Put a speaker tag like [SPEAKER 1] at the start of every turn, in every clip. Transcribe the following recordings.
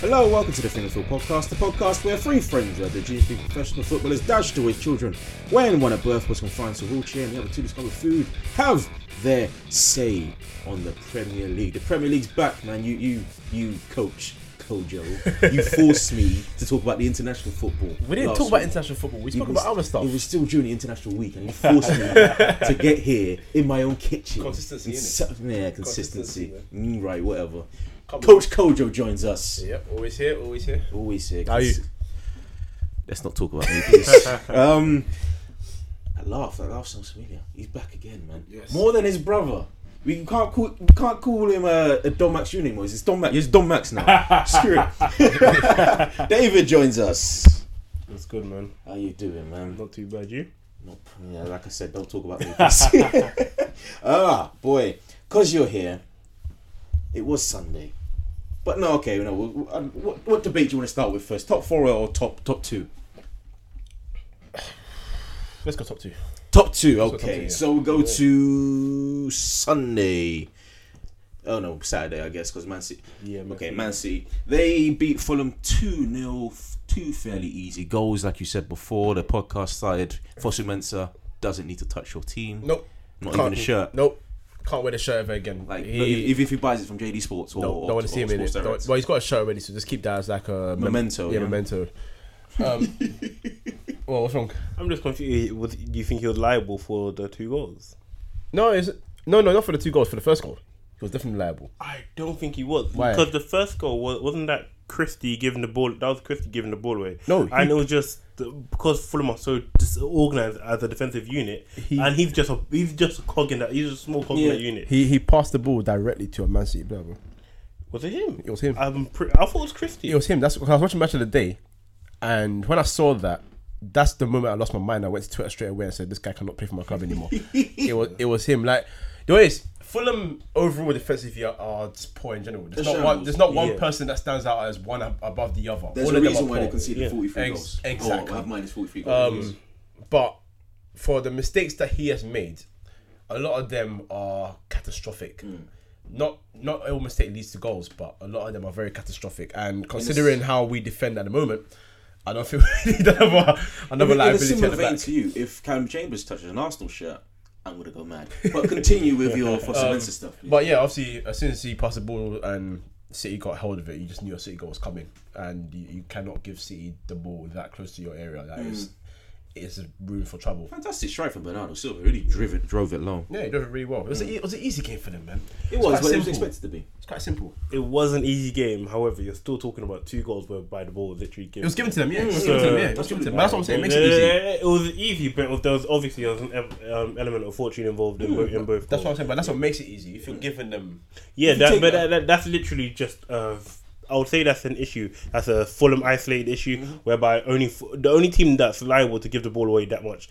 [SPEAKER 1] Hello, welcome to the Fingerful Podcast, the podcast where three friends who have the dream to be professional footballers dash towards children when one at birth was confined to a wheelchair and the other two discovered food have their say on the Premier League. The Premier League's back, man. You, you, you, coach Kojo, you forced me to talk about the international football.
[SPEAKER 2] We didn't
[SPEAKER 1] last
[SPEAKER 2] talk about
[SPEAKER 1] week.
[SPEAKER 2] international football. We
[SPEAKER 1] It
[SPEAKER 2] spoke
[SPEAKER 1] was-
[SPEAKER 2] about other stuff.
[SPEAKER 1] It was still during the international week, and you forced me to get here in my own kitchen.
[SPEAKER 3] Consistency,
[SPEAKER 1] And
[SPEAKER 3] innit?
[SPEAKER 1] so- yeah, consistency.
[SPEAKER 3] Consistency,
[SPEAKER 1] Mm, right, whatever.
[SPEAKER 3] Come
[SPEAKER 1] Coach Kojo joins us.
[SPEAKER 3] Yep, always here, always here.
[SPEAKER 1] Always here.
[SPEAKER 2] How you?
[SPEAKER 1] Let's not talk about me, please. um, I laugh. That laugh sounds familiar. He's back again, man.
[SPEAKER 3] Yes.
[SPEAKER 1] More than his brother. We can't call we can't call him uh, a, a Don Max Jr. anymore. It's Don Max. It's Don Max now. Screw it. David joins us.
[SPEAKER 3] That's good, man.
[SPEAKER 1] How you doing, man?
[SPEAKER 3] Not too bad, you.
[SPEAKER 1] Nope. Yeah, like I said, don't talk about me. ah, boy, because you're here. It was Sunday, but no, okay. No, we- we- um, what, what debate do you want to start with first? Top four or top top two?
[SPEAKER 2] Let's go top two.
[SPEAKER 1] Top two.
[SPEAKER 3] go top two,
[SPEAKER 1] Okay,
[SPEAKER 3] yeah.
[SPEAKER 1] so we'll go to Sunday. Oh no, Saturday, I guess, because Man City.
[SPEAKER 3] Yeah, man
[SPEAKER 1] okay,
[SPEAKER 3] City.
[SPEAKER 1] Man City. They beat Fulham 2 0, two fairly easy goals, like you said before. The podcast started. Fosu Mensah doesn't need to touch your team.
[SPEAKER 3] Nope.
[SPEAKER 1] Not
[SPEAKER 3] Can't-
[SPEAKER 1] even a shirt.
[SPEAKER 3] Nope. Can't wear the shirt ever again.
[SPEAKER 1] Like
[SPEAKER 3] He-
[SPEAKER 1] no, if, if he buys it from JD Sports or,
[SPEAKER 3] don't,
[SPEAKER 1] or
[SPEAKER 3] don't want to see him in it.
[SPEAKER 1] Sports
[SPEAKER 3] Don't-
[SPEAKER 1] Direct.
[SPEAKER 3] well, he's got a shirt already, so just keep that as like a mem-
[SPEAKER 1] Memento,
[SPEAKER 3] Yeah,
[SPEAKER 1] yeah.
[SPEAKER 3] memento. Um, well, what's wrong?
[SPEAKER 4] I'm just confused. With, do you think he was liable for the two goals?
[SPEAKER 3] No, it's, no, no, not for the two goals. For the first goal, he was definitely liable.
[SPEAKER 4] I don't think he was
[SPEAKER 3] Why?
[SPEAKER 4] because the first goal was, wasn't that Christie giving the ball. That was Christie giving the ball away.
[SPEAKER 3] No,
[SPEAKER 4] and it was just the- because Fulham are so disorganized as a defensive unit, and he's just a he's just a cog in that. He's a small cog in
[SPEAKER 1] Yeah.
[SPEAKER 4] that unit.
[SPEAKER 3] He he passed the ball directly to a Man City player. bro.
[SPEAKER 4] was it him?
[SPEAKER 3] It was him.
[SPEAKER 4] I'm pre- I thought it was Christie.
[SPEAKER 3] It was him. That's I was watching match of the day, and when I saw that, that's the moment I lost my mind. I went to Twitter straight away and said, "This guy cannot play for my club anymore." it was it was him. Like the way is Fulham overall defensively are, are just poor in general. There's
[SPEAKER 1] They're
[SPEAKER 3] not one.
[SPEAKER 1] shambles.
[SPEAKER 3] There's not one
[SPEAKER 4] Yeah.
[SPEAKER 3] person that stands out as one ab- above the other.
[SPEAKER 1] There's
[SPEAKER 3] All
[SPEAKER 1] a
[SPEAKER 3] of them
[SPEAKER 1] reason
[SPEAKER 3] are
[SPEAKER 1] why they
[SPEAKER 3] poor.
[SPEAKER 1] conceded
[SPEAKER 4] Yeah.
[SPEAKER 1] 43
[SPEAKER 3] Ex-
[SPEAKER 1] goals.
[SPEAKER 3] exactly.
[SPEAKER 1] Or have minus 43 goals.
[SPEAKER 3] Um, but for the mistakes that he has made, a lot of them are catastrophic.
[SPEAKER 1] Hmm.
[SPEAKER 3] Not not all mistake leads to goals, but a lot of them are very catastrophic. And considering how we defend at the moment, I don't feel we need another
[SPEAKER 1] in,
[SPEAKER 3] another
[SPEAKER 1] in a
[SPEAKER 3] liability at
[SPEAKER 1] similar
[SPEAKER 3] the
[SPEAKER 1] vein
[SPEAKER 3] back.
[SPEAKER 1] to you, if Callum Chambers touches an Arsenal shirt, I'm going to go mad. But continue with your
[SPEAKER 3] Um,
[SPEAKER 1] Fosu Mensah stuff. please.
[SPEAKER 3] But yeah, obviously, as soon as he passed the ball and City got hold of it, you just knew a City goal was coming, and you, you cannot give City the ball that close to your area. That is,
[SPEAKER 1] Hmm.
[SPEAKER 3] it's a room for trouble.
[SPEAKER 1] Fantastic strike from Bernardo Silva. Really drove it, drove it long.
[SPEAKER 3] Yeah, he did it really well. It was, a, e, it was an easy game for them, man.
[SPEAKER 1] Hmm. It was,
[SPEAKER 3] quite
[SPEAKER 1] but it was
[SPEAKER 3] simple.
[SPEAKER 1] expected to be.
[SPEAKER 3] It's quite simple.
[SPEAKER 4] It was an easy game. However, you're still talking about two goals whereby the ball was literally given.
[SPEAKER 3] It was given to them, yeah. It was given to them, yeah. It was given to them. That's what I'm saying. It makes
[SPEAKER 4] Yeah,
[SPEAKER 3] it easy.
[SPEAKER 4] yeah, yeah, it was easy, but it was- there was obviously there was an ev- um, element of fortune involved in, bo- in both.
[SPEAKER 3] Hmm. That's what I'm
[SPEAKER 4] goals.
[SPEAKER 3] saying, but that's what makes it easy. If you're giving them,
[SPEAKER 4] Yeah,
[SPEAKER 1] you
[SPEAKER 4] that,
[SPEAKER 1] take
[SPEAKER 4] but
[SPEAKER 1] that-
[SPEAKER 4] that, that, that's literally just. Uh, I would say that's an issue. That's a Fulham isolated issue,
[SPEAKER 3] Mm-hmm.
[SPEAKER 4] whereby only F- the only team that's liable to give the ball away that much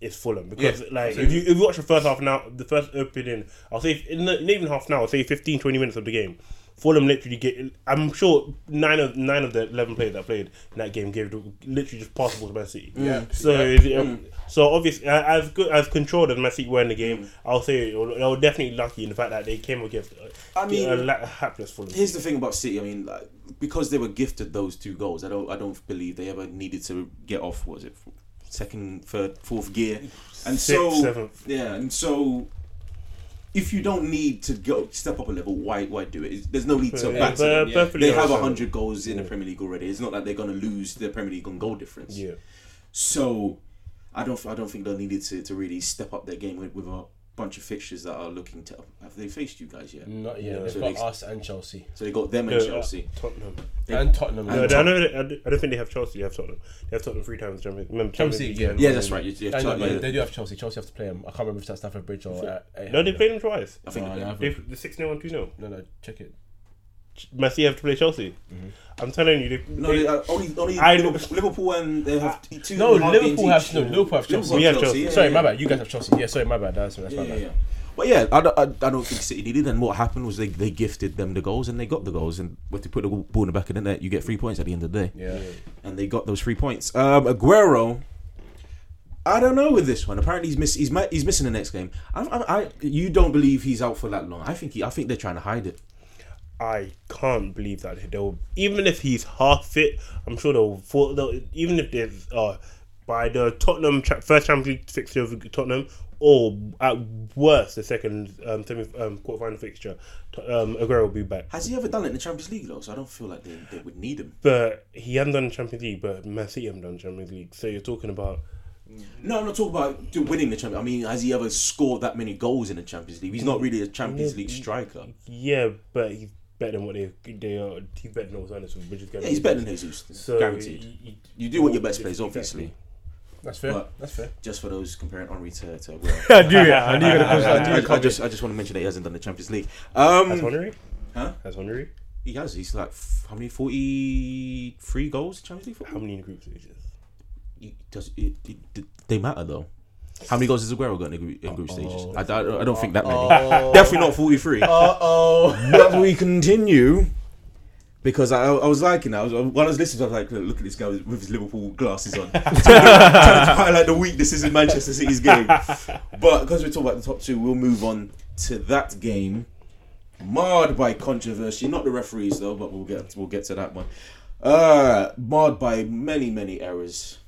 [SPEAKER 4] is Fulham. Because
[SPEAKER 3] Yeah,
[SPEAKER 4] like if
[SPEAKER 3] absolutely.
[SPEAKER 4] you if you watch the first half now, the first opening, I'll say in the, not even half now, I'll say 15, 20 minutes of the game. Fulham literally get. I'm sure nine of nine of the eleven players that played in that game gave the- literally just passable to Man City.
[SPEAKER 3] Yeah.
[SPEAKER 4] So is it, um,
[SPEAKER 1] Mm.
[SPEAKER 4] so obviously uh, as good as controlled as Man City were in the game, I'll say they were they were definitely lucky in the fact that they came against. Uh,
[SPEAKER 1] I mean-
[SPEAKER 4] a la- hapless Fulham.
[SPEAKER 1] Here's the thing about City. I mean, like, because they were gifted those two goals, I don't, I don't believe they ever needed to get off. What was it second, third, fourth gear? And
[SPEAKER 4] Sixth,
[SPEAKER 1] so,
[SPEAKER 4] seventh.
[SPEAKER 1] yeah, and so, if you don't need to go step up a level, why, why do it? It's- There's no need to
[SPEAKER 4] Yeah,
[SPEAKER 1] back. to
[SPEAKER 4] per-
[SPEAKER 1] them.
[SPEAKER 4] perfectly
[SPEAKER 1] They have
[SPEAKER 4] understandable.
[SPEAKER 1] hundred goals in the Premier League already. It's not like they're going to lose their Premier League on goal difference.
[SPEAKER 4] Yeah.
[SPEAKER 1] So, I don't, I don't think they needed to, to really step up their game with, with a bunch of fixtures that are looking to. Have they faced you guys
[SPEAKER 4] Mm.
[SPEAKER 1] yet?
[SPEAKER 3] not yeah,
[SPEAKER 1] so
[SPEAKER 3] they've got
[SPEAKER 1] they-
[SPEAKER 3] us and Chelsea
[SPEAKER 1] So they got them and
[SPEAKER 4] No, uh,
[SPEAKER 1] Chelsea.
[SPEAKER 4] Tottenham.
[SPEAKER 3] and Tottenham.
[SPEAKER 4] No,
[SPEAKER 3] and
[SPEAKER 4] I, know that, I do- I don't think they have Chelsea. They have Tottenham. They have Tottenham three times. Champions- Remember, Champions
[SPEAKER 3] Chelsea,
[SPEAKER 4] League.
[SPEAKER 3] yeah.
[SPEAKER 1] Yeah, that's right. You, you
[SPEAKER 3] I know,
[SPEAKER 1] yeah,
[SPEAKER 3] yeah, they do have Chelsea. Chelsea have to play them. I can't remember if that's Stafford Bridge or. Uh,
[SPEAKER 4] No, they played them twice.
[SPEAKER 1] I think
[SPEAKER 3] No,
[SPEAKER 1] they-
[SPEAKER 3] no.
[SPEAKER 4] They the six 0 and two 0
[SPEAKER 3] No, no, check it.
[SPEAKER 4] Man City have to play Chelsea. I'm telling you, they,
[SPEAKER 1] no, they, uh, only only
[SPEAKER 4] I-
[SPEAKER 1] Liverpool, Liverpool and they have t- two.
[SPEAKER 3] No,
[SPEAKER 1] hard
[SPEAKER 3] Liverpool
[SPEAKER 1] games
[SPEAKER 3] have-
[SPEAKER 1] each.
[SPEAKER 3] no, Liverpool have Chelsea.
[SPEAKER 4] We have Chelsea.
[SPEAKER 1] yeah,
[SPEAKER 3] Sorry,
[SPEAKER 1] yeah,
[SPEAKER 3] my bad. You guys have Chelsea. Yeah, sorry, my bad. That's, that's
[SPEAKER 1] Yeah,
[SPEAKER 3] my
[SPEAKER 1] yeah,
[SPEAKER 3] bad.
[SPEAKER 1] yeah. But yeah, I don't, I, I don't think City needed. And what happened was they, they gifted them the goals and they got the goals. And when they put the ball in the back of the net, you get three points at the end of the day.
[SPEAKER 3] Yeah.
[SPEAKER 1] And they got those three points. Um, Aguero, I don't know with this one. Apparently he's miss, he's mi- he's missing the next game. I, I, I you don't believe he's out for that long. I think he, I think they're trying to hide it.
[SPEAKER 4] I can't believe that they'll even if he's half fit, I'm sure they'll, for- they'll even if there's uh by the Tottenham cha- first Champions League fixture of Tottenham or at worst the second um, semi um, quarterfinal fixture, Tot- um, Aguero will be back.
[SPEAKER 1] Has he ever done it in the Champions League though? So I don't feel like they, they would need him.
[SPEAKER 4] But he hasn't done Champions League, but Man City haven't done Champions League. So you're talking about
[SPEAKER 1] No, I'm not talking about do- winning the Champions. I mean, has he ever scored that many goals in the Champions League? He's not really a Champions League striker.
[SPEAKER 4] yeah, but he's better than what they they are. He's better than what Anderson, which is
[SPEAKER 1] Yeah, he's better than Jesus,
[SPEAKER 4] So
[SPEAKER 1] guaranteed.
[SPEAKER 4] y- y-
[SPEAKER 1] You do what your best plays, obviously.
[SPEAKER 3] That's fair.
[SPEAKER 1] But-
[SPEAKER 3] That's fair.
[SPEAKER 1] Just for those comparing Henri to, to Aguero.
[SPEAKER 3] I knew it. I knew
[SPEAKER 1] I, I- I just, I just want to mention that he hasn't done the Champions League. Um,
[SPEAKER 4] Has Honorary?
[SPEAKER 1] Huh?
[SPEAKER 4] Has Honorary?
[SPEAKER 1] He has. He's like f- how many forty three goals in Champions League
[SPEAKER 4] How
[SPEAKER 1] football?
[SPEAKER 4] many in the group stages?
[SPEAKER 1] He- does it, it, it- they matter though? How many goals has Aguero got in the group, in group stages? I, I, I don't think that many. Definitely not forty three.
[SPEAKER 5] oh.
[SPEAKER 1] but we continue because I, I was liking that. I was, when I was listening, I was like, look at this guy with his Liverpool glasses on, trying to highlight the weaknesses in Manchester City's game. But because we're talking about the top two, we'll move on to that game, marred by controversy. Not the referees though, but we'll get we'll get to that one. Uh, marred by many many errors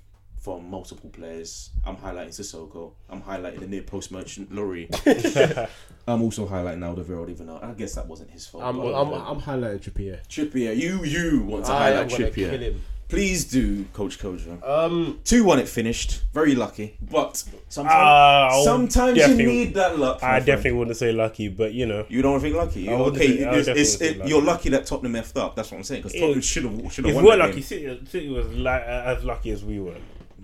[SPEAKER 1] from multiple players. I'm highlighting Sissoko. I'm highlighting the near post merchant Laurie. I'm also highlighting Aldo Verald, even though I guess that wasn't his fault.
[SPEAKER 3] I'm,
[SPEAKER 1] but-
[SPEAKER 3] I'm, I'm highlighting Trippier.
[SPEAKER 1] Trippier, you you want to
[SPEAKER 3] I am
[SPEAKER 1] highlight
[SPEAKER 3] gonna kill
[SPEAKER 1] Trippier.
[SPEAKER 3] him.
[SPEAKER 1] Please do, Coach Kojo.
[SPEAKER 4] Uh,
[SPEAKER 3] Um,
[SPEAKER 1] Two one, it finished. Very lucky, but sometimes,
[SPEAKER 4] I'll
[SPEAKER 1] sometimes you
[SPEAKER 4] Ah, oh, definitely-
[SPEAKER 1] need that luck. my
[SPEAKER 4] I
[SPEAKER 1] friend.
[SPEAKER 4] definitely wouldn't say lucky, but you know,
[SPEAKER 1] You don't think lucky? You're
[SPEAKER 4] I would
[SPEAKER 1] okay,
[SPEAKER 4] think- I would
[SPEAKER 1] it's- it's-
[SPEAKER 4] definitely think
[SPEAKER 1] it- you're lucky that Tottenham effed up. That's what I'm saying. Because Tottenham should have should have
[SPEAKER 4] if
[SPEAKER 1] won.
[SPEAKER 4] we're
[SPEAKER 1] that
[SPEAKER 4] lucky,
[SPEAKER 1] game.
[SPEAKER 4] City, City was li- uh, as lucky as we were.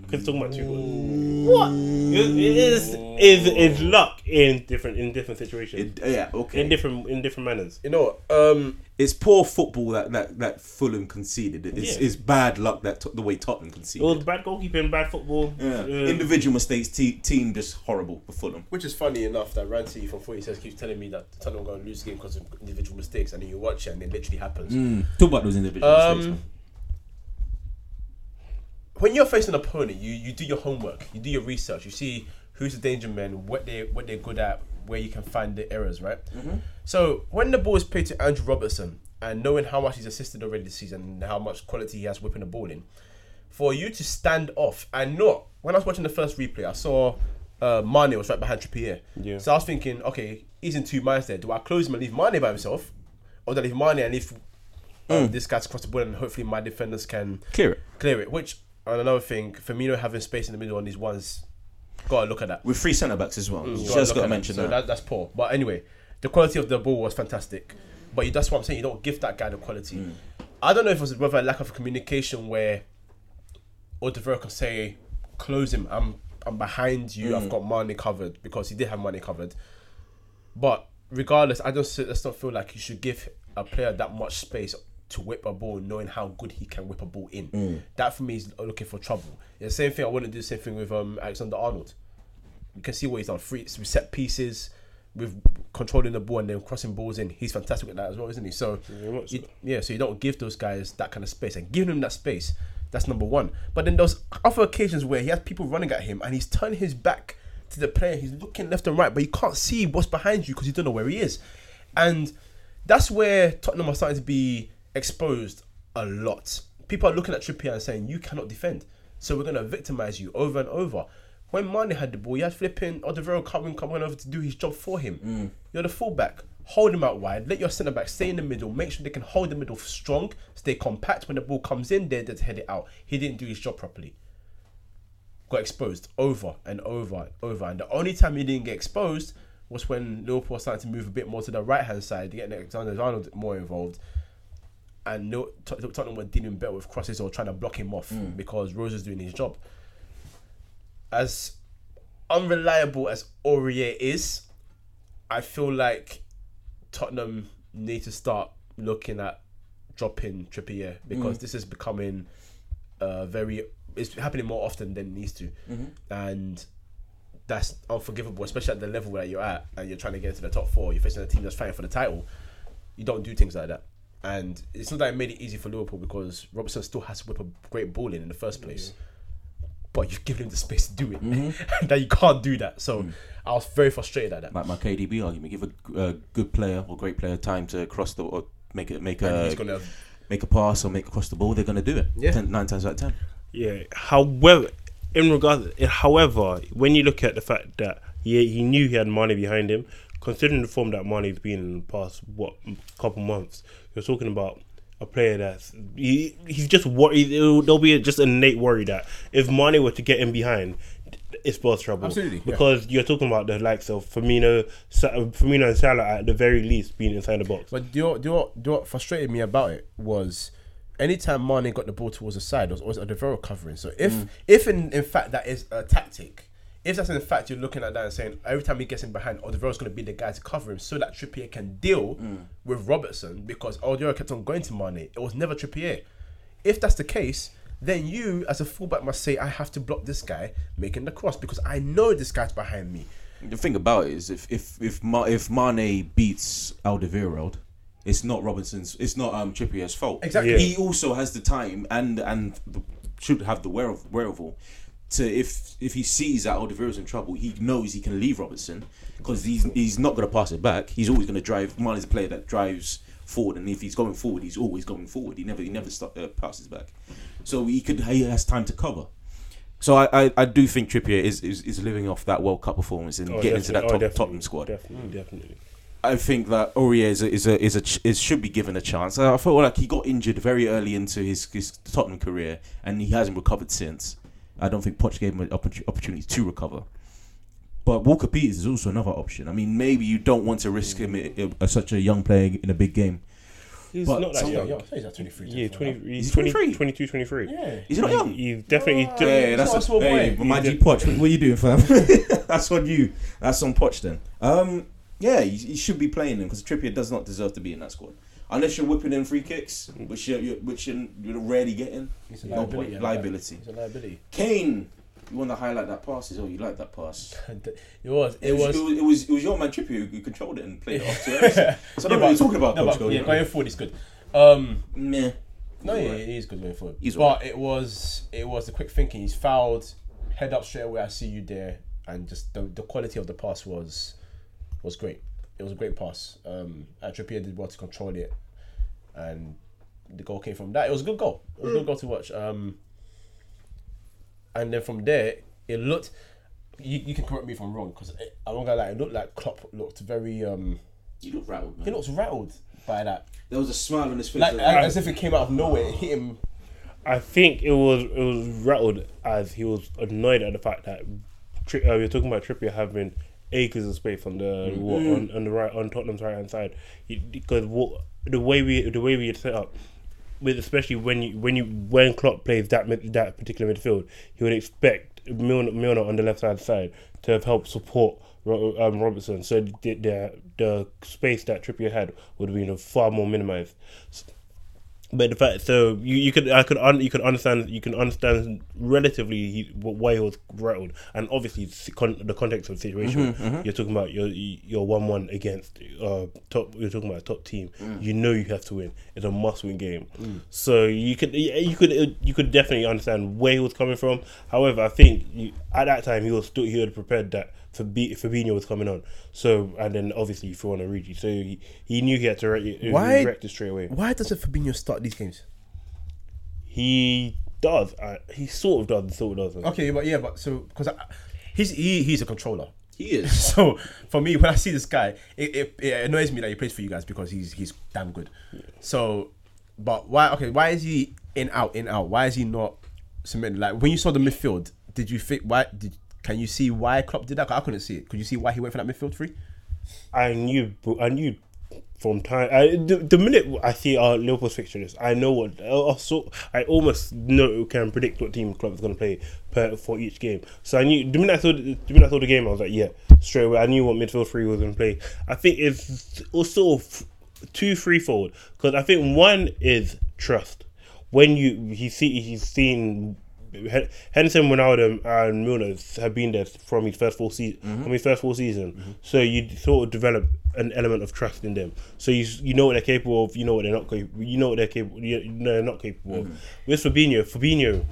[SPEAKER 4] Because talking about two goals. What? It, it is is is luck in different in different situations,
[SPEAKER 1] It- yeah, okay.
[SPEAKER 4] in different in different manners.
[SPEAKER 3] you know, um,
[SPEAKER 1] it's poor football that, that, that Fulham conceded. It's,
[SPEAKER 4] Yeah.
[SPEAKER 1] it's bad luck that Tot- the way Tottenham
[SPEAKER 4] It
[SPEAKER 1] conceded.
[SPEAKER 4] was bad goalkeeping, bad football.
[SPEAKER 1] yeah.
[SPEAKER 4] uh,
[SPEAKER 1] Individual mistakes, te- team just horrible for Fulham.
[SPEAKER 3] which is funny enough that Ranty from 40 says keeps telling me that Tottenham going to lose the game because of individual mistakes, and then you watch it and it literally happens.
[SPEAKER 1] Mm. Talk about those individual mistakes.
[SPEAKER 3] Um, when you're facing an opponent, you, you do your homework, you do your research, you see who's the danger men, what they what they're good at, where you can find the errors, right? So when the ball is played to Andrew Robertson, and knowing how much he's assisted already this season and how much quality he has whipping the ball in, for you to stand off and not. When I was watching the first replay, I saw uh, Mane was right behind Trippier.
[SPEAKER 4] Yeah.
[SPEAKER 3] So I was thinking, okay, he's in two minds there. Do I close him and leave Mane by himself, or do I leave Mane and leave um, this guy's across the board and hopefully my defenders can
[SPEAKER 1] Clear it.
[SPEAKER 3] clear it. Which and another thing, Firmino having space in the middle on these ones, gotta look at that.
[SPEAKER 1] with three centre backs as well.
[SPEAKER 4] Mm.
[SPEAKER 3] Gotta
[SPEAKER 1] Just
[SPEAKER 3] look
[SPEAKER 1] got
[SPEAKER 3] at
[SPEAKER 1] to mention
[SPEAKER 3] so
[SPEAKER 1] that.
[SPEAKER 3] That's poor. But anyway, the quality of the ball was fantastic. But you, that's what I'm saying. You don't give that guy the quality.
[SPEAKER 1] Mm.
[SPEAKER 3] I don't know if it was whether a lack of communication where Odevero can say, "Close him. I'm I'm behind you. I've got
[SPEAKER 1] Mm.
[SPEAKER 3] money covered," because he did have money covered. But regardless, I just I just don't feel like you should give a player that much space to whip a ball, knowing how good he can whip a ball in.
[SPEAKER 1] Mm.
[SPEAKER 3] That for me is looking for trouble. The same thing. I wouldn't do the same thing with um, Alexander Arnold. You can see what he's done. Free with set pieces, with controlling the ball and then crossing balls in. He's fantastic at that as well, isn't he? So,
[SPEAKER 4] much
[SPEAKER 3] you-
[SPEAKER 4] so.
[SPEAKER 3] yeah. So you don't give those guys that kind of space and giving them that space. That's number one. But then there's other occasions where he has people running at him and he's turning his back to the player. He's looking left and right, but you can't see what's behind you because you don't know where he is. And that's where Tottenham are starting to be exposed a lot. People are looking at Trippier and saying, "You cannot defend, so we're going to victimize you over and over." When Mane had the ball, you had flipping Odevero coming coming over to do his job for him. You're the fullback. Hold him out wide. Let your centre back stay in the middle. Make sure they can hold the middle strong. Stay compact. When the ball comes in, they're there to head it out. He didn't do his job properly got exposed over and over and over. And the only time he didn't get exposed was when Liverpool started to move a bit more to the right hand side, getting Alexander Arnold more involved. And Lil- Tot- Tottenham were dealing better with crosses or trying to block him off because Rose was doing his job. As unreliable as Aurier is, I feel like Tottenham need to start looking at dropping Trippier because this is becoming uh, very. It's happening more often than it needs to, and that's unforgivable, especially at the level that you're at and you're trying to get into the top four. You're facing a team that's fighting for the title. You don't do things like that. And it's not that it made it easy for Liverpool because Robertson still has to whip a great ball in in the first place. But you've given him the space to do it. that you can't do that. So I was very frustrated at that.
[SPEAKER 1] like my KDB argument, give a uh, good player or great player time to cross the or make it make
[SPEAKER 3] And
[SPEAKER 1] a
[SPEAKER 3] he's gonna.
[SPEAKER 1] make a pass or make across the ball, they're gonna do it.
[SPEAKER 3] Yeah.
[SPEAKER 1] Ten, nine times out of ten.
[SPEAKER 4] Yeah. However, in regard, however, when you look at the fact that yeah, he knew he had money behind him, considering the form that money's been in the past what couple months, you're talking about a player that's he, he's just worried. It'll- There'll be just an innate worry that if money were to get him behind. It's both trouble
[SPEAKER 3] Absolutely, yeah.
[SPEAKER 4] because you're talking about the likes of Firmino, Sa- Firmino and Salah at the very least being inside the box.
[SPEAKER 3] But do you, know, do, you know, do you know what frustrated me about it was anytime Mane got the ball towards the side, there was always a Devereaux covering. So if if in, in fact that is a tactic, if that's in fact you're looking at that and saying every time he gets in behind, Odeverro's going to be the guy to cover him so that Trippier can deal with Robertson because Odero kept on going to Mane. It was never Trippier. If that's the case, then you as a fullback must say, I have to block this guy making the cross because I know this guy's behind me.
[SPEAKER 1] The thing about it is, if if if Ma- if Mane beats Alderweireld, it's not Robinson's. It's not um Trippier's fault.
[SPEAKER 3] Exactly.
[SPEAKER 4] Yeah.
[SPEAKER 1] He also has the time and and the, should have the where wherewithal to if if he sees that Alderweireld's in trouble, he knows he can leave Robertson because he's he's not going to pass it back. He's always going to drive. Mane's a player that drives forward, and if he's going forward, he's always going forward. He never he never stop, uh, passes back, so he could he has time to cover. So I, I, I do think Trippier is, is, is living off that World Cup performance and
[SPEAKER 4] Oh,
[SPEAKER 1] getting into
[SPEAKER 4] definitely.
[SPEAKER 1] that
[SPEAKER 4] Oh,
[SPEAKER 1] top,
[SPEAKER 4] definitely.
[SPEAKER 1] Tottenham squad.
[SPEAKER 4] Definitely, definitely.
[SPEAKER 1] I think that Aurier is a, is a, is a ch- is should be given a chance. I felt like he got injured very early into his, his Tottenham career and he hasn't recovered since. I don't think Poch gave him an opportu- opportunity to recover. But Walker Peters is also another option. I mean, maybe you don't want to risk him i-
[SPEAKER 4] Mm.
[SPEAKER 1] i- such a young player in a big game.
[SPEAKER 4] He's
[SPEAKER 1] But
[SPEAKER 4] not that
[SPEAKER 1] some-
[SPEAKER 4] young.
[SPEAKER 3] Yeah, he's at 23.
[SPEAKER 4] Yeah, 20, he's
[SPEAKER 1] He's
[SPEAKER 4] 20,
[SPEAKER 1] 23.
[SPEAKER 4] 22, 23.
[SPEAKER 3] Yeah.
[SPEAKER 1] He's not young.
[SPEAKER 4] He's definitely.
[SPEAKER 3] Right.
[SPEAKER 4] de-
[SPEAKER 1] Yeah, that's
[SPEAKER 3] not a small
[SPEAKER 1] hey,
[SPEAKER 3] boy.
[SPEAKER 1] but my G Poch. What, what you doing, fam? that's on you. That's on Poch then. Um, yeah, you, you should be playing him because Trippier does not deserve to be in that squad unless you're whipping in free kicks, which you're, you're which you're, you're rarely getting.
[SPEAKER 3] It's a
[SPEAKER 1] No
[SPEAKER 3] liability,
[SPEAKER 1] point.
[SPEAKER 3] yeah.
[SPEAKER 1] liability.
[SPEAKER 3] It's a liability.
[SPEAKER 1] Kane, you want to highlight that pass? Is oh, you like that pass?
[SPEAKER 3] It was.
[SPEAKER 1] It was, it was it was your man Trippier who- who controlled it and played it off to Eriksen. So I
[SPEAKER 3] Yeah,
[SPEAKER 1] don't know what
[SPEAKER 3] but-
[SPEAKER 1] you're talking about,
[SPEAKER 3] No,
[SPEAKER 1] Coach
[SPEAKER 3] but, yeah,
[SPEAKER 1] Goldie.
[SPEAKER 3] going forward is good. Um,
[SPEAKER 1] Meh.
[SPEAKER 3] no, yeah,
[SPEAKER 1] alright.
[SPEAKER 3] yeah, he is good going forward.
[SPEAKER 1] He's
[SPEAKER 3] but it was it was the quick thinking. He's fouled, head up straight away. I see you there, and just the, the quality of the pass was was great. It was a great pass. Um, and Trippier did well to control it, and the goal came from that. It was a good goal. It was a good goal to watch. Um, and then from there, it looked. You, you can correct me if I'm wrong because I won't go like it looked like Klopp looked very um
[SPEAKER 1] You look rattled,
[SPEAKER 3] he
[SPEAKER 1] man.
[SPEAKER 3] looks rattled by that
[SPEAKER 1] There was a smile on his face.
[SPEAKER 3] like,
[SPEAKER 1] like-
[SPEAKER 3] like, as if it came out of nowhere, it hit him.
[SPEAKER 4] I think it was it was rattled as he was annoyed at the fact that Tri- uh, you're talking about Trippier having acres of space on the wa- on, on the right on Tottenham's right hand side You- because what, the way we the way we had set up with especially when you when you when Klopp plays that mid, that particular midfield he would expect Milner, Milner on the left hand side to have helped support Ro- um, Robertson so the, the the space that Trippier had would have been far more minimized. But the fact, so you, you could I could un, you could understand you can understand relatively he, wh- why he was rattled, and obviously it's con, the context of the situation. You're talking about your your one one against uh top. You're talking about a top team. You know you have to win. It's a must win game. So you could yeah, you could uh, you could definitely understand where he was coming from. However, I think you, at that time he was still he had prepared that Fabi, Fabinho was coming on. So and then obviously if you want to read so he, he knew he had to re-
[SPEAKER 3] Why-
[SPEAKER 4] react it straight away.
[SPEAKER 3] Why doesn't Fabinho start these games?
[SPEAKER 4] He does. Uh, he sort of does. and Sort of doesn't.
[SPEAKER 3] Okay, but yeah, but so because he's he, he's a controller.
[SPEAKER 1] he is.
[SPEAKER 3] So for me, when I see this guy, it, it, it annoys me that he plays for you guys because he's he's damn good. So, but why? Okay, why is he in out in out? Why is he not submitting? Like when you saw the midfield, did you think why did? Can you see why Klopp did that? 'Cause I couldn't see it. Could you see why he went for that midfield three?
[SPEAKER 4] I knew. I knew from time. I, the, the minute I see our Liverpool's fixture list, I know what. I also, I almost know can predict what team club is going to play per, for each game. So I knew the minute I saw the, the minute I saw the game, I was like, yeah, straight away. I knew what midfield three was going to play. I think it's also f- two threefold because I think one is trust. when you he see he's seen Hen- Henderson, Ronaldo, and Milner have been there from his first full season. From his first full season, so you sort of develop an element of trust in them. So you s- you know what they're capable of. You know what they're not capable. You know what they're capable. You you know they're not capable of. With Fabinho, Fabinho,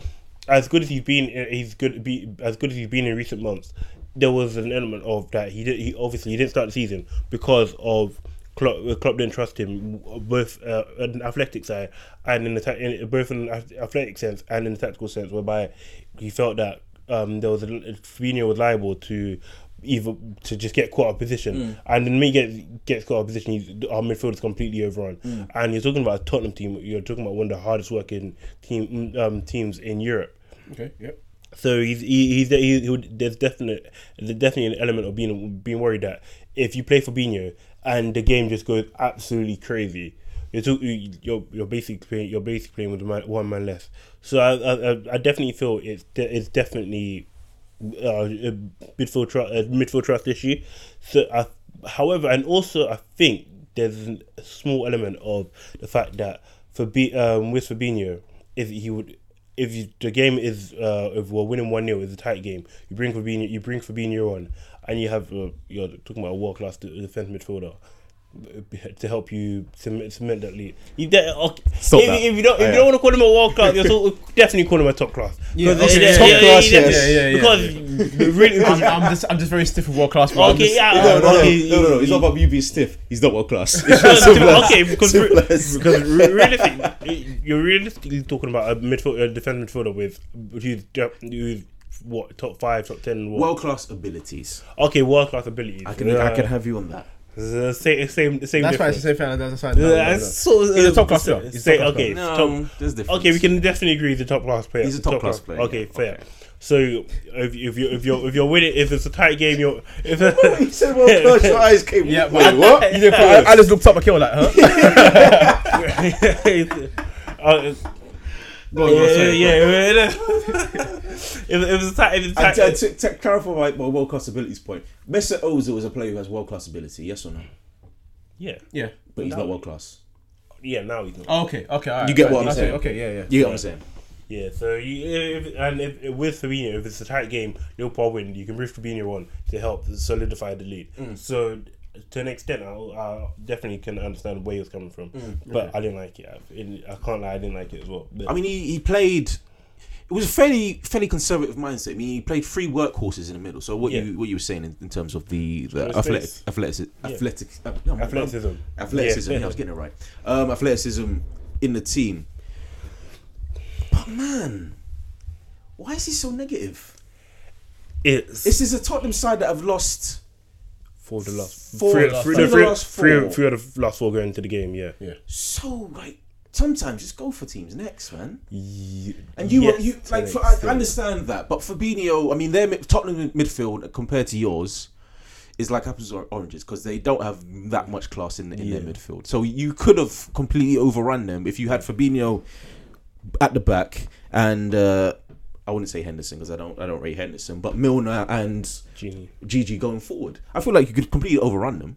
[SPEAKER 4] as good as he's been, uh, he's good. Be as good as he's been in recent months. There was an element of that. He did. He obviously he didn't start the season because of Klopp, uh, Klopp didn't trust him w- both uh, in the athletic side and in the ta- in, both in the ath- athletic sense and in the tactical sense, whereby he felt that um, there was a, Fabinho was liable to either to just get caught out of position, and then when he gets gets caught out of position, he's, our midfield is completely overrun. And you're talking about a Tottenham team. You're talking about one of the hardest working team um, teams in Europe.
[SPEAKER 6] Okay. Yep.
[SPEAKER 4] So he's he, he's he, he would, there's definite there's definitely an element of being being worried that if you play Fabinho and the game just goes absolutely crazy, you're talk, you're you're basically playing, you're basically playing with a man, one man less. So I, I I- I definitely feel it's de- it's definitely uh, a midfield trust uh, midfield trust issue. So I, however, and also I think there's a small element of the fact that for um, with Fabinho, if he would if you, the game is uh, if we're winning one 0 it's a tight game. You bring Fabinho, you bring Fabinho on, and you have uh, you're talking about a world class defense midfielder to help you cement, cement that lead. You de- okay.
[SPEAKER 3] Stop
[SPEAKER 4] if,
[SPEAKER 3] that.
[SPEAKER 4] if you don't, if
[SPEAKER 3] Oh,
[SPEAKER 4] you
[SPEAKER 3] yeah.
[SPEAKER 4] don't want to call him a world class, you're sort of definitely call him a top class.
[SPEAKER 6] Yeah,
[SPEAKER 4] Because-
[SPEAKER 6] okay,
[SPEAKER 1] top class, yes.
[SPEAKER 6] Yeah, yeah, yeah.
[SPEAKER 4] Because really,
[SPEAKER 6] I'm, I'm just I'm just very stiff with world class. but I'm
[SPEAKER 4] okay,
[SPEAKER 6] just-
[SPEAKER 4] yeah,
[SPEAKER 1] No, no, no,
[SPEAKER 4] okay,
[SPEAKER 1] no, no, no. It's not about you being stiff. He's not world class.
[SPEAKER 4] okay, because
[SPEAKER 1] Simple
[SPEAKER 4] re-
[SPEAKER 1] as-
[SPEAKER 4] because re- realistically, you're realistically talking about a midfield, a defensive midfielder with who's, def- who's what top five, top ten, what?
[SPEAKER 1] World class abilities.
[SPEAKER 4] okay, world class abilities. Uh,
[SPEAKER 1] I can, I can have you on that.
[SPEAKER 4] the same, same, the same.
[SPEAKER 6] That's why it's the
[SPEAKER 4] difference. Uh,
[SPEAKER 6] same thing. That's why. No,
[SPEAKER 4] Yeah,
[SPEAKER 6] no,
[SPEAKER 4] it's
[SPEAKER 6] no.
[SPEAKER 4] sort of-
[SPEAKER 6] He's a top class player. He's a
[SPEAKER 4] uh, Say,
[SPEAKER 6] top class
[SPEAKER 4] okay, it's top,
[SPEAKER 1] there's difference.
[SPEAKER 4] Okay, we can definitely agree he's a top class player.
[SPEAKER 1] He's a top class player,
[SPEAKER 4] Okay,
[SPEAKER 1] yeah,
[SPEAKER 4] fair.
[SPEAKER 1] okay.
[SPEAKER 4] So if, if you if you're if you're winning if it's a tight game you're if it's
[SPEAKER 1] he said world class. Your eyes came.
[SPEAKER 6] Yeah,
[SPEAKER 1] Wait,
[SPEAKER 6] but-
[SPEAKER 1] what?
[SPEAKER 6] You didn't put- I I just looked up. I killed like, huh?
[SPEAKER 4] Oh, uh,
[SPEAKER 1] Go on, go on,
[SPEAKER 4] yeah, yeah,
[SPEAKER 1] sorry.
[SPEAKER 4] yeah, yeah. if, if it's a tight if it's a
[SPEAKER 1] And
[SPEAKER 4] tight
[SPEAKER 1] to, to, to clarify my, my world class abilities point, Mesut Ozil was a player who has world class ability. Yes or no?
[SPEAKER 4] yeah
[SPEAKER 6] Yeah.
[SPEAKER 1] But he's not world class.
[SPEAKER 4] yeah now he's not.
[SPEAKER 6] Oh, okay. Okay. All right.
[SPEAKER 1] You get what I'm
[SPEAKER 6] That's it,
[SPEAKER 1] saying.
[SPEAKER 6] Okay. Yeah. Yeah.
[SPEAKER 1] You get what I'm saying?
[SPEAKER 4] Yeah, so you, if, and if, with Fabinho, if it's a tight game, Liverpool win. You can bring Fabinho on to help solidify the lead.
[SPEAKER 1] Mm.
[SPEAKER 4] So to an extent, I, I definitely can understand where he was coming from, but I didn't like it. I, it- I can't lie, I didn't like it as well. But,
[SPEAKER 1] Mm. I mean, he, he played. It was a fairly fairly conservative mindset. I mean, he played three workhorses in the middle. So what
[SPEAKER 4] Yeah.
[SPEAKER 1] you what you were saying in, in terms of the the
[SPEAKER 4] Space.
[SPEAKER 1] athletic athletic athletic uh, no, my-
[SPEAKER 4] athleticism,
[SPEAKER 1] athleticism. Yeah.
[SPEAKER 4] Yeah.
[SPEAKER 1] I was getting it right. Um, athleticism in the team. But man, why is he so negative?
[SPEAKER 4] it's,
[SPEAKER 1] This is a Tottenham side that have lost
[SPEAKER 4] for the last
[SPEAKER 1] four,
[SPEAKER 4] three,
[SPEAKER 1] three,
[SPEAKER 4] three,
[SPEAKER 1] of the
[SPEAKER 4] three-
[SPEAKER 1] last four.
[SPEAKER 4] three- three of the last four going into the game. Yeah,
[SPEAKER 6] Yeah.
[SPEAKER 1] So like, sometimes just go for teams next, man.
[SPEAKER 4] Ye-
[SPEAKER 1] And you,
[SPEAKER 4] yes,
[SPEAKER 1] you
[SPEAKER 4] to
[SPEAKER 1] like,
[SPEAKER 4] an
[SPEAKER 1] for, I I
[SPEAKER 4] extent.
[SPEAKER 1] understand that, but Fabinho, I mean, their mid- Tottenham midfield compared to yours is like apples or oranges because they don't have that much class in, in
[SPEAKER 4] Yeah.
[SPEAKER 1] their midfield. So you could have completely overrun them if you had Fabinho at the back and uh, I wouldn't say Henderson because I don't, I don't rate Henderson, but Milner and
[SPEAKER 4] Genie.
[SPEAKER 1] Gigi going forward. I feel like you could completely overrun them.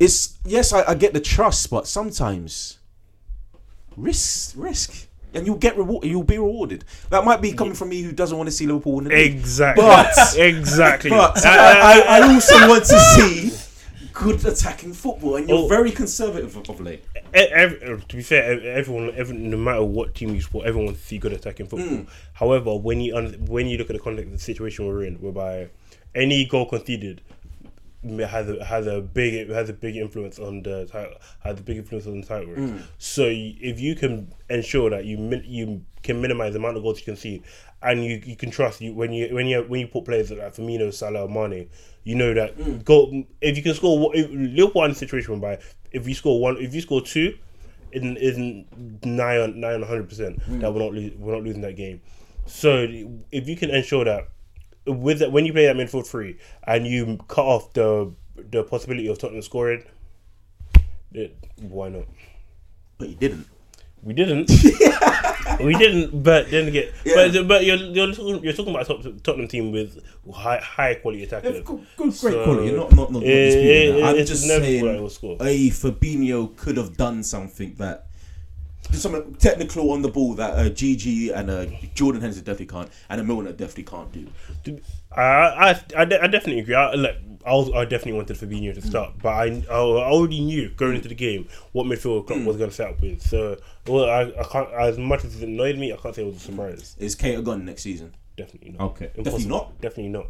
[SPEAKER 1] It's yes, I, I get the trust, but sometimes risk, risk, and you'll get reward. You'll be rewarded. That might be coming from me who doesn't want to see Liverpool win the league.
[SPEAKER 4] Exactly.
[SPEAKER 1] But-
[SPEAKER 4] exactly.
[SPEAKER 1] But
[SPEAKER 4] Uh,
[SPEAKER 1] I, I, I also want to see good attacking football, and you're
[SPEAKER 4] Oh.
[SPEAKER 1] very conservative of late.
[SPEAKER 4] E- ev- uh, to be fair, ev- everyone, every, no matter what team you support, everyone wants to see good attacking football.
[SPEAKER 1] Hmm.
[SPEAKER 4] However, when you un- when you look at the context of the situation we're in, whereby any goal conceded m- has a, has a big has a big influence on the title, has a big influence on the title. race.
[SPEAKER 1] Hmm.
[SPEAKER 4] So y- if you can ensure that you min- you can minimize the amount of goals you can see, and you, you can trust you when you when you when you put players like Firmino, Salah, Mane, you know that goal. If you can score, one- if, Liverpool are in a situation by if you score one, if you score two, it isn't nigh on nigh on hundred percent that we're not lo- we're not losing that game. So if you can ensure that with that, when you play that midfield three and you cut off the the possibility of Tottenham scoring, it, why not?
[SPEAKER 1] But you didn't.
[SPEAKER 4] We didn't. we didn't. But then again, but but you're you're talking, you're talking about a top, Tottenham team with high high quality attackers.
[SPEAKER 1] Good, great
[SPEAKER 4] So-
[SPEAKER 1] quality. You're not not not, not
[SPEAKER 4] Yeah,
[SPEAKER 1] disputing
[SPEAKER 4] yeah,
[SPEAKER 1] that.
[SPEAKER 4] yeah,
[SPEAKER 1] I'm
[SPEAKER 4] it's
[SPEAKER 1] just
[SPEAKER 4] never
[SPEAKER 1] saying,
[SPEAKER 4] what I will score.
[SPEAKER 1] a Fabinho could have done something that. Something technical on the ball that uh, Gigi and uh, Jordan Henderson definitely can't, and a Milner definitely can't do.
[SPEAKER 4] I I, I, de- I definitely agree. I, like, I, was, I definitely wanted Fabinho to start, but I, I already knew going into the game what midfield
[SPEAKER 1] Hmm.
[SPEAKER 4] Klopp was going to set up with. So, well, I, I can't. As much as it annoyed me, I can't say it was a surprise.
[SPEAKER 1] Is Kate gone next season?
[SPEAKER 4] Definitely not.
[SPEAKER 1] Okay.
[SPEAKER 4] Impossible.
[SPEAKER 1] Definitely not?
[SPEAKER 4] Definitely not.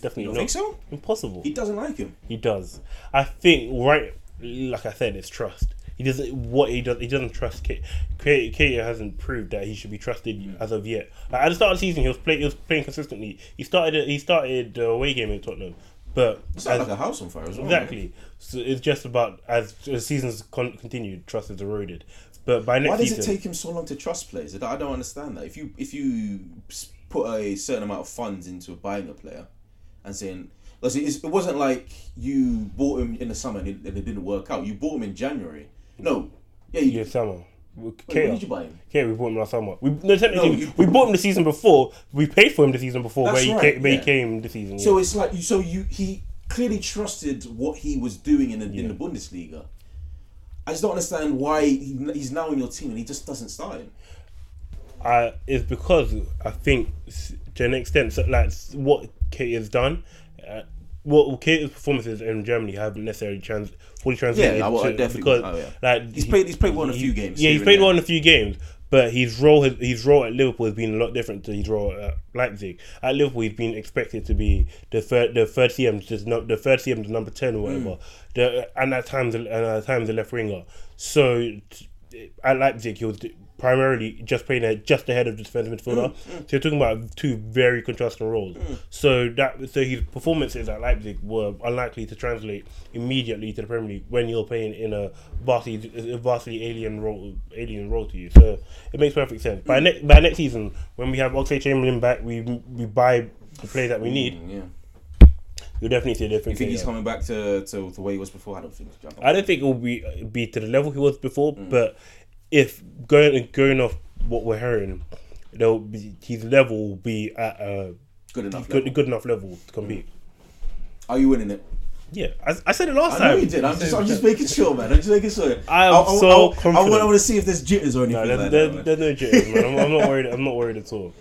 [SPEAKER 4] Definitely
[SPEAKER 1] You
[SPEAKER 4] not.
[SPEAKER 1] think so?
[SPEAKER 4] Impossible.
[SPEAKER 1] He doesn't like him.
[SPEAKER 4] He does. I think right like I said, it's trust. He doesn't what he does. He doesn't trust Kate. Kate, Kate hasn't proved that he should be trusted as of yet. Like, at the start of the season, he was playing. He was playing consistently. He started. He started the away game in Tottenham, but
[SPEAKER 1] It's not
[SPEAKER 4] as-
[SPEAKER 1] like a house on fire as well. man.
[SPEAKER 4] exactly. So it's just about as, as seasons con- continued, trust is eroded. But by next
[SPEAKER 1] Why does
[SPEAKER 4] season,
[SPEAKER 1] it take him so long to trust players? I don't understand that. If you if you s- put a certain amount of funds into buying a player, and saying, let's see, it's- it wasn't like you bought him in the summer and it, and it didn't work out. You bought him in January. No, yeah, you,
[SPEAKER 4] yeah, summer.
[SPEAKER 1] wait, when did you buy him?
[SPEAKER 4] Yeah, we bought him last summer. We no, technically,
[SPEAKER 1] No, you-
[SPEAKER 4] we bought him the season before. We paid for him the season before
[SPEAKER 1] That's
[SPEAKER 4] where, he,
[SPEAKER 1] right,
[SPEAKER 4] came, where
[SPEAKER 1] yeah.
[SPEAKER 4] he came this season.
[SPEAKER 1] So it's like you. So you he clearly trusted what he was doing in the, in the Bundesliga. I just don't understand why he, he's now in your team and he just doesn't start him.
[SPEAKER 4] I, it's because I think s- to an extent, so, like s- what Kate has done, uh, what Kate's performances in Germany haven't necessarily trans fully translated.
[SPEAKER 1] Yeah, I- I
[SPEAKER 4] to-
[SPEAKER 1] definitely-
[SPEAKER 4] because
[SPEAKER 1] oh, yeah.
[SPEAKER 4] like
[SPEAKER 1] He's
[SPEAKER 4] he-
[SPEAKER 1] played. He's played well in a few games.
[SPEAKER 4] Yeah,
[SPEAKER 1] here
[SPEAKER 4] he's
[SPEAKER 1] and
[SPEAKER 4] played
[SPEAKER 1] there.
[SPEAKER 4] well in a few games, but his role has, his role at Liverpool has been a lot different to his role at Leipzig. At Liverpool, he's been expected to be the third the third CM, just no, the third CM, the number ten
[SPEAKER 1] Hmm.
[SPEAKER 4] or whatever. The, and at times, and at times the left winger. So t- at Leipzig, he was primarily just playing a, just ahead of the defensive
[SPEAKER 1] Mm,
[SPEAKER 4] midfielder. So you're talking about two very contrasting roles. So that so his performances at Leipzig were unlikely to translate immediately to the Premier League when you're playing in a vastly a vastly alien role alien role to you. So it makes perfect sense.
[SPEAKER 1] Mm.
[SPEAKER 4] By next by next season, when we have Oxlade Chamberlain back, we we buy the players that we need.
[SPEAKER 1] Yeah.
[SPEAKER 4] You'll definitely see a
[SPEAKER 1] Mm. You
[SPEAKER 4] difference.
[SPEAKER 1] think he's coming back to, to the way he was before? I don't think. I don't
[SPEAKER 4] I don't think it will be be to the level he was before,
[SPEAKER 1] Mm.
[SPEAKER 4] but if going going off what we're hearing, there'll be his level will be at a
[SPEAKER 1] good enough.
[SPEAKER 4] good
[SPEAKER 1] level. Mm.
[SPEAKER 4] good enough level to compete.
[SPEAKER 1] Are you winning it?
[SPEAKER 4] Yeah, I, I said it last
[SPEAKER 1] I
[SPEAKER 4] time.
[SPEAKER 1] know you did. I'm just, I'm just making sure, man. I'm just making sure.
[SPEAKER 4] I am
[SPEAKER 1] I- I-
[SPEAKER 4] so
[SPEAKER 1] I- I want- I
[SPEAKER 4] confident.
[SPEAKER 1] want to see if there's jitters or anything
[SPEAKER 4] No,
[SPEAKER 1] like
[SPEAKER 4] there's,
[SPEAKER 1] that. man.
[SPEAKER 4] there's, there's no jitters, man. I'm, I'm not worried. I'm not worried at all.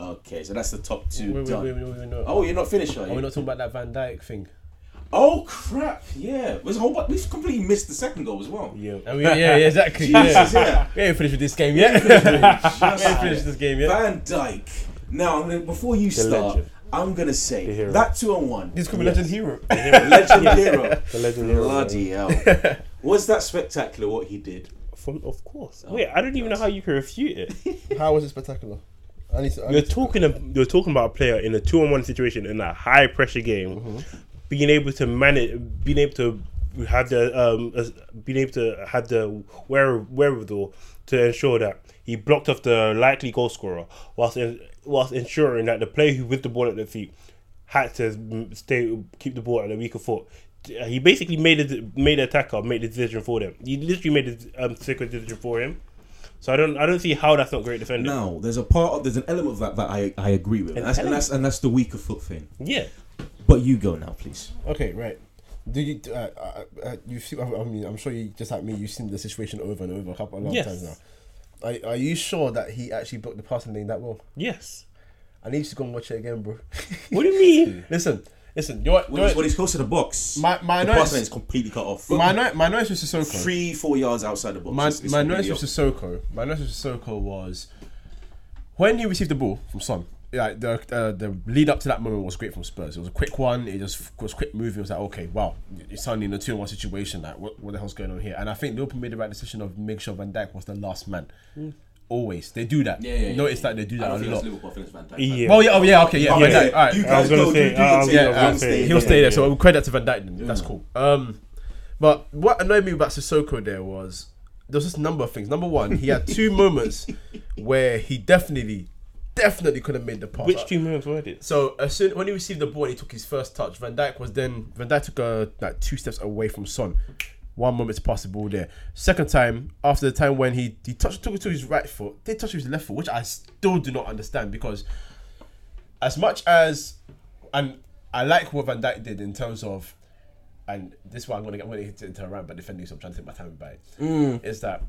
[SPEAKER 1] Okay, so that's the top two
[SPEAKER 6] Wait, wait,
[SPEAKER 1] done.
[SPEAKER 6] wait, wait, wait, no.
[SPEAKER 1] Oh, you're not finished, are
[SPEAKER 6] Are we
[SPEAKER 1] you?
[SPEAKER 6] not talking about that Van Dyke thing?
[SPEAKER 1] Oh crap! Yeah, there's a whole. bu- We've completely missed the second goal as well.
[SPEAKER 4] Yeah.
[SPEAKER 6] I mean, yeah, yeah, exactly. yeah.
[SPEAKER 1] Jesus, yeah.
[SPEAKER 6] We ain't finished with this game yet. we ain't finished this game yet.
[SPEAKER 1] Van Dyke. Now, I'm gonna, before you start,
[SPEAKER 4] legend.
[SPEAKER 1] I'm gonna say
[SPEAKER 4] hero.
[SPEAKER 1] that two on one.
[SPEAKER 6] This could be Legend Hero.
[SPEAKER 1] Legend hero.
[SPEAKER 4] The legend hero,
[SPEAKER 1] Bloody hell! Was that spectacular? What he did?
[SPEAKER 4] From, of course.
[SPEAKER 1] Oh
[SPEAKER 4] Wait, I don't even know how you can refute it.
[SPEAKER 3] How was it spectacular? I need to. I
[SPEAKER 4] You're
[SPEAKER 3] need to
[SPEAKER 4] talking. ab- You're talking about a player in a two-on-one situation in a high-pressure game, being able to manage, being able to have the um, as- being able to have the where wherewithal to ensure that he blocked off the likely goal scorer, whilst en- whilst ensuring that the player who with the ball at their feet had to mm, stay keep the ball at the weaker foot. Uh, He basically made it made the attacker make the decision for them. He literally made the um, second decision for him. So I don't I don't see how that's not great defending.
[SPEAKER 1] Now, there's a part of there's an element of that that I, I agree with, and that's, and that's and that's the weaker foot thing.
[SPEAKER 4] Yeah.
[SPEAKER 1] But you go now, please.
[SPEAKER 3] Okay, right. Do you? Uh, uh, uh, you've seen. I mean, I'm sure you just like me. You've seen the situation over and over a couple a lot
[SPEAKER 4] Yes.
[SPEAKER 3] of times now. Are, are you sure that he actually blocked the passing lane that well?
[SPEAKER 4] Yes.
[SPEAKER 3] I need you to go and watch it again, bro.
[SPEAKER 4] What do you mean?
[SPEAKER 3] listen, listen. You're,
[SPEAKER 1] When,
[SPEAKER 3] you're,
[SPEAKER 1] he's, when he's close to the box,
[SPEAKER 3] My- my
[SPEAKER 1] the
[SPEAKER 3] notes-
[SPEAKER 1] passing is completely cut off.
[SPEAKER 3] my no, my noise was Sissoko.
[SPEAKER 1] three, four yards outside the box.
[SPEAKER 3] my
[SPEAKER 1] it's- it's
[SPEAKER 3] my
[SPEAKER 1] completely
[SPEAKER 3] notice with
[SPEAKER 1] off.
[SPEAKER 3] Sissoko, my notice with Sissoko was when he received the ball from Son. Yeah, the uh, the lead up to that moment was great from Spurs. It was a quick one. It just was quick moving. It was like, okay, wow, it's suddenly in a two-one situation. Like, what, what the hell's going on here? And I think Liverpool made the right decision of make sure Van Dijk was the last man. Always, they do that.
[SPEAKER 1] Yeah, yeah, yeah.
[SPEAKER 3] Notice that they do
[SPEAKER 1] I
[SPEAKER 3] that
[SPEAKER 1] don't
[SPEAKER 3] a
[SPEAKER 1] think that's
[SPEAKER 3] lot.
[SPEAKER 1] Liverpool. I think it's Van Dijk.
[SPEAKER 4] Yeah.
[SPEAKER 3] Oh yeah, oh yeah, okay, yeah,
[SPEAKER 1] Oh,
[SPEAKER 3] Van
[SPEAKER 1] yeah,
[SPEAKER 3] Dijk. All right,
[SPEAKER 1] you
[SPEAKER 4] I
[SPEAKER 1] guys
[SPEAKER 4] was gonna
[SPEAKER 1] go.
[SPEAKER 4] say,
[SPEAKER 1] you, you
[SPEAKER 4] I- I
[SPEAKER 1] can take
[SPEAKER 4] was
[SPEAKER 1] it.
[SPEAKER 4] gonna- I was
[SPEAKER 1] I'll
[SPEAKER 4] gonna say,
[SPEAKER 1] stay.
[SPEAKER 3] He'll
[SPEAKER 4] Yeah.
[SPEAKER 3] stay there, so we'll credit to Van Dijk then. That's cool. Um, but what annoyed me about Sissoko there was there was just a number of things. Number one, he had two moments where he definitely, definitely could have made the pass.
[SPEAKER 4] Which two moments were it?
[SPEAKER 3] So as soon when he received the ball, and he took his first touch. Van Dijk was then Van Dijk took uh, like two steps away from Son. One moment to pass the ball there. Second time, after the time when he he touched took it to his right foot, they touched it with his left foot, which I still do not understand because as much as and I like what Van Dijk did in terms of and this is why I'm gonna get I'm gonna hit it into a rant but defending so I'm trying to take my time by it. Is that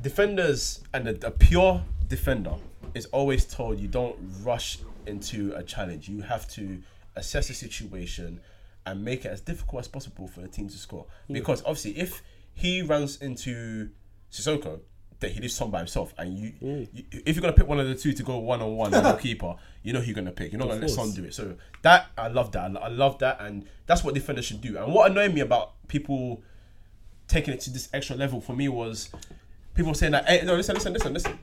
[SPEAKER 3] defenders and a, a pure defender is always told you don't rush into a challenge. You have to assess the situation and make it as difficult as possible for the team to score. Because obviously, if he runs into Sissoko, that he leaves some by himself, and you, you, if you're gonna pick one of the two to go one on one with the keeper, you know who you're gonna pick. You're not gonna let Son do it. So that I love that. I lo- I love that, and that's what defenders should do. And what annoyed me about people taking it to this extra level for me was people saying that eight, no listen listen listen listen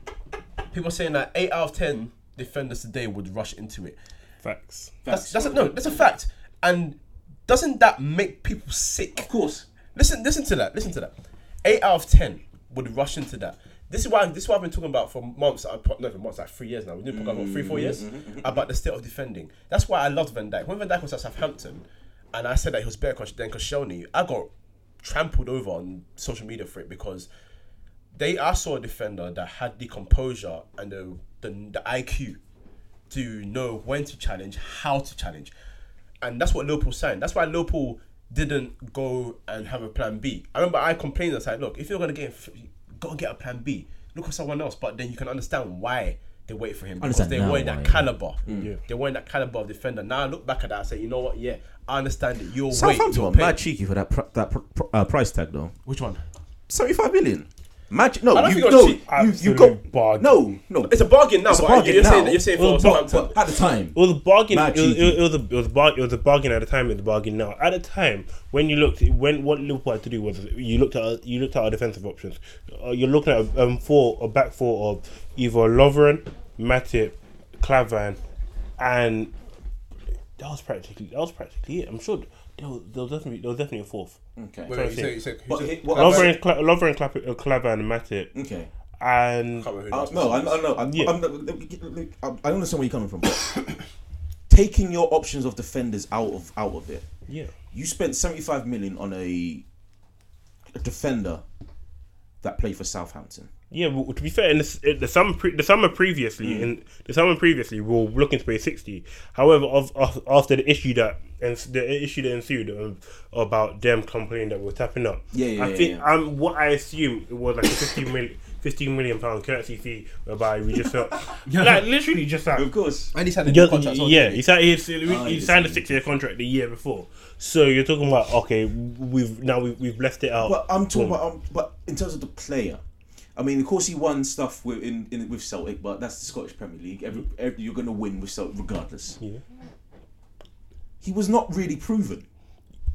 [SPEAKER 3] people saying that eight out of ten defenders today would rush into it.
[SPEAKER 4] Facts.
[SPEAKER 3] That's that's a, no that's a fact and doesn't that make people sick?
[SPEAKER 1] Of course.
[SPEAKER 3] Listen, listen to that. Listen to that. Eight out of ten would rush into that. This is why this is what I've been talking about for months. I put- no, for months, like three years now. We've been talking about three,
[SPEAKER 1] Mm-hmm,
[SPEAKER 3] four years about the state of defending. That's why I loved Van Dijk. When Van Dijk was at Southampton, and I said that he was better coach than Koscielny, I got trampled over on social media for it because they I saw a defender that had the composure and the the, the IQ to know when to challenge, how to challenge. And that's what Liverpool signed. That's why Liverpool didn't go and have a plan B. I remember I complained, I was like, look, if you're going to get, in- you got to get a plan B. Look at someone else. But then you can understand why they waited for him. Because
[SPEAKER 7] Understand
[SPEAKER 3] they
[SPEAKER 7] now
[SPEAKER 3] weren't that
[SPEAKER 7] why, yeah.
[SPEAKER 3] caliber. They weren't that caliber of defender. Now I look back at that and say, you know what? Yeah, I understand it. You're wait.
[SPEAKER 7] Southampton
[SPEAKER 3] You're
[SPEAKER 7] were
[SPEAKER 3] paid.
[SPEAKER 7] mad cheeky for that pr- that pr- pr- uh, price tag though.
[SPEAKER 3] Which one?
[SPEAKER 7] Seventy-five million. Magic. No,
[SPEAKER 3] don't
[SPEAKER 7] you
[SPEAKER 3] think it was
[SPEAKER 7] no,
[SPEAKER 3] cheap.
[SPEAKER 7] you, you
[SPEAKER 4] Absolute
[SPEAKER 7] got
[SPEAKER 4] bargain.
[SPEAKER 7] no, no.
[SPEAKER 3] It's a bargain now.
[SPEAKER 7] It's a
[SPEAKER 3] but
[SPEAKER 7] bargain
[SPEAKER 3] you're Saying
[SPEAKER 7] now.
[SPEAKER 3] that you're saying
[SPEAKER 4] Well,
[SPEAKER 3] for
[SPEAKER 4] but-
[SPEAKER 3] Southampton.
[SPEAKER 7] at the time,
[SPEAKER 4] It was a bargain.
[SPEAKER 7] Mad
[SPEAKER 4] It was,
[SPEAKER 7] cheeky.
[SPEAKER 4] it was a it was a bar, it was a bargain at the time. It was a bargain now. At the time, when you looked, when what Liverpool had to do was you looked at you looked at our defensive options. Uh, you're looking at um four a back four of either Lovren, Matip, Clavan, and that was practically that was practically it. I'm sure there was, there was definitely there was definitely a fourth.
[SPEAKER 7] okay.
[SPEAKER 3] Wait, wait, you said- you said-
[SPEAKER 1] But
[SPEAKER 3] you said-
[SPEAKER 1] he- what I'm saying-
[SPEAKER 4] Lovren, Cla- Lovren, Cla- uh, Clavan, and Matip,
[SPEAKER 7] okay.
[SPEAKER 4] and
[SPEAKER 3] I can't remember who
[SPEAKER 1] Uh,
[SPEAKER 3] that was.
[SPEAKER 1] no, I, I know. I'm,
[SPEAKER 4] Yeah.
[SPEAKER 1] I'm not, I'm- I understand where you're coming from. But taking your options of defenders out of out of it,
[SPEAKER 4] yeah,
[SPEAKER 1] you spent 75 million on a, a defender that played for Southampton.
[SPEAKER 4] Yeah, well, to be fair, in the, s- in the summer, pre- the summer previously,
[SPEAKER 1] Mm.
[SPEAKER 4] in the summer previously, we were looking to pay sixty. However, of, of, after the issue that and s- the issue that ensued um, about them complaining that we we're tapping up,
[SPEAKER 1] Yeah, yeah,
[SPEAKER 4] I
[SPEAKER 1] yeah,
[SPEAKER 4] think
[SPEAKER 1] yeah.
[SPEAKER 4] Um, what I assume it was like a 15 million, 15 million pound currency fee, whereby we just felt like literally just like
[SPEAKER 1] course.
[SPEAKER 3] And he signed a
[SPEAKER 4] yeah,
[SPEAKER 3] new contract. so
[SPEAKER 4] yeah, he signed, he's- he,
[SPEAKER 1] he
[SPEAKER 4] signed a
[SPEAKER 1] signed.
[SPEAKER 4] six-year contract the year before. So you're talking about okay, we've now we've, we've left it out.
[SPEAKER 1] But I'm talking
[SPEAKER 4] Boom.
[SPEAKER 1] about. Um, but in terms of the player, I mean, of course, he won stuff with in, in with Celtic, but that's the Scottish Premier League. Every, every you're going to win with Celtic regardless.
[SPEAKER 4] Yeah.
[SPEAKER 1] He was not really proven.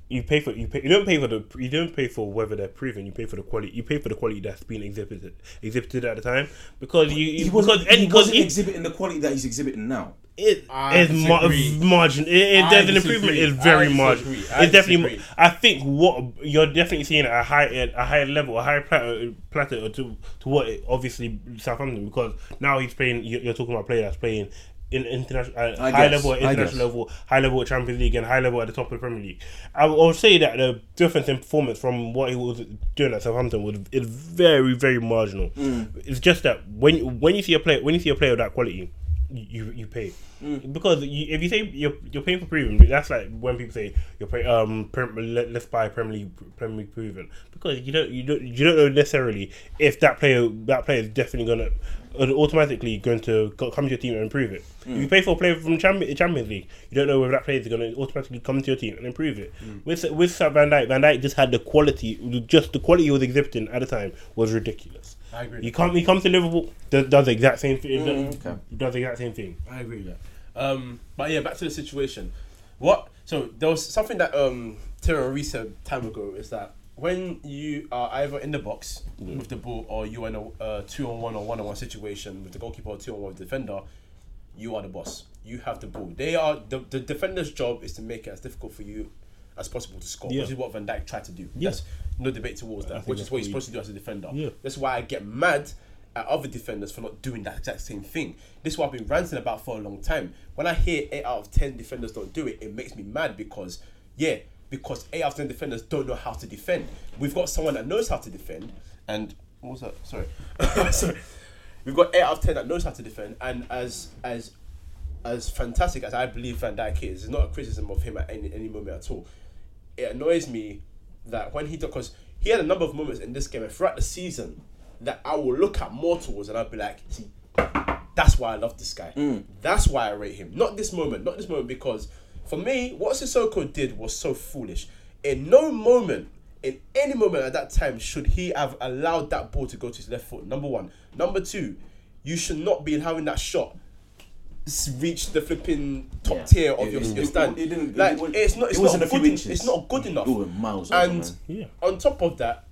[SPEAKER 4] you pay for you pay you don't pay for the you don't pay for whether they're proven you pay for the quality you pay for the quality that's been exhibited exhibited at the time because you, you
[SPEAKER 1] He wasn't,
[SPEAKER 4] because and
[SPEAKER 1] he
[SPEAKER 4] because
[SPEAKER 1] wasn't
[SPEAKER 4] it,
[SPEAKER 1] exhibiting the quality that he's exhibiting now.
[SPEAKER 4] it
[SPEAKER 3] I
[SPEAKER 4] is mar-
[SPEAKER 3] disagree.
[SPEAKER 4] margin it, it,
[SPEAKER 3] I
[SPEAKER 4] there's an
[SPEAKER 3] disagree.
[SPEAKER 4] improvement it's
[SPEAKER 3] I
[SPEAKER 4] very
[SPEAKER 3] disagree.
[SPEAKER 4] marginal
[SPEAKER 3] I
[SPEAKER 4] it's definitely
[SPEAKER 3] disagree.
[SPEAKER 4] I think what you're definitely seeing a high a higher level a higher platter, platter to to what it, obviously Southampton because now he's playing you're, you're talking about a player that's playing in international uh,
[SPEAKER 1] I
[SPEAKER 4] high
[SPEAKER 1] guess,
[SPEAKER 4] level
[SPEAKER 1] I
[SPEAKER 4] at international
[SPEAKER 1] guess.
[SPEAKER 4] level level, high level at Champions League and high level at the top of the Premier League. I would I would say that the difference in performance from what he was doing at Southampton was is very very marginal. It's just that when when you see a player when you see a player of that quality, you you pay because you, if you say you're, you're paying for proven, that's like when people say you're pay, um Prem- let, let's buy Premier League Premier League proven because you don't you don't you don't know necessarily if that player that player is definitely gonna are automatically going to go- come to your team and improve it. If you pay for a player from Champions, Champions League, you don't know whether that player is going to automatically come to your team and improve it. With with Sir Van Dijk, Van Dijk just had the quality, just the quality he was exhibiting at the time was ridiculous.
[SPEAKER 3] I agree.
[SPEAKER 4] You come, he comes to Liverpool, does, does the exact same thing. does, does the exact same thing.
[SPEAKER 3] I agree with that. Um, but yeah, back to the situation. What? So there was something that um Tira Reese said time ago is that when you are either in the box with the ball or you're in a uh, two on one or one on one situation with the goalkeeper or two on one with the defender, you are the boss. You have the ball. They are the, the defender's job is to make it as difficult for you as possible to score,
[SPEAKER 4] Yeah.
[SPEAKER 3] which is what Van Dijk tried to do. Yes, no debate towards that, which is what you're supposed to do as a defender.
[SPEAKER 4] Yeah.
[SPEAKER 3] That's why I get mad at other defenders for not doing that exact same thing. This is what I've been ranting about for a long time. When I hear eight out of ten defenders don't do it, it makes me mad because yeah, because eight out of ten defenders don't know how to defend. We've got someone that knows how to defend, and what was that? Sorry, sorry. We've got eight out of ten that knows how to defend, and as as as fantastic as I believe Van Dijk is, it's not a criticism of him at any, any moment at all. It annoys me that when he because he had a number of moments in this game and throughout the season that I will look at more towards and I'll be like, see, that's why I love this guy.
[SPEAKER 1] Mm.
[SPEAKER 3] That's why I rate him. Not this moment, not this moment because for me, what Sissoko did was so foolish. In no moment, in any moment at that time, should he have allowed that ball to go to his left foot. Number one. Number two, you should not be having that shot s- reach the flipping top
[SPEAKER 1] Yeah.
[SPEAKER 3] tier of
[SPEAKER 1] It-
[SPEAKER 3] your,
[SPEAKER 1] it-
[SPEAKER 3] your
[SPEAKER 1] it-
[SPEAKER 3] stand.
[SPEAKER 1] it didn't- it
[SPEAKER 3] like
[SPEAKER 1] wa-
[SPEAKER 3] it's not. It's
[SPEAKER 1] it wasn't
[SPEAKER 3] not
[SPEAKER 1] a few
[SPEAKER 3] good. en-
[SPEAKER 1] inches.
[SPEAKER 3] It's not good enough.
[SPEAKER 1] It was miles over,
[SPEAKER 3] and
[SPEAKER 1] man.
[SPEAKER 4] Yeah.
[SPEAKER 3] on top of that,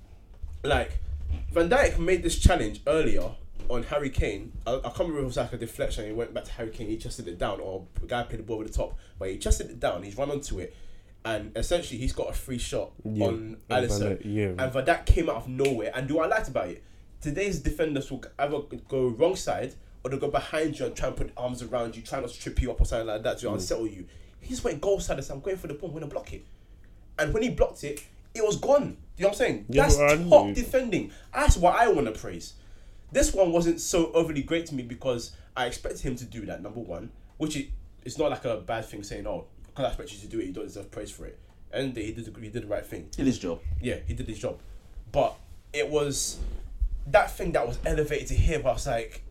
[SPEAKER 3] Like, Van Dijk made this challenge earlier on Harry Kane. I, I can't remember if it was like a deflection. He went back to Harry Kane. He chested it down, or a guy played the ball over the top, but he chested it down. He's run onto it, and essentially he's got a free shot on
[SPEAKER 4] Van
[SPEAKER 3] Alisson.
[SPEAKER 4] Dijk, yeah.
[SPEAKER 3] And Van Dijk came out of nowhere. And do I liked about it? Today's defenders will either go wrong side or they'll go behind you and try and put arms around you, try not to trip you up or something like that
[SPEAKER 4] Mm.
[SPEAKER 3] to unsettle you. He just went goal side and said, I'm going for the ball, I'm going to block it. And when he blocked it, it was gone. You know what I'm saying?
[SPEAKER 4] Yeah,
[SPEAKER 3] That's
[SPEAKER 4] but I
[SPEAKER 3] top
[SPEAKER 4] knew.
[SPEAKER 3] defending. That's what I want to praise. This one wasn't so overly great to me because I expected him to do that, number one, which it, it's not like a bad thing saying, oh, because I expect you to do it, you don't deserve praise for it. And he did, the- he did the right thing
[SPEAKER 1] Did his job.
[SPEAKER 3] yeah, he did his job. But it was that thing that was elevated to him. I was like,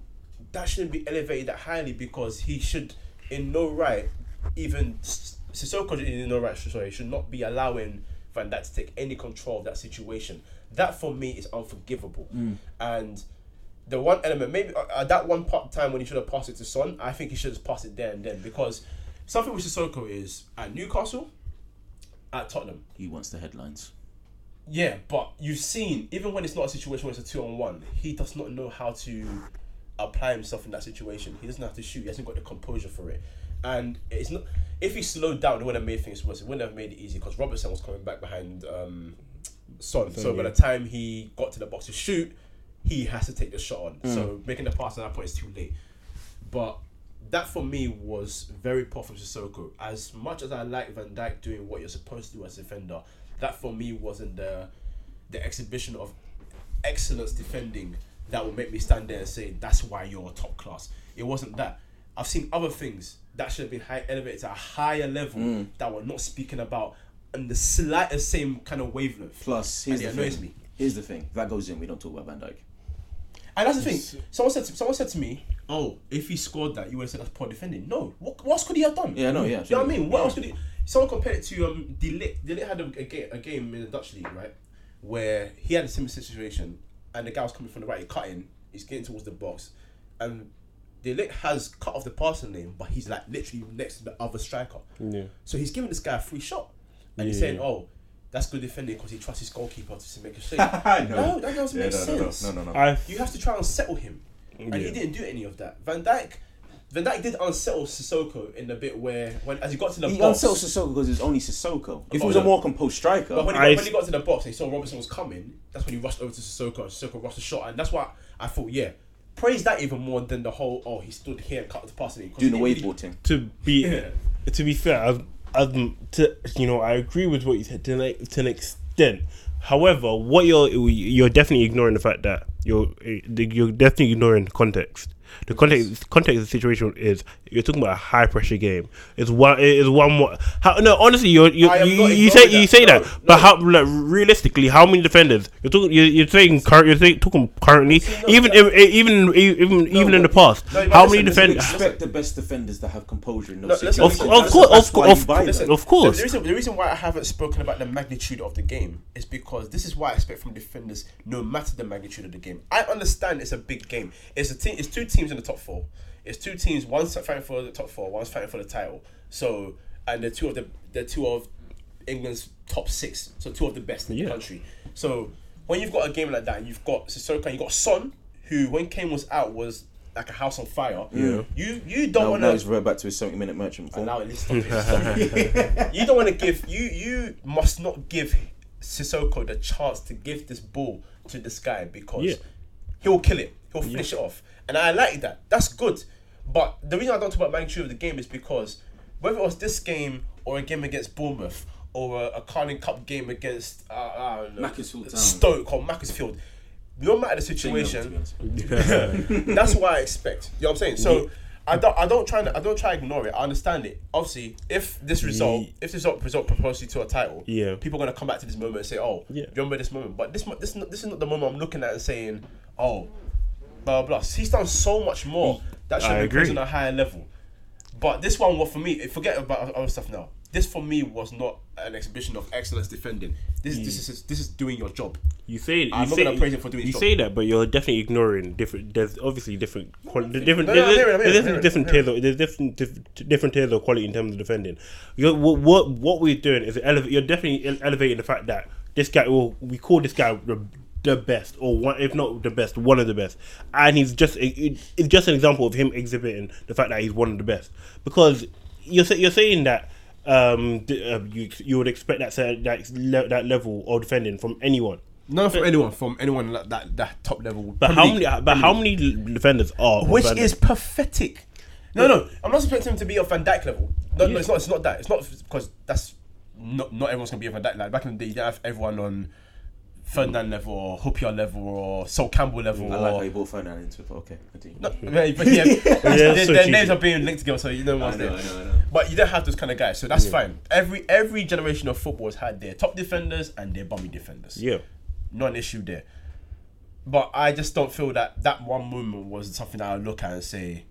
[SPEAKER 3] that shouldn't be elevated that highly because he should, in no right, even S- Sissoko, in no right, sorry, should not be allowing Van Dijk to take any control of that situation. That for me is unforgivable. And the one element, maybe uh, uh, that one part time when he should have passed it to Son, I think he should have passed it there and then because something with Sissoko is at Newcastle, at Tottenham.
[SPEAKER 1] He wants the headlines.
[SPEAKER 3] Yeah, but you've seen even when it's not a situation where it's a two on one, he does not know how to apply himself in that situation. He doesn't have to shoot. He hasn't got the composure for it, and it's not. If he slowed down, it would have made things worse. It wouldn't have made it easy because Robertson was coming back behind um, Son. So by the time he got to the box to shoot, he has to take the shot on. So making the pass at that point is too late. But that for me was very poor from Sissoko. As much as I like Van Dijk doing what you're supposed to do as a defender, that for me wasn't the the exhibition of excellence defending that will make me stand there and say that's why you're top class. It wasn't that. I've seen other things that should have been high, elevated to a higher level that we're not speaking about and the slightest same kind of wavelength.
[SPEAKER 1] Plus, here's
[SPEAKER 3] And it
[SPEAKER 1] the
[SPEAKER 3] annoys
[SPEAKER 1] thing.
[SPEAKER 3] me.
[SPEAKER 1] Here's the thing. That goes in. We don't talk about Van Dijk.
[SPEAKER 3] And that's the thing. Someone said to, someone said to me, "Oh, if he scored that, you would have said that's poor defending." No, what, what else could he have done?
[SPEAKER 1] Yeah, no, yeah,
[SPEAKER 3] You know what I
[SPEAKER 1] absolutely.
[SPEAKER 3] mean? What else could he? Someone compared it to um, De Ligt. De Ligt had a, a, game, a game in the Dutch league, right, where he had a similar situation, and the guy was coming from the right, he cut in, he's getting towards the box, and De Ligt has cut off the passing lane, but he's like literally next to the other striker.
[SPEAKER 4] Yeah.
[SPEAKER 3] So he's giving this guy a free shot, and he's
[SPEAKER 4] Yeah.
[SPEAKER 3] saying, "Oh." That's good defending because he trusts his goalkeeper to make a save. no, that doesn't
[SPEAKER 1] Yeah,
[SPEAKER 3] make
[SPEAKER 1] no, no,
[SPEAKER 3] sense.
[SPEAKER 1] No, no, no, no.
[SPEAKER 4] I
[SPEAKER 3] You have to try and settle him, and he
[SPEAKER 4] Yeah.
[SPEAKER 3] didn't do any of that. Van Dijk, Van Dijk did unsettle Sissoko in the bit where when as he got to the
[SPEAKER 1] He
[SPEAKER 3] box,
[SPEAKER 1] unsettled Sissoko because it's only Sissoko. If he
[SPEAKER 3] Oh,
[SPEAKER 1] was a
[SPEAKER 3] yeah.
[SPEAKER 1] more composed striker,
[SPEAKER 3] but when he,
[SPEAKER 4] I-
[SPEAKER 3] got, when he got to the box and he saw Robertson was coming, that's when he rushed over to Sissoko. and Sissoko rushed the shot, and that's why I thought, yeah, praise that even more than the whole oh he stood here and cut the pass in
[SPEAKER 1] doing the waveboard thing.
[SPEAKER 4] to be
[SPEAKER 3] Yeah.
[SPEAKER 4] to be fair, I've, I've to, you know I agree with what you said to an, e- to an extent. However, what you're you're definitely ignoring the fact that you're you're definitely ignoring context. The context context of the situation is you're talking about a high pressure game. It's one it is one more. How, no, honestly, you're, you
[SPEAKER 3] I am
[SPEAKER 4] you,
[SPEAKER 3] not
[SPEAKER 4] you say
[SPEAKER 3] ignoring
[SPEAKER 4] you
[SPEAKER 3] that.
[SPEAKER 4] say that,
[SPEAKER 3] No,
[SPEAKER 4] but how like, realistically, how many defenders you're talking? You're, you're saying current. You're saying, talking currently, even if- even even even in the past,
[SPEAKER 3] No, but
[SPEAKER 4] how
[SPEAKER 3] listen,
[SPEAKER 4] many
[SPEAKER 3] listen,
[SPEAKER 4] defenders?
[SPEAKER 1] Expect the best defenders to have composure in
[SPEAKER 3] No,
[SPEAKER 1] those
[SPEAKER 3] listen,
[SPEAKER 1] situations.
[SPEAKER 4] Of, of
[SPEAKER 1] That's-
[SPEAKER 4] course,
[SPEAKER 1] that's
[SPEAKER 4] of,
[SPEAKER 1] why you
[SPEAKER 4] course, of,
[SPEAKER 1] buy them.
[SPEAKER 3] listen,
[SPEAKER 4] of
[SPEAKER 3] The,
[SPEAKER 4] course.
[SPEAKER 3] the reason, the reason why I haven't spoken about the magnitude of the game is because this is what I expect from defenders, no matter the magnitude of the game. I understand it's a big game. It's a team. It's two teams in the top four. It's two teams. One's fighting for the top four. One's fighting for the title. So, and the two of the the two of England's top six. So two of the best in
[SPEAKER 4] Yeah.
[SPEAKER 3] the country. So when you've got a game like that, and you've got Sissoko, and you've got Son, who when Kane was out was like a house on fire. Yeah. You you don't
[SPEAKER 1] Now,
[SPEAKER 3] want
[SPEAKER 1] now
[SPEAKER 3] to
[SPEAKER 1] he's right back to his 70 minute merchant form.
[SPEAKER 3] allow it. Let's stop it. Stop it. you don't want to give you you must not give Sissoko the chance to give this ball to this guy because
[SPEAKER 4] Yeah.
[SPEAKER 3] he'll kill it. He'll finish it off, and I like that. That's good. But the reason I don't talk about magnitude of the game is because whether it was this game or a game against Bournemouth or a, a Carling Cup game against uh, I don't know,
[SPEAKER 1] Macclesfield Town.
[SPEAKER 3] Stoke or Macclesfield, no matter the
[SPEAKER 1] To be
[SPEAKER 3] situation,
[SPEAKER 1] honest.
[SPEAKER 3] that's what I expect. You know what I'm saying? So I don't I don't try and I don't try to ignore it. I understand it. Obviously, if this result if this result, result propels you to a title,
[SPEAKER 4] Yeah.
[SPEAKER 3] people are gonna come back to this moment and say, Oh,
[SPEAKER 4] Yeah.
[SPEAKER 3] yeah. remember this moment. But this mo- this is not- this is not the moment I'm looking at and saying, Oh, blah blah blah. He's done so much more that should
[SPEAKER 4] I
[SPEAKER 3] be praised
[SPEAKER 4] agree.
[SPEAKER 3] on a higher level. But this one was for me, forget about other stuff now. This for me was not an exhibition of excellence defending. This is this is this is doing your job.
[SPEAKER 4] You say you
[SPEAKER 3] I'm not
[SPEAKER 4] say,
[SPEAKER 3] gonna praise him for doing his
[SPEAKER 4] You
[SPEAKER 3] job.
[SPEAKER 4] say that, but you're definitely ignoring different. There's obviously different. Quali- the different.
[SPEAKER 3] No, no, I'm
[SPEAKER 4] there's
[SPEAKER 3] hearing, I'm hearing,
[SPEAKER 4] there's definitely
[SPEAKER 3] I'm
[SPEAKER 4] different
[SPEAKER 3] hearing.
[SPEAKER 4] tiers. Of, there's different dif- different tiers of quality in terms of defending. You're, what, what what we're doing is elevate. You're definitely ele- elevating the fact that this guy. Well, we call this guy the the best, or one, if not the best, one of the best. And he's just it- it- it's just an example of him exhibiting the fact that he's one of the best because you're sa- you're saying that um, d- uh, you you would expect that cer- that le- that level of defending from anyone.
[SPEAKER 3] Not from anyone, from anyone that that, that top level.
[SPEAKER 4] But
[SPEAKER 3] Premier
[SPEAKER 4] how
[SPEAKER 3] League.
[SPEAKER 4] many? But how many defenders are?
[SPEAKER 3] which
[SPEAKER 4] Van Dijk?
[SPEAKER 3] is pathetic.
[SPEAKER 6] No, no, I'm not expecting him to be of Van Dyke level. No, no, it's not. It's not that. It's not because that's not not everyone's gonna be of Van Dyke. Like back in the day, you didn't have everyone on Fernand level or Hopia level or Sol Campbell level.
[SPEAKER 1] I
[SPEAKER 6] or,
[SPEAKER 1] like how you brought Fernand into it, but okay, continue.
[SPEAKER 6] No, yeah, but yeah, their,
[SPEAKER 4] so
[SPEAKER 6] their
[SPEAKER 4] cheesy.
[SPEAKER 6] names are being linked together, so you know what's
[SPEAKER 1] I know,
[SPEAKER 6] there.
[SPEAKER 1] I know, I know.
[SPEAKER 6] But you don't have those kind of guys, so that's fine. Every every generation of football has had their top defenders and their bummy defenders.
[SPEAKER 4] yeah.
[SPEAKER 6] not an issue there. But I just don't feel that that one moment was something that I look at and say,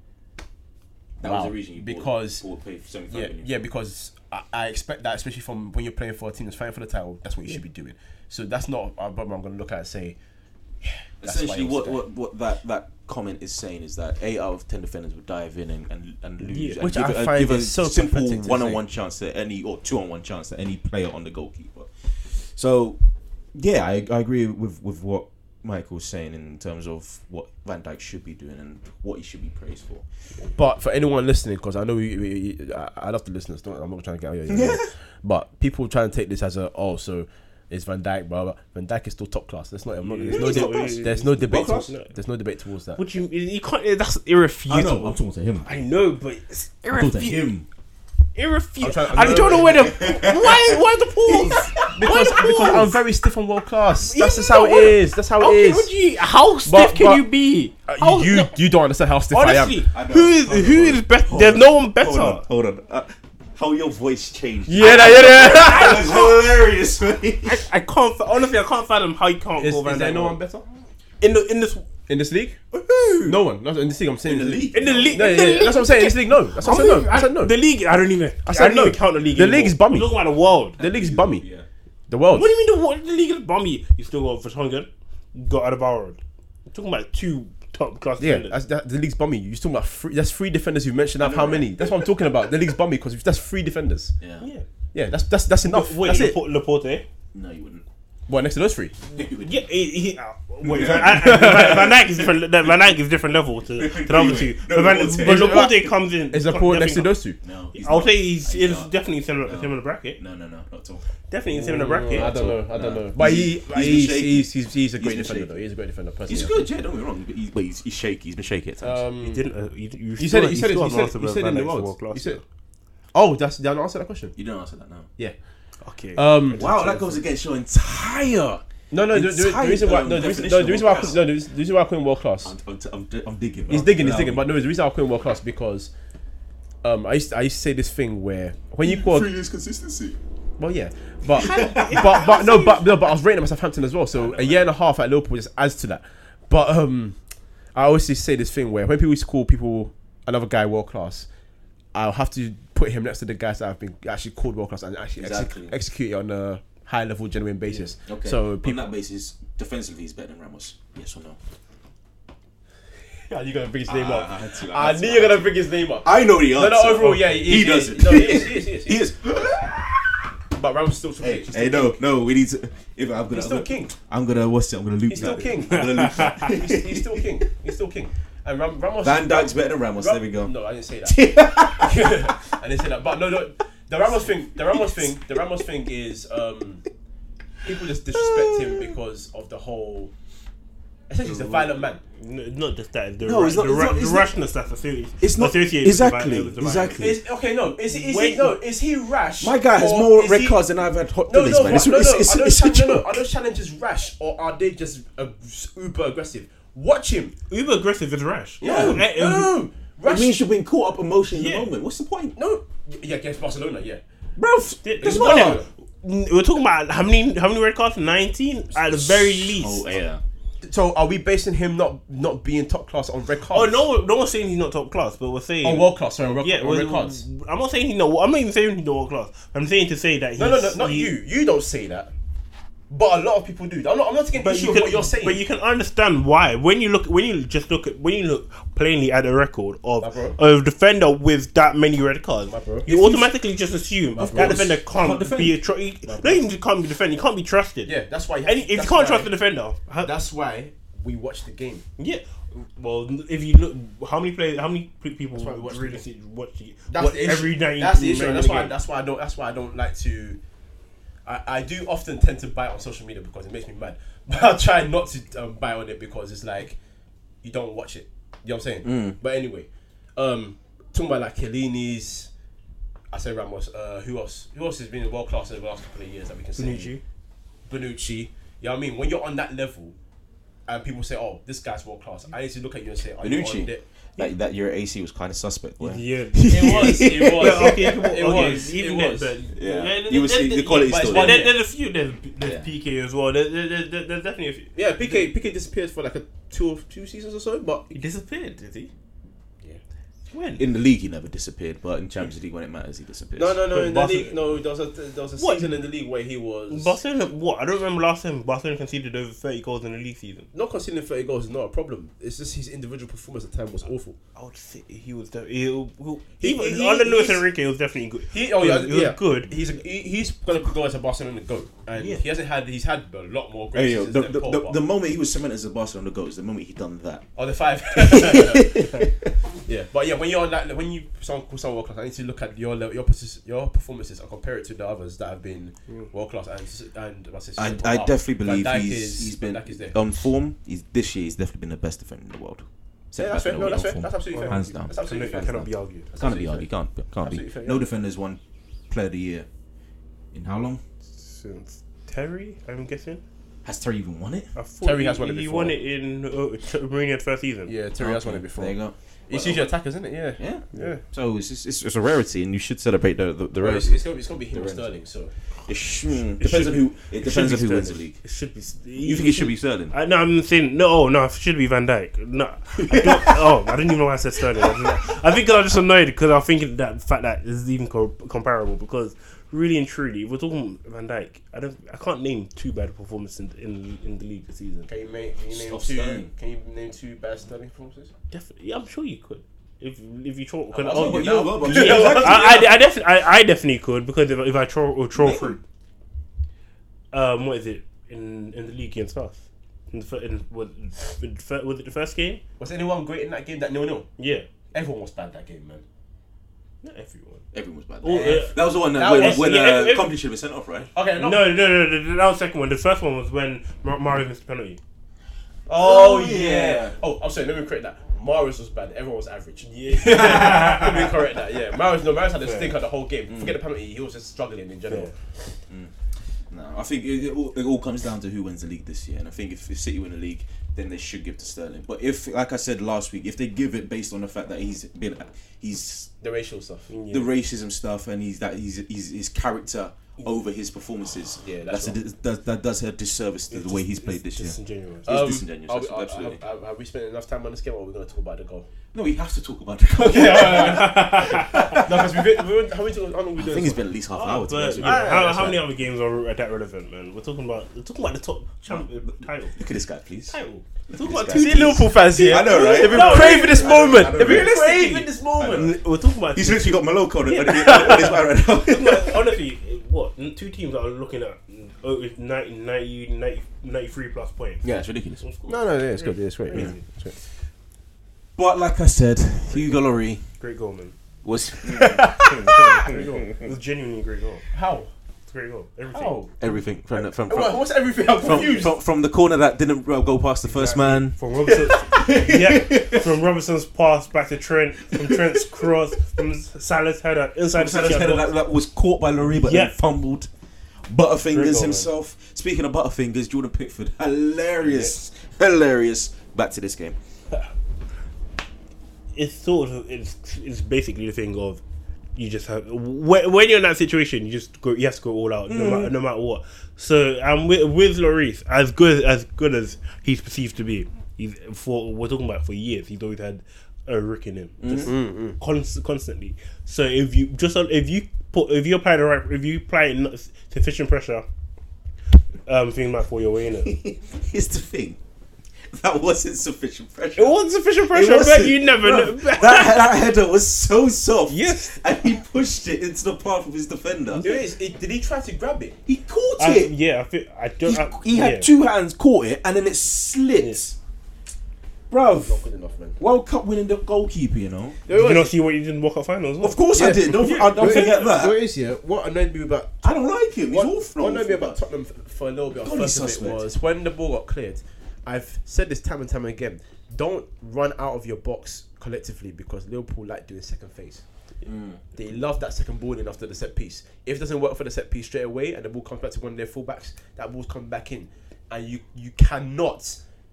[SPEAKER 1] That was
[SPEAKER 6] Wow.
[SPEAKER 1] the reason you
[SPEAKER 6] Because-
[SPEAKER 1] bought, bought pay for 75
[SPEAKER 6] yeah,
[SPEAKER 1] million.
[SPEAKER 6] yeah, because I, I expect that, especially from when you're playing for a team that's fighting for the title, that's what you should be doing. So that's not a problem I'm going to look at and say, that's why
[SPEAKER 1] Essentially,
[SPEAKER 6] he was
[SPEAKER 1] what,
[SPEAKER 6] there.
[SPEAKER 1] what what that that comment is saying is that eight out of ten defenders would dive in and and, and lose, and
[SPEAKER 3] Which
[SPEAKER 1] give,
[SPEAKER 3] I
[SPEAKER 1] a-
[SPEAKER 3] find
[SPEAKER 1] give a
[SPEAKER 3] is so
[SPEAKER 1] simple
[SPEAKER 3] pathetic to
[SPEAKER 1] one on one chance to any or two on one chance to any player on the goalkeeper. So, yeah, I, I agree with with what Michael's saying in terms of what Van Dijk should be doing and what he should be praised for.
[SPEAKER 3] But for anyone listening, because I know we, we, we- I, I love the listeners. Don't, I'm not trying to get out of here. but people trying to take this as a oh, so it's Van Dyke, blah, blah. Van Dyke is still top class. There's not, I'm not there's, no
[SPEAKER 4] He's top class.
[SPEAKER 3] de- there's no debate.
[SPEAKER 4] class?
[SPEAKER 3] Towards, there's no debate towards that.
[SPEAKER 4] What you you can't. That's irrefutable.
[SPEAKER 7] I'm talking to him.
[SPEAKER 4] I know, but it's
[SPEAKER 7] I'm talking to
[SPEAKER 4] irrefutable.
[SPEAKER 7] him.
[SPEAKER 4] Irrefutable. I don't know where the why why the pause? why
[SPEAKER 3] Because,
[SPEAKER 4] the pause?
[SPEAKER 3] because I'm very stiff on world class.
[SPEAKER 4] Yeah,
[SPEAKER 3] That's just how it
[SPEAKER 4] what-
[SPEAKER 3] is. That's how it
[SPEAKER 4] okay,
[SPEAKER 3] is.
[SPEAKER 4] what do you, how stiff
[SPEAKER 3] But-
[SPEAKER 4] can
[SPEAKER 3] but-
[SPEAKER 4] you be?
[SPEAKER 3] Uh,
[SPEAKER 4] How-
[SPEAKER 3] you,
[SPEAKER 4] no,
[SPEAKER 3] you don't understand how stiff
[SPEAKER 4] honestly,
[SPEAKER 3] I
[SPEAKER 1] I
[SPEAKER 3] am.
[SPEAKER 1] know.
[SPEAKER 4] who is
[SPEAKER 1] Hold on,
[SPEAKER 4] who
[SPEAKER 1] hold
[SPEAKER 4] is
[SPEAKER 1] on.
[SPEAKER 4] better? There's no one better.
[SPEAKER 1] Hold on, hold on. Uh, how your voice changed.
[SPEAKER 3] Yeah, that, yeah,
[SPEAKER 1] That was hilarious. mate.
[SPEAKER 4] I, I can't. fa- Honestly, I can't fathom how you can't
[SPEAKER 3] Is,
[SPEAKER 4] go Van
[SPEAKER 3] is there
[SPEAKER 4] Dijk
[SPEAKER 3] no
[SPEAKER 4] over.
[SPEAKER 3] one better
[SPEAKER 4] in the in this
[SPEAKER 3] in this league? No one. Not in this league. I'm saying
[SPEAKER 1] In the league.
[SPEAKER 4] in the league.
[SPEAKER 3] No,
[SPEAKER 4] in
[SPEAKER 3] yeah,
[SPEAKER 4] the
[SPEAKER 3] yeah,
[SPEAKER 4] league.
[SPEAKER 3] That's what I'm saying. In this league, no. That's what I'm saying. No. I said no.
[SPEAKER 4] The league. I don't even. I,
[SPEAKER 3] said
[SPEAKER 4] don't
[SPEAKER 3] no.
[SPEAKER 4] even count the league.
[SPEAKER 3] The
[SPEAKER 4] anymore.
[SPEAKER 3] league is bummy.
[SPEAKER 4] We're talking about the world.
[SPEAKER 3] The league's bummy.
[SPEAKER 1] Yeah.
[SPEAKER 3] The world.
[SPEAKER 4] What do you mean the world? The league is bummy. You still got Vertonghen, you got Adebayor. We're talking about two top class.
[SPEAKER 3] Yeah,
[SPEAKER 4] defenders.
[SPEAKER 3] that's, that, the league's bummy. You're talking about three, that's three defenders you mentioned. Out of how many? That's what I'm talking about. The league's bummy because that's three defenders. Yeah,
[SPEAKER 4] yeah.
[SPEAKER 3] that's that's that's enough.
[SPEAKER 4] Wait,
[SPEAKER 3] that's it.
[SPEAKER 4] Lapo- Laporte.
[SPEAKER 1] No, you wouldn't.
[SPEAKER 3] What next to those three?
[SPEAKER 4] Yeah, he, he, uh, wait, Van, I, I, Van Dijk is different. le- Van Dijk is different level to, to the other two.
[SPEAKER 1] No,
[SPEAKER 4] But Van,
[SPEAKER 1] Laporte.
[SPEAKER 4] but Laporte comes in.
[SPEAKER 3] Is Laporte next to
[SPEAKER 4] definitely-
[SPEAKER 3] those two?
[SPEAKER 1] No, he's
[SPEAKER 4] I'll
[SPEAKER 1] not.
[SPEAKER 4] say he's,
[SPEAKER 1] He's
[SPEAKER 4] he's
[SPEAKER 1] not.
[SPEAKER 4] definitely in similar, similar bracket.
[SPEAKER 1] No, no, no, not at all.
[SPEAKER 4] Definitely in similar bracket.
[SPEAKER 3] know. Oh, I don't know. But he, he's
[SPEAKER 1] he's-
[SPEAKER 3] he's, he's, he's, a great
[SPEAKER 1] been
[SPEAKER 3] defender.
[SPEAKER 1] shaky.
[SPEAKER 3] Though. He's a great defender. Personally.
[SPEAKER 1] He's good, yeah. Don't be wrong, but he's, but he's, he's shaky. He's been shaky at times.
[SPEAKER 3] Um,
[SPEAKER 4] You didn't. Uh, you, you,
[SPEAKER 3] you
[SPEAKER 4] still-
[SPEAKER 3] said it. You said it.
[SPEAKER 4] still
[SPEAKER 3] You
[SPEAKER 4] haven't
[SPEAKER 3] said,
[SPEAKER 4] answered
[SPEAKER 3] you
[SPEAKER 4] whether
[SPEAKER 3] said in
[SPEAKER 4] Van
[SPEAKER 3] the
[SPEAKER 4] Dijk's world
[SPEAKER 3] world.
[SPEAKER 4] class.
[SPEAKER 3] You said. Oh, that's did I not answer that question?
[SPEAKER 1] you don't answer that now.
[SPEAKER 3] Yeah.
[SPEAKER 4] Okay.
[SPEAKER 3] Um.
[SPEAKER 1] Wow, that goes against your entire.
[SPEAKER 3] No, no. The, the, the
[SPEAKER 1] Entire,
[SPEAKER 3] reason why no,
[SPEAKER 1] um,
[SPEAKER 3] the reason,
[SPEAKER 1] definition
[SPEAKER 3] no,
[SPEAKER 1] of
[SPEAKER 3] the reason why I
[SPEAKER 1] world
[SPEAKER 3] couldn't- no, the reason the reason why I couldn't world class
[SPEAKER 1] I'm, I'm, I'm, I'm digging.
[SPEAKER 3] He's digging, he's digging. But no, the reason I couldn't world class because um, I used to, I used to say this thing where when you call
[SPEAKER 1] years consistency.
[SPEAKER 3] well yeah, but but but no, but no, but I was rating him at Southampton as well. So a year and a half at Liverpool just adds to that. But um, I always used to say this thing where when people used to call people another guy world class, I'll have to put him next to the guys that I've been actually called world class and actually exec-
[SPEAKER 1] Exactly.
[SPEAKER 3] execute it on a high level, genuine basis.
[SPEAKER 1] Okay.
[SPEAKER 3] So
[SPEAKER 1] on
[SPEAKER 3] people,
[SPEAKER 1] that basis, defensively, he's better than Ramos. Yes or no?
[SPEAKER 3] are Ah, you gonna bring his name
[SPEAKER 1] I
[SPEAKER 3] up?
[SPEAKER 1] had to,
[SPEAKER 3] I
[SPEAKER 1] had
[SPEAKER 3] knew
[SPEAKER 1] to.
[SPEAKER 3] you're gonna bring his name up.
[SPEAKER 1] I know the answer.
[SPEAKER 3] no, overall, yeah, he
[SPEAKER 1] he,
[SPEAKER 3] is, he
[SPEAKER 1] doesn't.
[SPEAKER 3] is. No, he is, he is, he is, he But Ram's still.
[SPEAKER 1] Hey, hey, no, no, we need to. If I'm gonna,
[SPEAKER 3] He's still
[SPEAKER 1] I'm gonna-
[SPEAKER 3] king.
[SPEAKER 1] I'm gonna what's it? I'm gonna loop.
[SPEAKER 3] He's still
[SPEAKER 1] that.
[SPEAKER 3] king.
[SPEAKER 1] I'm gonna loop that.
[SPEAKER 3] he's, he's still king. He's still king. And Ram, Ramos.
[SPEAKER 1] Van Dijk's better than Ramos.
[SPEAKER 3] Ram-
[SPEAKER 1] there we go.
[SPEAKER 3] No, I didn't say that. I didn't say that. But no, no. The Ramos thing. The Ramos thing. The Ramos thing is um, people just disrespect him because of the whole. Essentially, he's a violent man.
[SPEAKER 4] No, not just that. The,
[SPEAKER 8] No,
[SPEAKER 4] ra-
[SPEAKER 8] it's not-
[SPEAKER 4] the,
[SPEAKER 8] it's
[SPEAKER 4] ra-
[SPEAKER 8] not-
[SPEAKER 4] the
[SPEAKER 8] it's not-
[SPEAKER 4] rashness that's associated.
[SPEAKER 8] It's not-
[SPEAKER 4] associated with
[SPEAKER 8] exactly,
[SPEAKER 4] the vi- with the
[SPEAKER 8] exactly.
[SPEAKER 4] violence.
[SPEAKER 3] Is, okay, no. Is, he- is
[SPEAKER 4] Wait.
[SPEAKER 3] he no? Is he rash?
[SPEAKER 8] My guy has
[SPEAKER 3] or
[SPEAKER 8] more
[SPEAKER 3] is
[SPEAKER 8] red
[SPEAKER 3] he-
[SPEAKER 8] cards than I've had hot
[SPEAKER 3] No,
[SPEAKER 8] days,
[SPEAKER 3] no,
[SPEAKER 8] man.
[SPEAKER 3] but
[SPEAKER 8] It's,
[SPEAKER 3] no, no,
[SPEAKER 8] it's,
[SPEAKER 3] are
[SPEAKER 8] it's,
[SPEAKER 3] those
[SPEAKER 8] it's,
[SPEAKER 3] challenge-
[SPEAKER 8] it's,
[SPEAKER 3] no, no. Are those challenges rash or are they just uh, uber aggressive? Watch him.
[SPEAKER 4] Uber aggressive is rash.
[SPEAKER 3] No, no,
[SPEAKER 4] Eh,
[SPEAKER 3] no,
[SPEAKER 4] eh,
[SPEAKER 3] no. Rash.
[SPEAKER 8] it means you've been caught up emotionally in
[SPEAKER 4] Yeah.
[SPEAKER 8] the moment. What's the point?
[SPEAKER 3] no. Yeah, against Barcelona. Yeah.
[SPEAKER 8] Bro,
[SPEAKER 4] There's
[SPEAKER 8] there's
[SPEAKER 4] one
[SPEAKER 8] no.
[SPEAKER 4] there. We're talking about how many how many red cards? Nineteen at the very least.
[SPEAKER 1] Oh
[SPEAKER 4] Oh,
[SPEAKER 1] yeah.
[SPEAKER 3] So are we basing him not not being top class on red cards?
[SPEAKER 4] Oh, no, no one's saying he's not top class, but we're saying
[SPEAKER 3] on world class. Sorry, on, red-
[SPEAKER 4] Yeah,
[SPEAKER 3] on
[SPEAKER 4] well,
[SPEAKER 3] Oh, red cards.
[SPEAKER 4] I'm not saying he's not. I'm not even saying he's not world class. I'm saying to say that he's,
[SPEAKER 3] No, no, no, not
[SPEAKER 4] he-
[SPEAKER 3] you. You don't say that. But a lot of people do. I'm not, I'm not taking
[SPEAKER 4] But
[SPEAKER 3] issue
[SPEAKER 4] you
[SPEAKER 3] with
[SPEAKER 4] can,
[SPEAKER 3] what you're saying.
[SPEAKER 4] but you can understand why when you look when you just look at when you look plainly at the record of of a defender with that many red cards, you automatically just assume that defender can't be a tr- he- not even just can't be defending, he can't be trusted.
[SPEAKER 3] yeah, that's why.
[SPEAKER 4] Any, if you
[SPEAKER 3] that's
[SPEAKER 4] can't
[SPEAKER 3] why-
[SPEAKER 4] trust the defender, how,
[SPEAKER 3] that's why we watch the game.
[SPEAKER 4] yeah. Well, if you look, how many players, how many pe- people
[SPEAKER 3] why we watch the
[SPEAKER 4] really
[SPEAKER 3] game.
[SPEAKER 4] see- watch the
[SPEAKER 3] That's
[SPEAKER 4] watch
[SPEAKER 3] the issue.
[SPEAKER 4] every night?
[SPEAKER 3] That's the issue. and
[SPEAKER 4] remember
[SPEAKER 3] That's
[SPEAKER 4] the
[SPEAKER 3] why.
[SPEAKER 4] game?
[SPEAKER 3] That's why I don't. That's why I don't like to. I, I do often tend to bite on social media because it makes me mad. But I try not to um, bite on it because it's like you don't watch it. You know what I'm saying? But anyway, um, talking about like Chiellini's, I say Ramos. Uh, who else? Who else has been in world class over the last couple of years that we can say?
[SPEAKER 4] Benucci.
[SPEAKER 3] Benucci. You know what I mean? When you're on that level, and people say, "Oh, this guy's world class," I need to look at you and say, "Are you on
[SPEAKER 1] Benucci.
[SPEAKER 3] it?"
[SPEAKER 1] That, that year AC was kind of suspect. wasn't it?
[SPEAKER 4] Yeah.
[SPEAKER 3] It was. It was.
[SPEAKER 4] Yeah, okay, okay,
[SPEAKER 3] It
[SPEAKER 4] okay,
[SPEAKER 3] was.
[SPEAKER 4] Even
[SPEAKER 3] it
[SPEAKER 4] that,
[SPEAKER 3] was.
[SPEAKER 4] but-
[SPEAKER 1] Yeah.
[SPEAKER 4] there-
[SPEAKER 1] You would
[SPEAKER 4] there-
[SPEAKER 1] see
[SPEAKER 4] there-
[SPEAKER 1] the quality
[SPEAKER 4] but
[SPEAKER 1] still
[SPEAKER 4] it's-
[SPEAKER 3] there.
[SPEAKER 4] there- There's a few. There's, there's PK as well. There, there, there, there- there's definitely a few.
[SPEAKER 3] Yeah, PK PK disappeared for like a two or two seasons or so, but
[SPEAKER 4] He disappeared, did he?
[SPEAKER 3] Yeah.
[SPEAKER 4] When?
[SPEAKER 1] In the league, he never disappeared, but in Champions League, when it matters, he disappears.
[SPEAKER 3] no, no, no.
[SPEAKER 4] But
[SPEAKER 3] In the
[SPEAKER 4] Barcelona-
[SPEAKER 3] league, no, there was a there was a
[SPEAKER 4] What?
[SPEAKER 3] season in the league where he was
[SPEAKER 4] Barcelona, what? I don't remember last time Barcelona conceded over 30 goals in a league season.
[SPEAKER 3] not conceding thirty goals is not a problem. It's just his individual performance at the time was awful.
[SPEAKER 4] I would say he was definitely. He,
[SPEAKER 3] He- he-
[SPEAKER 4] under Luis
[SPEAKER 3] he's-
[SPEAKER 4] Enrique, he was definitely good.
[SPEAKER 3] He, oh yeah,
[SPEAKER 4] he was
[SPEAKER 3] yeah.
[SPEAKER 4] good.
[SPEAKER 3] He's a, he, he's gonna go as a Barcelona goat, and
[SPEAKER 4] Yeah.
[SPEAKER 3] he hasn't had he's had a lot more great
[SPEAKER 1] Hey, yo,
[SPEAKER 3] seasons
[SPEAKER 1] the,
[SPEAKER 3] than
[SPEAKER 1] the,
[SPEAKER 3] Paul,
[SPEAKER 1] the,
[SPEAKER 3] but-
[SPEAKER 1] the moment he was cemented as a Barcelona goat is the moment he done that.
[SPEAKER 3] Oh, the five. yeah, but yeah, when you're on that, when you someone call someone world class, I need to look at your level, your persis- your performances and compare it to the others that have been
[SPEAKER 4] Mm.
[SPEAKER 3] world class. And and what's his-
[SPEAKER 1] I,
[SPEAKER 3] Van
[SPEAKER 1] I
[SPEAKER 3] Dijk
[SPEAKER 1] definitely believe
[SPEAKER 3] is-
[SPEAKER 1] he's, he's
[SPEAKER 3] Van
[SPEAKER 1] been
[SPEAKER 3] Dijk is there.
[SPEAKER 1] on form. He's this year. He's definitely been the best defender in the world.
[SPEAKER 3] yeah, that's fair.
[SPEAKER 1] Second
[SPEAKER 3] No,
[SPEAKER 1] best
[SPEAKER 3] that's fair.
[SPEAKER 1] in the world on
[SPEAKER 3] That's
[SPEAKER 1] form.
[SPEAKER 3] absolutely fair.
[SPEAKER 1] Hands down.
[SPEAKER 3] That's absolutely fair.
[SPEAKER 4] cannot be argued.
[SPEAKER 3] That's
[SPEAKER 1] Can't be
[SPEAKER 3] absolutely
[SPEAKER 1] hard. He can't. Can't be.
[SPEAKER 3] Absolutely fair,
[SPEAKER 1] No
[SPEAKER 3] yeah.
[SPEAKER 1] defender's won Player of the Year in how long?
[SPEAKER 4] Since Terry, I'm guessing.
[SPEAKER 1] Has Terry even won it?
[SPEAKER 4] I thought
[SPEAKER 3] Terry
[SPEAKER 4] he,
[SPEAKER 3] has won it
[SPEAKER 4] He
[SPEAKER 3] before.
[SPEAKER 4] won it in uh, Mourinho's first season.
[SPEAKER 3] Yeah, Terry has won it before.
[SPEAKER 1] There you go.
[SPEAKER 3] It's usually attackers, isn't it? Yeah.
[SPEAKER 1] Yeah.
[SPEAKER 3] Yeah.
[SPEAKER 1] So it's, it's, it's, it's a rarity, and you should celebrate the the, the
[SPEAKER 3] But It's,
[SPEAKER 1] rarity.
[SPEAKER 3] it's gonna be it's gonna be him or Sterling. So
[SPEAKER 1] It sh- mm, depends on who. It depends on who wins the league.
[SPEAKER 4] It should be. Sterling.
[SPEAKER 1] You think it should be Sterling?
[SPEAKER 4] I, no, I'm saying no. Oh, no, it should be Van Dyke. No, I don't, oh, I didn't even know why I said Sterling. I, was just- I think I was just annoyed because I was thinking that the fact that this is even co- comparable because really and truly, if we're talking Van Dyke, I don't, I can't name two bad performances in in, in the league this season.
[SPEAKER 3] can you name can you name
[SPEAKER 1] Stop
[SPEAKER 3] two?
[SPEAKER 1] Sterling.
[SPEAKER 3] Can you name two bad Sterling performances?
[SPEAKER 4] Definitely, yeah, I'm sure you could. If if you troll, could,
[SPEAKER 3] I'll
[SPEAKER 4] oh,
[SPEAKER 3] tell you
[SPEAKER 4] yeah,
[SPEAKER 3] now.
[SPEAKER 1] well, but-
[SPEAKER 4] I, I, I definitely, I, I definitely could because if, if I troll or troll through, um, what is it in in the league against us? In the, fir- in, what, in the, fir- was it the first game?
[SPEAKER 3] Was anyone great in that game? That no, no.
[SPEAKER 4] Yeah.
[SPEAKER 3] Everyone was bad that game, man.
[SPEAKER 4] Not everyone.
[SPEAKER 1] Everyone's bad.
[SPEAKER 4] Oh, yeah.
[SPEAKER 1] That was the one that,
[SPEAKER 3] That
[SPEAKER 1] when,
[SPEAKER 3] was-
[SPEAKER 1] when
[SPEAKER 4] yeah,
[SPEAKER 1] uh,
[SPEAKER 4] every-
[SPEAKER 1] Compton should have been sent off, right?
[SPEAKER 3] Okay,
[SPEAKER 4] No,
[SPEAKER 3] no.
[SPEAKER 4] no, no, no, no, that was the second one. The first one was when Mar- Mario missed the penalty.
[SPEAKER 3] Oh,
[SPEAKER 1] Oh,
[SPEAKER 3] yeah.
[SPEAKER 1] yeah.
[SPEAKER 3] Oh, I'm sorry. Let me correct that. Marius was bad. Everyone was average. Yeah. let me correct that. Yeah. Marius. No, Marius had a stinker the whole game. Forget the penalty. He was just struggling in general.
[SPEAKER 1] No, I think it, it, all, it all comes down to who wins the league this year, and I think if, if City win the league, then they should give to Sterling. But if, like I said last week, if they give it based on the fact that he's been, he's
[SPEAKER 3] The racial stuff.
[SPEAKER 1] the racism stuff, and he's that he's, he's his character over his performances,
[SPEAKER 3] Yeah, that's
[SPEAKER 1] a, that, that does her disservice to the way he's played this year. Uh, It's
[SPEAKER 4] Disingenuous.
[SPEAKER 1] disingenuous,
[SPEAKER 3] Um, are, we,
[SPEAKER 1] that's-
[SPEAKER 3] are,
[SPEAKER 1] absolutely.
[SPEAKER 3] Are, are, are we spending enough time on this game, or are we going to talk about the goal?
[SPEAKER 1] no, we have to talk about. The okay,
[SPEAKER 3] no, because we've been, we've been, how many times- how long are we
[SPEAKER 1] I
[SPEAKER 3] doing?
[SPEAKER 1] think
[SPEAKER 3] this
[SPEAKER 1] it's been at least half an hour. To be
[SPEAKER 4] Oh, But,
[SPEAKER 1] honest with
[SPEAKER 4] yeah,
[SPEAKER 1] you.
[SPEAKER 4] how, how many other games are that relevant, man? We're talking about we're talking about the top champ, uh, title.
[SPEAKER 1] Look at this guy, please.
[SPEAKER 4] Title. We're talking about
[SPEAKER 1] guy.
[SPEAKER 4] two
[SPEAKER 1] See,
[SPEAKER 4] teams.
[SPEAKER 3] fans here.
[SPEAKER 1] I know, right? They've been
[SPEAKER 3] craving this moment.
[SPEAKER 1] They've been
[SPEAKER 3] craving this moment.
[SPEAKER 4] We're talking about
[SPEAKER 1] He's
[SPEAKER 4] two-
[SPEAKER 1] literally got Maloko on, on, on his mind right now.
[SPEAKER 4] But honestly, what two teams are looking at oh, it's 90, 90, 90, 93 plus points.
[SPEAKER 1] Yeah, it's ridiculous.
[SPEAKER 3] No, no, no, it's good. It's great.
[SPEAKER 1] But like I said, Hugo Lloris
[SPEAKER 4] Great goal, man.
[SPEAKER 1] was
[SPEAKER 4] Great goal. It was genuinely a great goal.
[SPEAKER 3] How?
[SPEAKER 4] It's a great goal. Everything.
[SPEAKER 1] Oh.
[SPEAKER 3] How?
[SPEAKER 1] everything from from
[SPEAKER 3] What-
[SPEAKER 1] from,
[SPEAKER 3] What's everything? I'm
[SPEAKER 1] from,
[SPEAKER 3] confused.
[SPEAKER 1] from, from the corner that didn't uh, go past the first man.
[SPEAKER 4] From Robertson's, yeah, from Robertson's pass back to Trent, from Trent's cross, from Salah's header inside the
[SPEAKER 1] Salah's header
[SPEAKER 4] header.
[SPEAKER 1] that, that was caught by Lloris but
[SPEAKER 4] Yeah.
[SPEAKER 1] then fumbled.
[SPEAKER 4] Great
[SPEAKER 1] Butterfingers
[SPEAKER 4] goal,
[SPEAKER 1] himself. Speaking of Butterfingers, Jordan Pickford, hilarious, hilarious. Back to this game.
[SPEAKER 4] It's sort of it's it's basically the thing of you just have when, when you're in that situation you just go you have to go all out no, matter, no matter what. So um with with Lloris as good as good as he's perceived to be, he's for we're talking about for years he's always had a rick in him just const- constantly. So if you just if you put if you apply the right if you apply enough sufficient pressure um, thing might fall your way in it.
[SPEAKER 1] Here's the thing. That wasn't sufficient pressure.
[SPEAKER 4] It wasn't sufficient pressure. I bet
[SPEAKER 1] wasn't.
[SPEAKER 4] you never.
[SPEAKER 1] Bro,
[SPEAKER 4] know.
[SPEAKER 1] that, that header was so soft.
[SPEAKER 4] Yes.
[SPEAKER 1] And he pushed it into the path of his defender.
[SPEAKER 3] did he try to grab it?
[SPEAKER 1] He caught
[SPEAKER 4] I,
[SPEAKER 1] it.
[SPEAKER 4] yeah, I feel I don't. I,
[SPEAKER 8] He had
[SPEAKER 4] yeah.
[SPEAKER 8] two hands, caught it, and then it slipped. Bruv,
[SPEAKER 3] Good enough, man.
[SPEAKER 8] World Cup winning the goalkeeper, you know.
[SPEAKER 4] Did you not see what you did in World Cup finals?
[SPEAKER 1] Of course I did. Don't, I don't forget that.
[SPEAKER 3] What is here? What annoyed me about
[SPEAKER 1] I don't like him. He's
[SPEAKER 3] what,
[SPEAKER 1] awful.
[SPEAKER 3] what annoyed me about Tottenham f- for a little bit,
[SPEAKER 1] Don't be
[SPEAKER 3] first of it
[SPEAKER 1] suspect.
[SPEAKER 3] was when the ball got cleared. I've said this time and time again. Don't run out of your box collectively because Liverpool like doing second phase. They love that second ball in after the set piece. If it doesn't work for the set piece straight away and the ball comes back to one of their fullbacks, that ball's coming back in, and you you cannot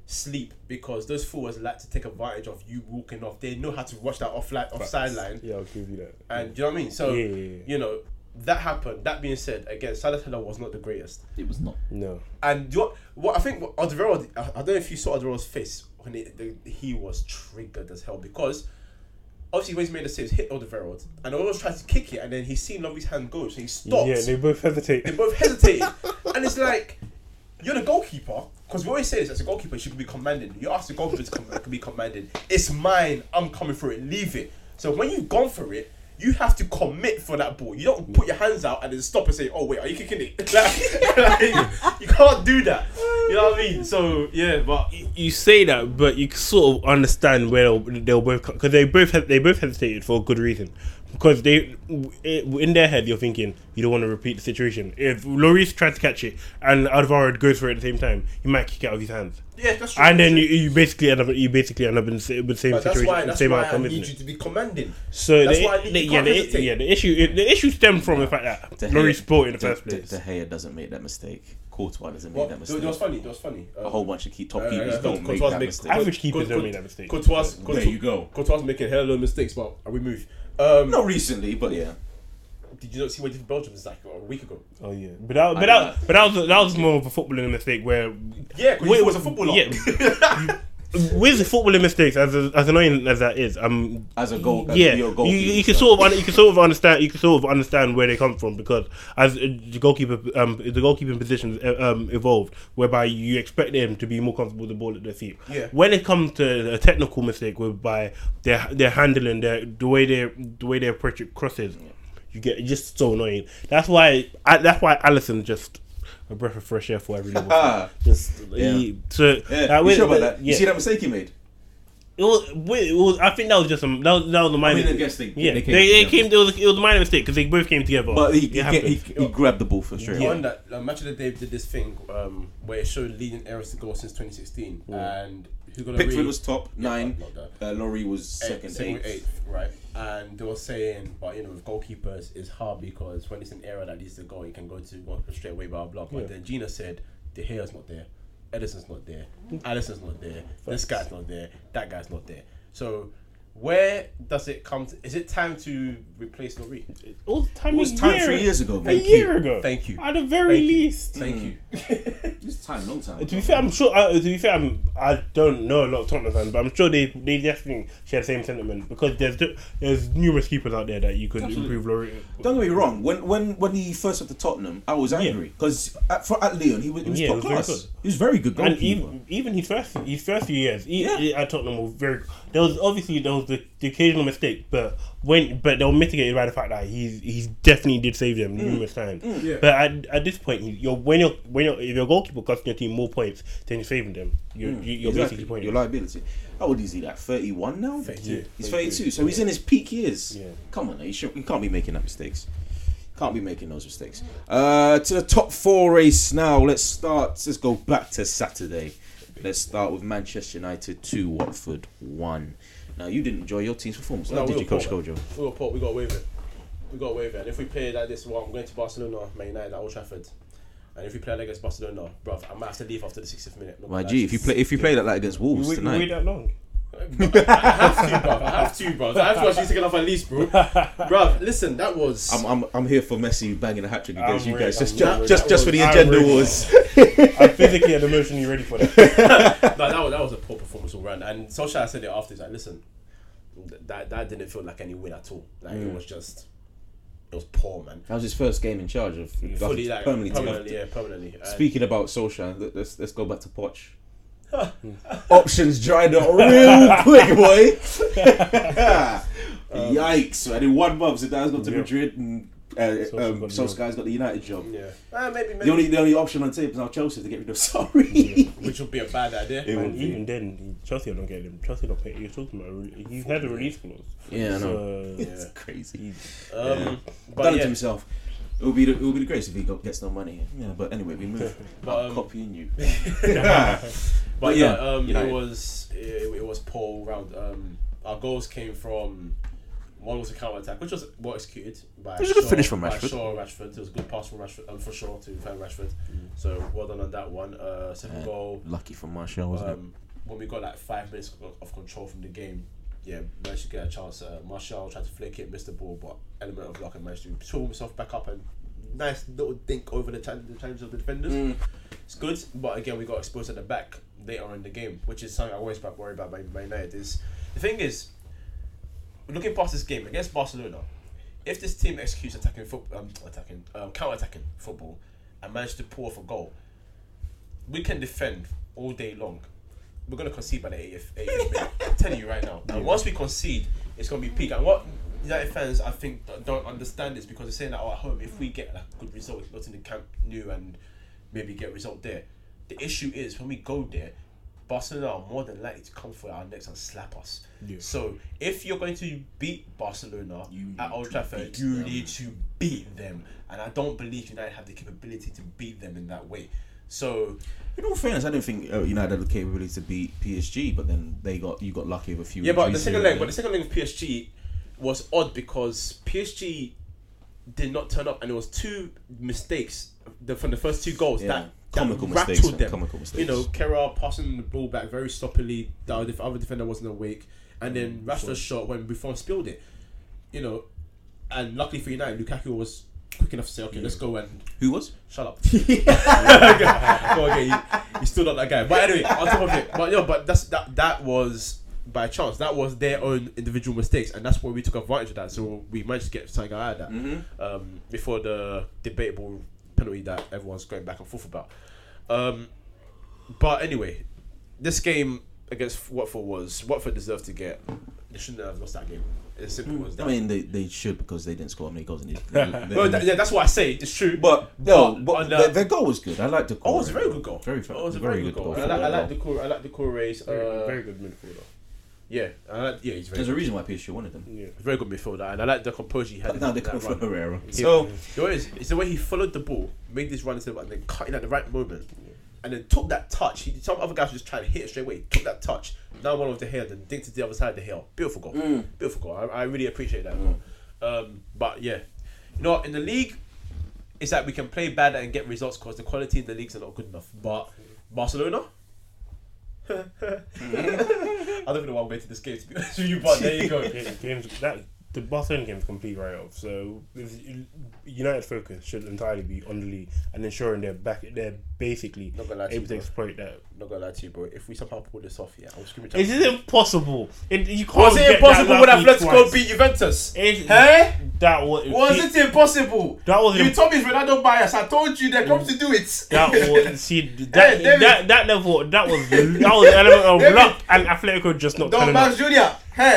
[SPEAKER 3] sleep because those forwards like to take advantage of you walking off. They know how to rush that off off sideline.
[SPEAKER 4] Yeah, I'll give you that.
[SPEAKER 3] And do you know what I mean? So
[SPEAKER 4] Yeah, yeah, yeah.
[SPEAKER 3] you know that happened. That being said, again, Salah was not the greatest.
[SPEAKER 1] It was not.
[SPEAKER 4] No.
[SPEAKER 3] And do you know what, what I think what Alderweireld, I I don't know if you saw Alderweirald's face when it, the, he was triggered as hell because obviously when he's made the saves, hit Alderweireld, and Alderweireld tried to kick it, and then he's seen Lovey's hand go, so he stopped.
[SPEAKER 4] Yeah, they both hesitate.
[SPEAKER 3] They both hesitated, and it's like you're the goalkeeper because we always say this as a goalkeeper, you should be commanding. You ask the goalkeeper to come, to be commanding. It's mine. I'm coming for it. Leave it. So when you've gone for it. You have to commit for that ball. You don't put your hands out and then stop and say, "Oh wait, are you kicking it?" Like, like, you can't do that. You know what I mean? So yeah, but
[SPEAKER 4] You- You say that, but you sort of understand where they'll, they'll both because they both he- they both hesitated for a good reason because they w- it- in their head you're thinking you don't want to repeat the situation. If Lloris tried to catch it and Alvaro goes for it at the same time, he might kick it out of his hands,
[SPEAKER 3] yeah, that's true.
[SPEAKER 4] and then you, you basically end up you basically end up in the sa- with the same
[SPEAKER 3] But that's
[SPEAKER 4] situation,
[SPEAKER 3] why. That's
[SPEAKER 4] same
[SPEAKER 3] why
[SPEAKER 4] outcome,
[SPEAKER 3] I
[SPEAKER 4] isn't
[SPEAKER 3] need
[SPEAKER 4] it?
[SPEAKER 3] you to be commanding.
[SPEAKER 4] So
[SPEAKER 3] That's
[SPEAKER 4] the,
[SPEAKER 3] why I need-
[SPEAKER 4] the-
[SPEAKER 3] you
[SPEAKER 4] yeah,
[SPEAKER 3] can't
[SPEAKER 4] the,
[SPEAKER 3] hesitate.
[SPEAKER 4] yeah, the issue it- the issue stemmed from the fact that Lloris bought it in the first
[SPEAKER 1] De,
[SPEAKER 4] place.
[SPEAKER 1] De Gea doesn't make that mistake. Courtois doesn't
[SPEAKER 3] Well,
[SPEAKER 1] make that
[SPEAKER 3] that
[SPEAKER 1] mistake.
[SPEAKER 3] was funny. That was funny.
[SPEAKER 1] A whole bunch of key top
[SPEAKER 3] Uh,
[SPEAKER 1] keepers
[SPEAKER 3] uh,
[SPEAKER 1] don't make
[SPEAKER 3] Courtois
[SPEAKER 1] that
[SPEAKER 3] make-
[SPEAKER 1] mistake.
[SPEAKER 4] Average keepers
[SPEAKER 3] Cour-
[SPEAKER 4] don't make that mistake.
[SPEAKER 3] Courtois, Courtois,
[SPEAKER 1] There you go.
[SPEAKER 3] Courtois making hell of mistakes, but we move. Um,
[SPEAKER 1] Not recently, but yeah.
[SPEAKER 3] Did you not see what he did for Belgium was like a week ago?
[SPEAKER 4] Oh yeah, but that, but
[SPEAKER 1] know.
[SPEAKER 4] that, but that was that was more of a footballing mistake where
[SPEAKER 3] Yeah, 'cause you
[SPEAKER 4] Wait,
[SPEAKER 3] was a footballer.
[SPEAKER 4] yeah. with the footballing mistakes as as annoying as that is, um,
[SPEAKER 1] As a goal, as
[SPEAKER 4] yeah,
[SPEAKER 1] your
[SPEAKER 4] you,
[SPEAKER 1] goal
[SPEAKER 4] you can sort of un- you can sort of understand you can sort of understand where they come from because as uh, the goalkeeper um the goalkeeping positions uh, um evolved whereby you expect them to be more comfortable with the ball at their feet.
[SPEAKER 3] Yeah.
[SPEAKER 4] When it comes to a technical mistake whereby their their handling their the way they the way they approach it crosses, you get it's just so annoying. That's why I, that's why Allison just. A breath of fresh air for every Liverpool fan. Just he- so
[SPEAKER 1] Yeah,
[SPEAKER 4] that
[SPEAKER 1] you
[SPEAKER 4] was-
[SPEAKER 1] sure about that? You
[SPEAKER 4] Uh, yeah.
[SPEAKER 1] see that mistake he made?
[SPEAKER 4] It was, wait, it was. I think that was just some. That was, that was a minor.
[SPEAKER 1] mean, I guess they-
[SPEAKER 4] yeah,
[SPEAKER 1] they came
[SPEAKER 4] they came. They,
[SPEAKER 1] together.
[SPEAKER 4] came. It was, it was a minor mistake because they both came together.
[SPEAKER 1] But he,
[SPEAKER 4] It
[SPEAKER 1] he,
[SPEAKER 4] happened.
[SPEAKER 1] he, he grabbed the ball for sure.
[SPEAKER 3] The one that uh, match of the day did this thing um, where it showed leading errors to goal since 2016, and Hugo
[SPEAKER 1] Pickford
[SPEAKER 3] Lloris-
[SPEAKER 1] was top nine.
[SPEAKER 3] not that.
[SPEAKER 1] Uh, Laurie was
[SPEAKER 3] eight-
[SPEAKER 1] second,
[SPEAKER 3] second
[SPEAKER 1] eighth.
[SPEAKER 3] eighth, right? And they were saying, but you know, with goalkeepers, it's hard because when it's an error that leads to goal, you can go to one straight away, blah blah. But then Gina said, De Gea's not there, Edison's not there, Allison's not there, this guy's not there, that guy's not there. So. Where does it come? To, is it time to replace Lloris?
[SPEAKER 4] it was time.
[SPEAKER 1] It was time three years ago,
[SPEAKER 4] A
[SPEAKER 1] man.
[SPEAKER 4] year ago.
[SPEAKER 3] Thank you.
[SPEAKER 4] At the very
[SPEAKER 3] Thank you.
[SPEAKER 4] least.
[SPEAKER 3] Thank you.
[SPEAKER 1] It's time, long time.
[SPEAKER 4] To be fair, I'm sure. Uh, to be fair, I'm, I don't know a lot of Tottenham fans, but I'm sure they they definitely share the same sentiment because there's d- there's numerous keepers out there that you could improve. Laurie.
[SPEAKER 1] Don't get me wrong. When when when he first went to Tottenham, I was angry because at, for- at Leon he was, he was
[SPEAKER 4] Yeah,
[SPEAKER 1] top
[SPEAKER 4] he was very
[SPEAKER 1] class.
[SPEAKER 4] good.
[SPEAKER 1] He was very good
[SPEAKER 4] And
[SPEAKER 1] goalkeeper.
[SPEAKER 4] even even his first his first few years, he, he- at Tottenham were very. There was obviously there was the, the occasional mistake, but when but they were mitigated by the fact that he's he's definitely did save them numerous times. But at, at this point, you- you're when you're when you're if your goalkeeper costing your team more points than you're saving them, you're you- you're
[SPEAKER 1] Exactly.
[SPEAKER 4] basically pointing.
[SPEAKER 1] Your liability. How old is he? Like thirty-one now.
[SPEAKER 3] 32. Yeah,
[SPEAKER 1] He's thirty-two, so he's in his peak years.
[SPEAKER 4] Yeah.
[SPEAKER 1] Come on, now, you, should, you can't be making that mistakes. Can't be making those mistakes. Uh, to the top four race now. Let's start. Let's go back to Saturday. Let's start with Manchester United two, Watford one. Now you didn't enjoy your team's performance. How
[SPEAKER 3] we
[SPEAKER 1] did
[SPEAKER 3] were
[SPEAKER 1] you, Coach
[SPEAKER 3] poor.
[SPEAKER 1] Kojo?
[SPEAKER 3] We got Port, we got away with it. We got away with it. And if we play like this, well, I'm going to Barcelona, Man United, at Old Trafford. And if we play like against Barcelona, bruv, I might have to leave after the 60th minute. Not
[SPEAKER 1] My
[SPEAKER 3] gonna
[SPEAKER 1] G,
[SPEAKER 3] lie.
[SPEAKER 1] if you play if you play that like against
[SPEAKER 4] You
[SPEAKER 1] Wolves
[SPEAKER 4] wait, you
[SPEAKER 1] tonight,
[SPEAKER 4] wait that long?
[SPEAKER 3] I have to, bruv. I have to, bruv. I have to watch you taking off at least, bro. bruv, listen, that was.
[SPEAKER 1] I'm, I'm I'm here for Messi banging a hat trick against
[SPEAKER 4] I'm
[SPEAKER 1] you
[SPEAKER 4] ready,
[SPEAKER 1] guys.
[SPEAKER 4] I'm
[SPEAKER 1] Just
[SPEAKER 4] ready.
[SPEAKER 1] just just, just for the
[SPEAKER 4] I'm
[SPEAKER 1] agenda
[SPEAKER 4] ready.
[SPEAKER 1] wars.
[SPEAKER 4] I'm physically and emotionally ready for that.
[SPEAKER 3] no, that, was, that was a poor performance all round. And Solskjaer said it
[SPEAKER 1] Mm.
[SPEAKER 3] after. He's like, listen, th- that, that didn't feel like any win at all. Like, it was just it was poor, man.
[SPEAKER 1] That was his first game in charge of
[SPEAKER 3] Fully like
[SPEAKER 1] permanently.
[SPEAKER 3] permanently, yeah, permanently. And-
[SPEAKER 1] Speaking about Solskjaer, let- let's let's go back to Poch. Options dried up real quick, boy. Yikes! Man. In one month, Zidane's got to Madrid, and uh, um,
[SPEAKER 4] got the-
[SPEAKER 1] Solskjaer's got the United job.
[SPEAKER 3] yeah, Ah, maybe,
[SPEAKER 1] The
[SPEAKER 3] maybe
[SPEAKER 1] only the only option on tape is now Chelsea to get rid of Sorry.
[SPEAKER 3] which would be a bad idea.
[SPEAKER 1] It would
[SPEAKER 4] And
[SPEAKER 1] be.
[SPEAKER 4] even then, Chelsea don't get him. Chelsea don't pay. You're talking about a re- he's had a release clause.
[SPEAKER 1] Yeah, I know.
[SPEAKER 4] So,
[SPEAKER 1] It's crazy.
[SPEAKER 4] he-
[SPEAKER 3] Um,
[SPEAKER 1] Done
[SPEAKER 3] but
[SPEAKER 1] it to
[SPEAKER 3] yeah,
[SPEAKER 1] himself. It would be the, it would be the greatest if he got, gets no money. Yeah, but anyway, we move.
[SPEAKER 3] But,
[SPEAKER 1] I'm
[SPEAKER 3] um,
[SPEAKER 1] copying you.
[SPEAKER 3] but
[SPEAKER 1] yeah,
[SPEAKER 3] yeah, um,
[SPEAKER 1] United.
[SPEAKER 3] it was it, it was poor all round. Um, our goals came from one was a counter attack, which was well executed by. It
[SPEAKER 1] was a good finish from Rashford.
[SPEAKER 3] Shaw, Rashford. It was a good pass from Rashford um, for Shaw to Van Rashford.
[SPEAKER 1] Mm.
[SPEAKER 3] So well done on that one. Uh, second goal.
[SPEAKER 1] Lucky for Martial, wasn't
[SPEAKER 3] Um, when we got like five minutes of- of control from the game, yeah, managed to get a chance. Uh, Martial tried to flick it, missed the ball, but element of luck and managed to pull himself back up and nice little dink over the, chan- the challenges of the defenders.
[SPEAKER 1] Mm.
[SPEAKER 3] It's good, but again, we got exposed at the back later in the game, which is something I always about- worry about by, by United. Is the thing is, looking past this game against Barcelona, if this team executes attacking football, um, attacking um, counter attacking football, and manage to pull off a goal, we can defend all day long. We're gonna concede by the 80th, 80th minute. I'm telling you right now. And once we concede, it's gonna be peak. And what United fans I think don't- don't understand is because they're saying that oh, at home, if we get a good result, not in the Camp New and maybe get a result there. The issue is when we go there, Barcelona are more than likely to come for our necks and slap us. So if you're going to beat Barcelona at Old Trafford, you need to beat them. And I don't believe United have the capability to beat them in that way. So
[SPEAKER 1] In all fairness, I don't think uh, United had the capability to beat PSG, but then they got you got lucky with a few.
[SPEAKER 3] Yeah, but the
[SPEAKER 1] injuries
[SPEAKER 3] second
[SPEAKER 1] here
[SPEAKER 3] leg,
[SPEAKER 1] and
[SPEAKER 3] but the second leg of PSG was odd because PSG did not turn up, and it was two mistakes the, from the first two goals
[SPEAKER 1] Yeah.
[SPEAKER 3] that
[SPEAKER 1] Comical
[SPEAKER 3] that rattled
[SPEAKER 1] mistakes, man.
[SPEAKER 3] them.
[SPEAKER 1] Comical
[SPEAKER 3] You know,
[SPEAKER 1] mistakes.
[SPEAKER 3] Kerr passing the ball back very sloppily. The other the other defender wasn't awake, and
[SPEAKER 1] Mm,
[SPEAKER 3] then Rashford's shot when Buffon spilled it. You know, and luckily for United, Lukaku was quick enough to say, "Okay, let's go and
[SPEAKER 1] Who was?
[SPEAKER 3] Shut up. Go on, okay, you, you're still not that guy. But anyway, on top of it, but no, but that's that that was by chance. That was their own individual mistakes, and that's where we took advantage of that. So we managed to get something out of that
[SPEAKER 1] Mm-hmm.
[SPEAKER 3] um, before the debatable penalty that everyone's going back and forth about. Um, but anyway, this game against Watford was Watford deserved to get. They shouldn't have lost that game. As simple as that.
[SPEAKER 1] Mm. I mean, they, they should because they didn't score how many goals in these. they-
[SPEAKER 3] no, that- yeah, that's what I say. It's true.
[SPEAKER 1] but no,
[SPEAKER 3] but
[SPEAKER 1] but,
[SPEAKER 3] on
[SPEAKER 1] their,
[SPEAKER 3] the-
[SPEAKER 1] their goal was good. I liked the.
[SPEAKER 3] Oh,
[SPEAKER 1] Corey.
[SPEAKER 3] it was a very good goal.
[SPEAKER 1] Very fa-
[SPEAKER 3] oh, it was a very, good goal. I, like, I like the cool. I like the cool race. Uh,
[SPEAKER 4] very, very good midfielder.
[SPEAKER 3] yeah, I like, yeah, he's very,
[SPEAKER 1] There's a
[SPEAKER 3] good.
[SPEAKER 1] reason why PSG wanted them.
[SPEAKER 4] Yeah.
[SPEAKER 3] very good midfielder, and I like the composure he had.
[SPEAKER 1] But now
[SPEAKER 3] in
[SPEAKER 1] they
[SPEAKER 3] that
[SPEAKER 1] come from
[SPEAKER 3] run.
[SPEAKER 1] Herrera. So
[SPEAKER 3] You know what it is? It's the way he followed the ball, made this run into the back, and then cut in at the right moment, and then took that touch. He, some other guys were just trying to hit it straight away. He took that touch. Now one off the head, then dinked to the other side of the hill. Beautiful goal. Beautiful goal. I, I really appreciate that goal. Um, but yeah, you know, what, in the league, it's that we can play bad and get results because the quality in the leagues are not good enough. But Barcelona. I don't know why I'm waiting this game to be honest with you, but there you go.
[SPEAKER 4] Ga- games that the Barcelona game's complete write off. So if you- United focus should entirely be on the league and ensuring they're back. They're basically
[SPEAKER 3] Not gonna lie to you,
[SPEAKER 4] able to
[SPEAKER 3] bro.
[SPEAKER 4] exploit that.
[SPEAKER 3] not gonna lie to you, bro. If we somehow pull this off, yeah, I'm screaming.
[SPEAKER 4] It is impossible. It, you can't
[SPEAKER 3] Was
[SPEAKER 4] get
[SPEAKER 3] it impossible
[SPEAKER 4] that
[SPEAKER 3] when
[SPEAKER 4] lucky
[SPEAKER 3] Atletico
[SPEAKER 4] twice.
[SPEAKER 3] beat Juventus?
[SPEAKER 4] It-
[SPEAKER 3] Hey?
[SPEAKER 4] That was,
[SPEAKER 3] Was it impossible?
[SPEAKER 4] That was
[SPEAKER 3] you
[SPEAKER 4] imp-
[SPEAKER 3] told me it's Ronaldo bias. I told you they're come to do it.
[SPEAKER 4] That was see that
[SPEAKER 3] Hey, David.
[SPEAKER 4] that, that level that was that was the element of
[SPEAKER 3] David.
[SPEAKER 4] luck and Atletico just not
[SPEAKER 3] Don
[SPEAKER 4] turning
[SPEAKER 3] Max
[SPEAKER 4] up.
[SPEAKER 3] Junior. Hey.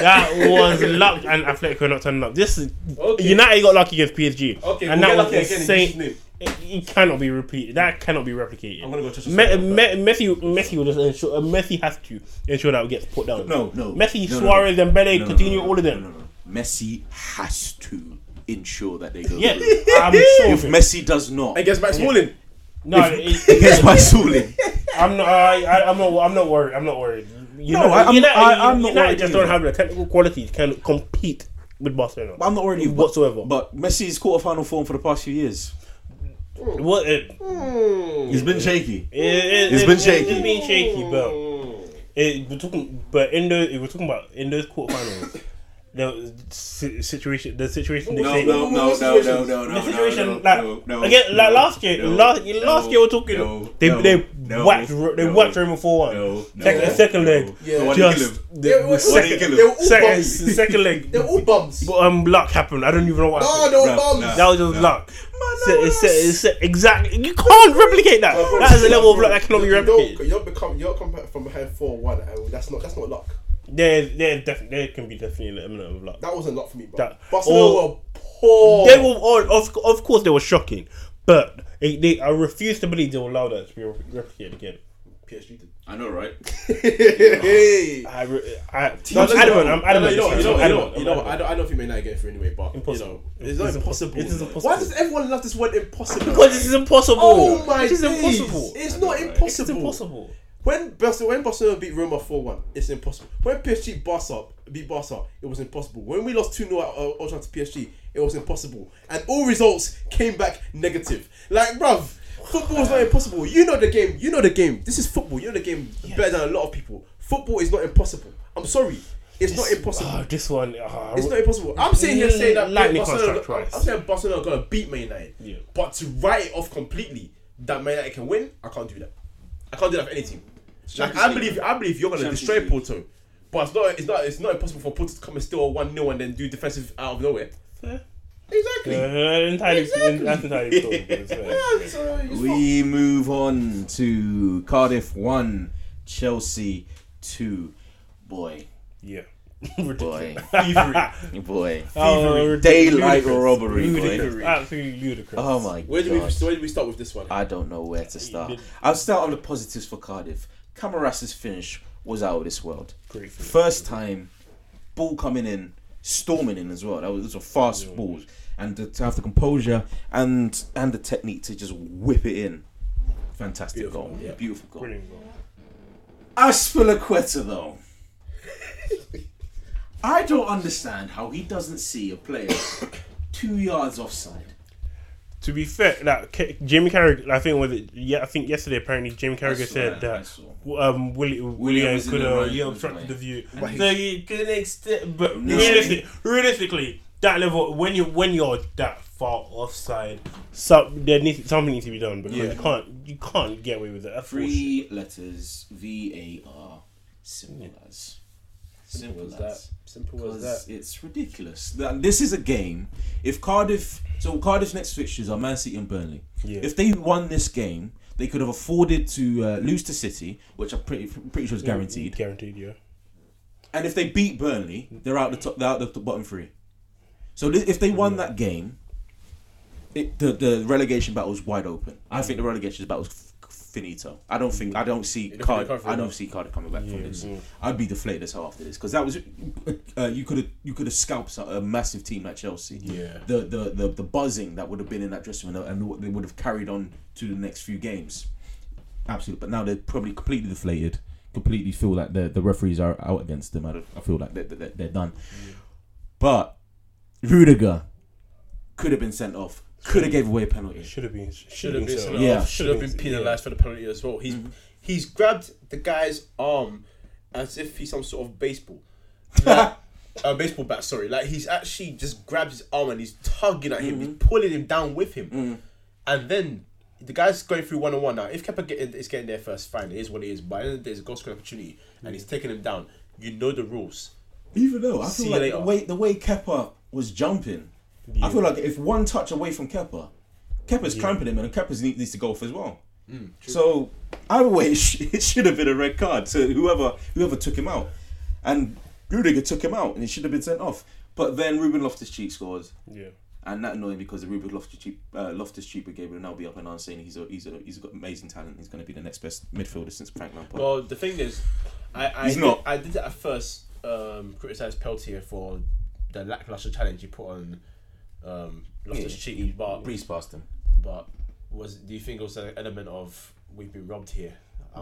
[SPEAKER 4] That was luck and Atletico not turning up. This is
[SPEAKER 3] Okay.
[SPEAKER 4] United got lucky against PSG.
[SPEAKER 3] Okay,
[SPEAKER 4] and
[SPEAKER 3] we'll get
[SPEAKER 4] that was
[SPEAKER 3] lucky again in Jesus'
[SPEAKER 4] insane.
[SPEAKER 3] name.
[SPEAKER 4] It, it cannot be repeated. That cannot be replicated.
[SPEAKER 3] I'm gonna go touch the
[SPEAKER 4] Me-
[SPEAKER 3] side of
[SPEAKER 4] Me- Messi, Messi will just ensure. Uh, Messi has to ensure that it gets put down.
[SPEAKER 1] no, no.
[SPEAKER 4] Messi,
[SPEAKER 1] no, no,
[SPEAKER 4] Suarez,
[SPEAKER 1] no.
[SPEAKER 4] and
[SPEAKER 1] No,
[SPEAKER 4] Bele
[SPEAKER 1] no,
[SPEAKER 4] continue
[SPEAKER 1] no, no,
[SPEAKER 4] all of
[SPEAKER 1] no,
[SPEAKER 4] them.
[SPEAKER 1] no, no. Messi has to ensure that they go.
[SPEAKER 4] Yeah,
[SPEAKER 1] through.
[SPEAKER 4] I'm sure.
[SPEAKER 1] If
[SPEAKER 4] of it.
[SPEAKER 1] Messi does not,
[SPEAKER 3] Against Max Smalling.
[SPEAKER 4] no, it- it-
[SPEAKER 1] against Basuli.
[SPEAKER 4] I'm not. I, I, I'm not. I'm not worried. I'm not worried. You
[SPEAKER 1] No, I- I'm-
[SPEAKER 4] United,
[SPEAKER 1] I- I'm not
[SPEAKER 4] United
[SPEAKER 1] worried
[SPEAKER 4] just don't
[SPEAKER 1] either.
[SPEAKER 4] have the technical quality to can compete with Barcelona.
[SPEAKER 1] I'm not worried
[SPEAKER 4] whatsoever.
[SPEAKER 1] But Messi's quarterfinal form for the past few years,
[SPEAKER 4] what? uh, It,
[SPEAKER 1] he's been shaky.
[SPEAKER 4] it, it,
[SPEAKER 1] It's
[SPEAKER 4] it-
[SPEAKER 1] been
[SPEAKER 4] it's
[SPEAKER 1] shaky.
[SPEAKER 4] been shaky, but it, we're talking. But in those, if we're talking about in those quarterfinals, No, si- situation. The situation.
[SPEAKER 9] No,
[SPEAKER 4] they-
[SPEAKER 9] no, no, no, no, no, no.
[SPEAKER 4] the situation
[SPEAKER 9] no, no,
[SPEAKER 4] like
[SPEAKER 9] no, no,
[SPEAKER 4] again like
[SPEAKER 9] no,
[SPEAKER 4] last year
[SPEAKER 9] no,
[SPEAKER 4] last,
[SPEAKER 9] no,
[SPEAKER 4] last year we're talking
[SPEAKER 9] no,
[SPEAKER 4] they
[SPEAKER 9] no,
[SPEAKER 4] they
[SPEAKER 9] no,
[SPEAKER 4] whacked Ro- they
[SPEAKER 9] no,
[SPEAKER 4] whacked Roman four one
[SPEAKER 9] No, no,
[SPEAKER 4] second, second leg
[SPEAKER 9] Yeah. The one who killed
[SPEAKER 4] just
[SPEAKER 9] him.
[SPEAKER 4] the,
[SPEAKER 3] They were-
[SPEAKER 9] What did he
[SPEAKER 4] second,
[SPEAKER 9] kill
[SPEAKER 3] They were
[SPEAKER 9] him?
[SPEAKER 3] all
[SPEAKER 4] second,
[SPEAKER 3] bums.
[SPEAKER 4] second leg
[SPEAKER 3] They were all bums. Oh,
[SPEAKER 4] but, um luck happened I don't even know what
[SPEAKER 3] No,
[SPEAKER 4] happened
[SPEAKER 3] they were
[SPEAKER 9] Bruh,
[SPEAKER 3] bums.
[SPEAKER 9] nah.
[SPEAKER 4] that was just luck so, it's it's it's exactly you can't replicate that that is a level of luck that cannot be
[SPEAKER 3] You don't,
[SPEAKER 4] replicated
[SPEAKER 3] you don't become. You don't come back from behind four one. and That's not. That's not luck.
[SPEAKER 4] there there defi- there can be definitely an element of luck
[SPEAKER 3] That wasn't luck for me, bro.
[SPEAKER 4] That-
[SPEAKER 3] Barcelona
[SPEAKER 4] or-
[SPEAKER 3] were poor.
[SPEAKER 4] They were all, oh, of, of course they were shocking, but they, they, I refuse to believe they will allow that to be repl- replicated again.
[SPEAKER 3] PSG did.
[SPEAKER 9] I know, right?
[SPEAKER 3] Hey.
[SPEAKER 4] I, re- I, I'm adamant.
[SPEAKER 3] No,
[SPEAKER 4] I'm
[SPEAKER 3] no,
[SPEAKER 4] adamant.
[SPEAKER 3] you know, what, you know, what,
[SPEAKER 4] this time, I'm
[SPEAKER 3] you know,
[SPEAKER 4] adamant,
[SPEAKER 3] what, you know.
[SPEAKER 4] I'm
[SPEAKER 3] what, I
[SPEAKER 4] adamant.
[SPEAKER 3] don't, I don't think Man United get through anyway, but
[SPEAKER 4] Impossible.
[SPEAKER 3] you know, it's not impossible.
[SPEAKER 4] It is
[SPEAKER 3] man.
[SPEAKER 4] impossible.
[SPEAKER 3] Why does everyone love this word impossible?
[SPEAKER 4] Because it's impossible.
[SPEAKER 3] oh my
[SPEAKER 4] It is
[SPEAKER 3] days.
[SPEAKER 4] impossible.
[SPEAKER 3] It's not
[SPEAKER 4] It's
[SPEAKER 3] impossible.
[SPEAKER 4] impossible.
[SPEAKER 3] When Barcelona, when Barcelona beat Roma four one, it's impossible. When PSG Barca beat Barca, it was impossible. When we lost two 0 at uh, Old Trafford to PSG, it was impossible. And all results came back negative. Like bruv, football is not impossible. You know the game. You know the game. This is football. You know the game better than a lot of people. Football is not impossible. I'm sorry, it's not impossible.
[SPEAKER 4] Oh, this one. ah,
[SPEAKER 3] It's not impossible. I'm sitting here saying that
[SPEAKER 4] Lightning
[SPEAKER 3] Barcelona,
[SPEAKER 4] can't strike
[SPEAKER 3] I'm
[SPEAKER 4] twice.
[SPEAKER 3] I'm saying Barcelona are gonna beat Man United.
[SPEAKER 4] Yeah.
[SPEAKER 3] But to write it off completely that Man United can win, I can't do that. I can't do that for any team. Like I believe I believe you're gonna
[SPEAKER 9] Champions
[SPEAKER 3] destroy
[SPEAKER 9] League.
[SPEAKER 3] Porto. But it's not it's not it's not impossible for Porto to come and steal a one 0 and then do defensive out of nowhere.
[SPEAKER 4] Fair.
[SPEAKER 3] Exactly.
[SPEAKER 4] Uh, entirely,
[SPEAKER 3] Exactly.
[SPEAKER 4] That's entirely plausible. it's fair.
[SPEAKER 3] Yeah, so it's not-
[SPEAKER 1] We move on to Cardiff 1, Chelsea 2. Boy,
[SPEAKER 4] Yeah. Ridiculous.
[SPEAKER 1] boy,
[SPEAKER 4] Thievery.
[SPEAKER 1] boy.
[SPEAKER 4] Oh, ridiculous.
[SPEAKER 1] Daylight robbery, boy.
[SPEAKER 4] Ludicrous. Absolutely ludicrous.
[SPEAKER 1] Oh my
[SPEAKER 3] where do we
[SPEAKER 1] god.
[SPEAKER 3] where do we start with this one?
[SPEAKER 1] I don't know where to start. I'll start on the positives for Cardiff. Camaras' finish was out of this world.
[SPEAKER 4] Great finish.
[SPEAKER 1] First time, ball coming in, storming in as well. That was, those were fast balls. And to, to have the composure and and the technique to just whip it in. Fantastic goal. Beautiful goal.
[SPEAKER 4] Brilliant goal.
[SPEAKER 1] Aspilaqueta, though. I don't understand how he doesn't see a player two yards offside.
[SPEAKER 4] To be fair, like K- Jamie Carragher, I think was it? Yeah, I think yesterday apparently Jamie Carragher
[SPEAKER 1] saw
[SPEAKER 4] said
[SPEAKER 1] that, I
[SPEAKER 4] that
[SPEAKER 1] saw.
[SPEAKER 4] w- um, Willi- William
[SPEAKER 1] was in
[SPEAKER 4] could
[SPEAKER 1] the
[SPEAKER 4] have
[SPEAKER 1] right,
[SPEAKER 4] yeah,
[SPEAKER 1] was
[SPEAKER 4] obstructed
[SPEAKER 1] right.
[SPEAKER 4] the view. So you couldn't extend, but realistically, realistically, that level when you when you're that far offside, so there needs something needs to be done because you can't you can't get away with it. That's bullshit.
[SPEAKER 1] Three letters V A R simple as. Simple as that.
[SPEAKER 3] Simple as that.
[SPEAKER 1] Because it's ridiculous. That- This is a game. If Cardiff, so Cardiff's next fixtures are Man City and Burnley.
[SPEAKER 4] Yeah.
[SPEAKER 1] If they won this game, they could have afforded to uh, lose to City, which I'm pretty pretty sure is guaranteed.
[SPEAKER 4] guaranteed, yeah.
[SPEAKER 1] And if they beat Burnley, they're out the top, they're out the, bottom three. So li- if they won that game, it, the the relegation battle is wide open. I think the relegation battle is f- finito. I don't think I don't see Card. I don't see Cardiff coming back from this. I'd be deflated as hell after this because that was uh, you could have you could have scalped so- a massive team like Chelsea. Yeah. The the the, the buzzing that would have been in that dressing room and what they would have carried on to the next few games. Absolutely, but now they're probably completely deflated. Completely feel like the the referees are out against them. I, don't- I feel like they're, they're, they're done. But Rudiger could have been sent off. Could have gave away a penalty.
[SPEAKER 4] Should have been. Should
[SPEAKER 3] Should have been sent
[SPEAKER 1] Yeah.
[SPEAKER 3] off. Should have been penalised for the penalty as well. He's he's grabbed the guy's arm as if he's some sort of baseball, Like, a baseball bat. Sorry, like he's actually just grabbed his arm and he's tugging at him, he's pulling him down with him, and then the guy's going through one on one now. If Kepa get, is getting there first, fine, it is what it is. But at the end of the day, it's a goal scoring opportunity, and he's taking him down. You know the rules.
[SPEAKER 1] Even though I
[SPEAKER 3] See
[SPEAKER 1] feel
[SPEAKER 3] you
[SPEAKER 1] like
[SPEAKER 3] later.
[SPEAKER 1] the way the way Kepper was jumping, I feel like if one touch away from Kepper, Kepper's cramping him, and Kepper's need, needs to go off as well.
[SPEAKER 3] Mm,
[SPEAKER 1] so either way, it, sh- it should have been a red card to whoever whoever took him out, and Rudiger took him out, and he should have been sent off. But then Ruben Loftus-Cheek scores,
[SPEAKER 4] Yeah.
[SPEAKER 1] and that annoying because the Ruben Loftus-Cheek uh, Loftus-Cheek brigade will now be up and down saying he's a, he's a, he's got amazing talent. He's going to be the next best midfielder since Frank Lampard.
[SPEAKER 3] Well, the thing is, I I,
[SPEAKER 1] He's
[SPEAKER 3] did,
[SPEAKER 1] not.
[SPEAKER 3] I did at first um, criticize Peltier for the lackluster challenge he put on um, Loftus Cheek, but
[SPEAKER 1] breeze past him.
[SPEAKER 3] but was do you think it was an element of we've been robbed here?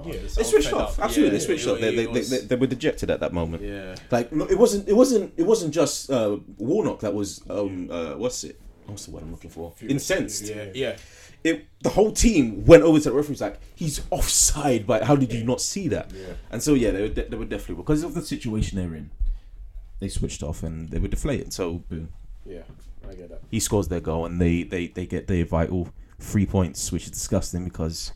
[SPEAKER 3] Yeah,
[SPEAKER 1] They switched off. Absolutely, they switched off. They, they, they, they, they were dejected at that moment.
[SPEAKER 3] Yeah.
[SPEAKER 1] Like no, it wasn't. It wasn't. It wasn't just uh, Warnock that was. Um, uh, what's it? What's the word I'm looking for? Incensed.
[SPEAKER 3] Yeah, yeah.
[SPEAKER 1] It. The whole team went over to the referee. was Like he's offside. But how did you not see that? And so yeah, they were, de- they were definitely because of the situation they're in. they switched off and they were deflated. So boom.
[SPEAKER 3] Yeah, I get that.
[SPEAKER 1] he scores their goal and they, they, they get their vital three points, which is disgusting because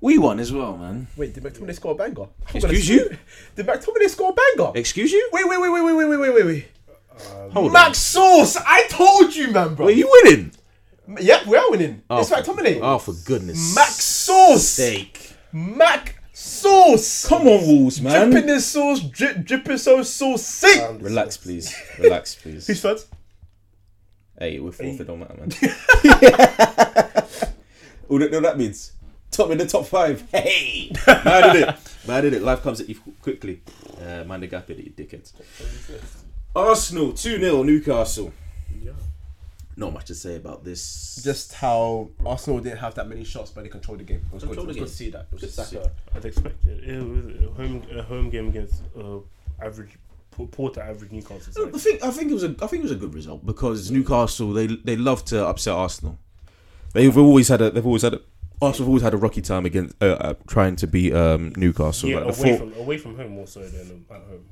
[SPEAKER 1] we won as well, man.
[SPEAKER 10] Wait, did McTominay score a banger?
[SPEAKER 1] Excuse you?
[SPEAKER 10] Did McTominay score a banger?
[SPEAKER 1] Excuse you?
[SPEAKER 10] Wait, wait, wait, wait, wait, wait, wait, wait, wait, wait.
[SPEAKER 1] Hold
[SPEAKER 10] Max Sauce, I told you, man, bro.
[SPEAKER 1] on. Are you winning?
[SPEAKER 10] Yep, we are winning. it's McTominay.
[SPEAKER 11] Oh, for goodness
[SPEAKER 10] Mac Sauce.
[SPEAKER 11] sake.
[SPEAKER 10] Mac Sauce.
[SPEAKER 1] Come on, Wolves, man.
[SPEAKER 10] Dripping this sauce, drip, dripping so sauce. Sick.
[SPEAKER 1] Relax, please. Relax, please.
[SPEAKER 10] Who's first?
[SPEAKER 1] hey, we're fourth. It don't matter, man. All that, all that means top in the top five. Hey, man did it. Man did it. Life comes at you quickly. Uh, man the gap in it, you dickheads. Arsenal two 0 Newcastle. Not much to say about this.
[SPEAKER 10] Just how Arsenal didn't have that many shots, but they controlled the game. It was good, it was good to see that. It was
[SPEAKER 1] Good to see
[SPEAKER 10] Saka.
[SPEAKER 4] As expected, it was a home a home game against uh, average poor- poor to average Newcastle.
[SPEAKER 1] I
[SPEAKER 4] Side.
[SPEAKER 1] think I think it was a I think it was a good result because Newcastle they they love to upset Arsenal. They've always had a they've always had a, Arsenal have always had a rocky time against uh, uh, trying to beat um, Newcastle.
[SPEAKER 4] Yeah,
[SPEAKER 1] Like, the four-
[SPEAKER 4] away from away from home more so than um, at home.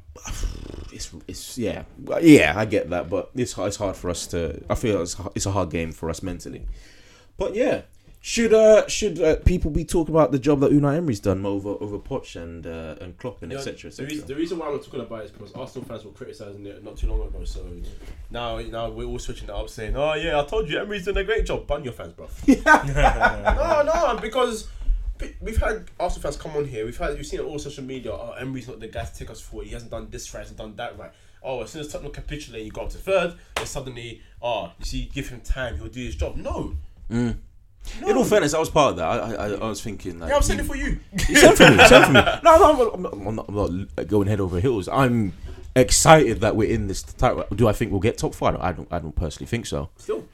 [SPEAKER 1] it's, it's yeah Well, yeah I get that, but it's hard- it's hard for us to. I feel it's h- it's a hard game for us mentally. But yeah, should uh should uh, people be talking about the job that Unai Emery's done over over Poch and uh, and Klopp and etc.
[SPEAKER 3] The, reason,
[SPEAKER 1] etc.
[SPEAKER 3] the reason why I'm not talking about it is because Arsenal fans were criticising it not too long ago. So now, now we're all switching it up, saying, "Oh yeah, I told you, Emery's doing a great job." Ban your fans, bro. no, no, because p- we've had Arsenal fans come on here. We've had, we've seen it all on social media. Oh, Emery's not the guy to take us forward. He hasn't done this right. He hasn't done that right. Oh, as soon as Tottenham capitulate, you go up to third, and suddenly, oh, you see, give him time. He'll do his job. No,
[SPEAKER 1] In all fairness, I was part of that. I I, I- I was thinking like
[SPEAKER 3] yeah, I'm saying it for you.
[SPEAKER 1] Same for me. Same for me. No, no, I'm, I'm, not, I'm not uh, going head over heels. I'm excited that we're in this title. Do I think we'll get top five? I don't. I don't personally think so.
[SPEAKER 3] Still,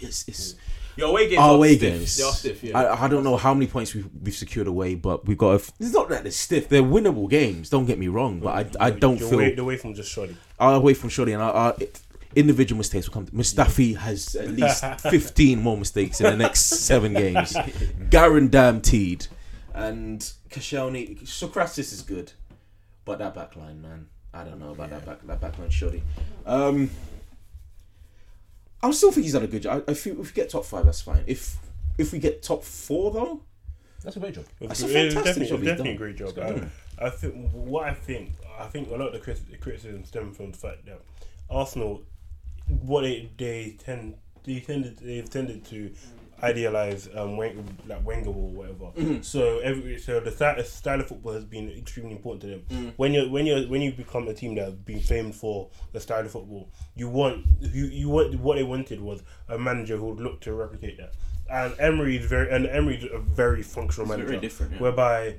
[SPEAKER 1] It's, it's
[SPEAKER 3] your away games.
[SPEAKER 1] our
[SPEAKER 3] are
[SPEAKER 1] away
[SPEAKER 3] stiff.
[SPEAKER 1] games.
[SPEAKER 3] They are stiff. Yeah.
[SPEAKER 1] I, I don't know how many points we've, we've secured away, but we've got. A, f- it's not that they're stiff. They're winnable games. Don't get me wrong, but I, I don't
[SPEAKER 4] The
[SPEAKER 1] feel
[SPEAKER 4] away, the away from just shoddy.
[SPEAKER 1] our away from Shoddy and our, our individual mistakes will come. Mustafi has at least 15 more mistakes in the next seven games. Guaranteed. And Kashani, Socrates is good. But that back line, man. I don't know about that back that back line, Shoddy. Um, I still think he's done a good job. I, I feel if we get top five, that's fine. If if we get top four though,
[SPEAKER 10] That's a great job.
[SPEAKER 1] That's a
[SPEAKER 4] It was
[SPEAKER 1] fantastic
[SPEAKER 4] definitely,
[SPEAKER 1] job
[SPEAKER 4] it was
[SPEAKER 1] he's
[SPEAKER 4] definitely a
[SPEAKER 1] done.
[SPEAKER 4] great job. I, I think what I think I think a lot of the criti- criticism stem from the fact that Arsenal, what they, they tend they tended they've tended to idealize um Wen- like Wenger or whatever.
[SPEAKER 1] Mm-hmm.
[SPEAKER 4] So every so the style, style of football has been extremely important to them.
[SPEAKER 1] Mm.
[SPEAKER 4] When you when you when you become a team that has been famed for the style of football, you want you you want what they wanted was a manager who would look to replicate that. And Emery is very and Emery's a very functional manager,
[SPEAKER 1] different, yeah.
[SPEAKER 4] whereby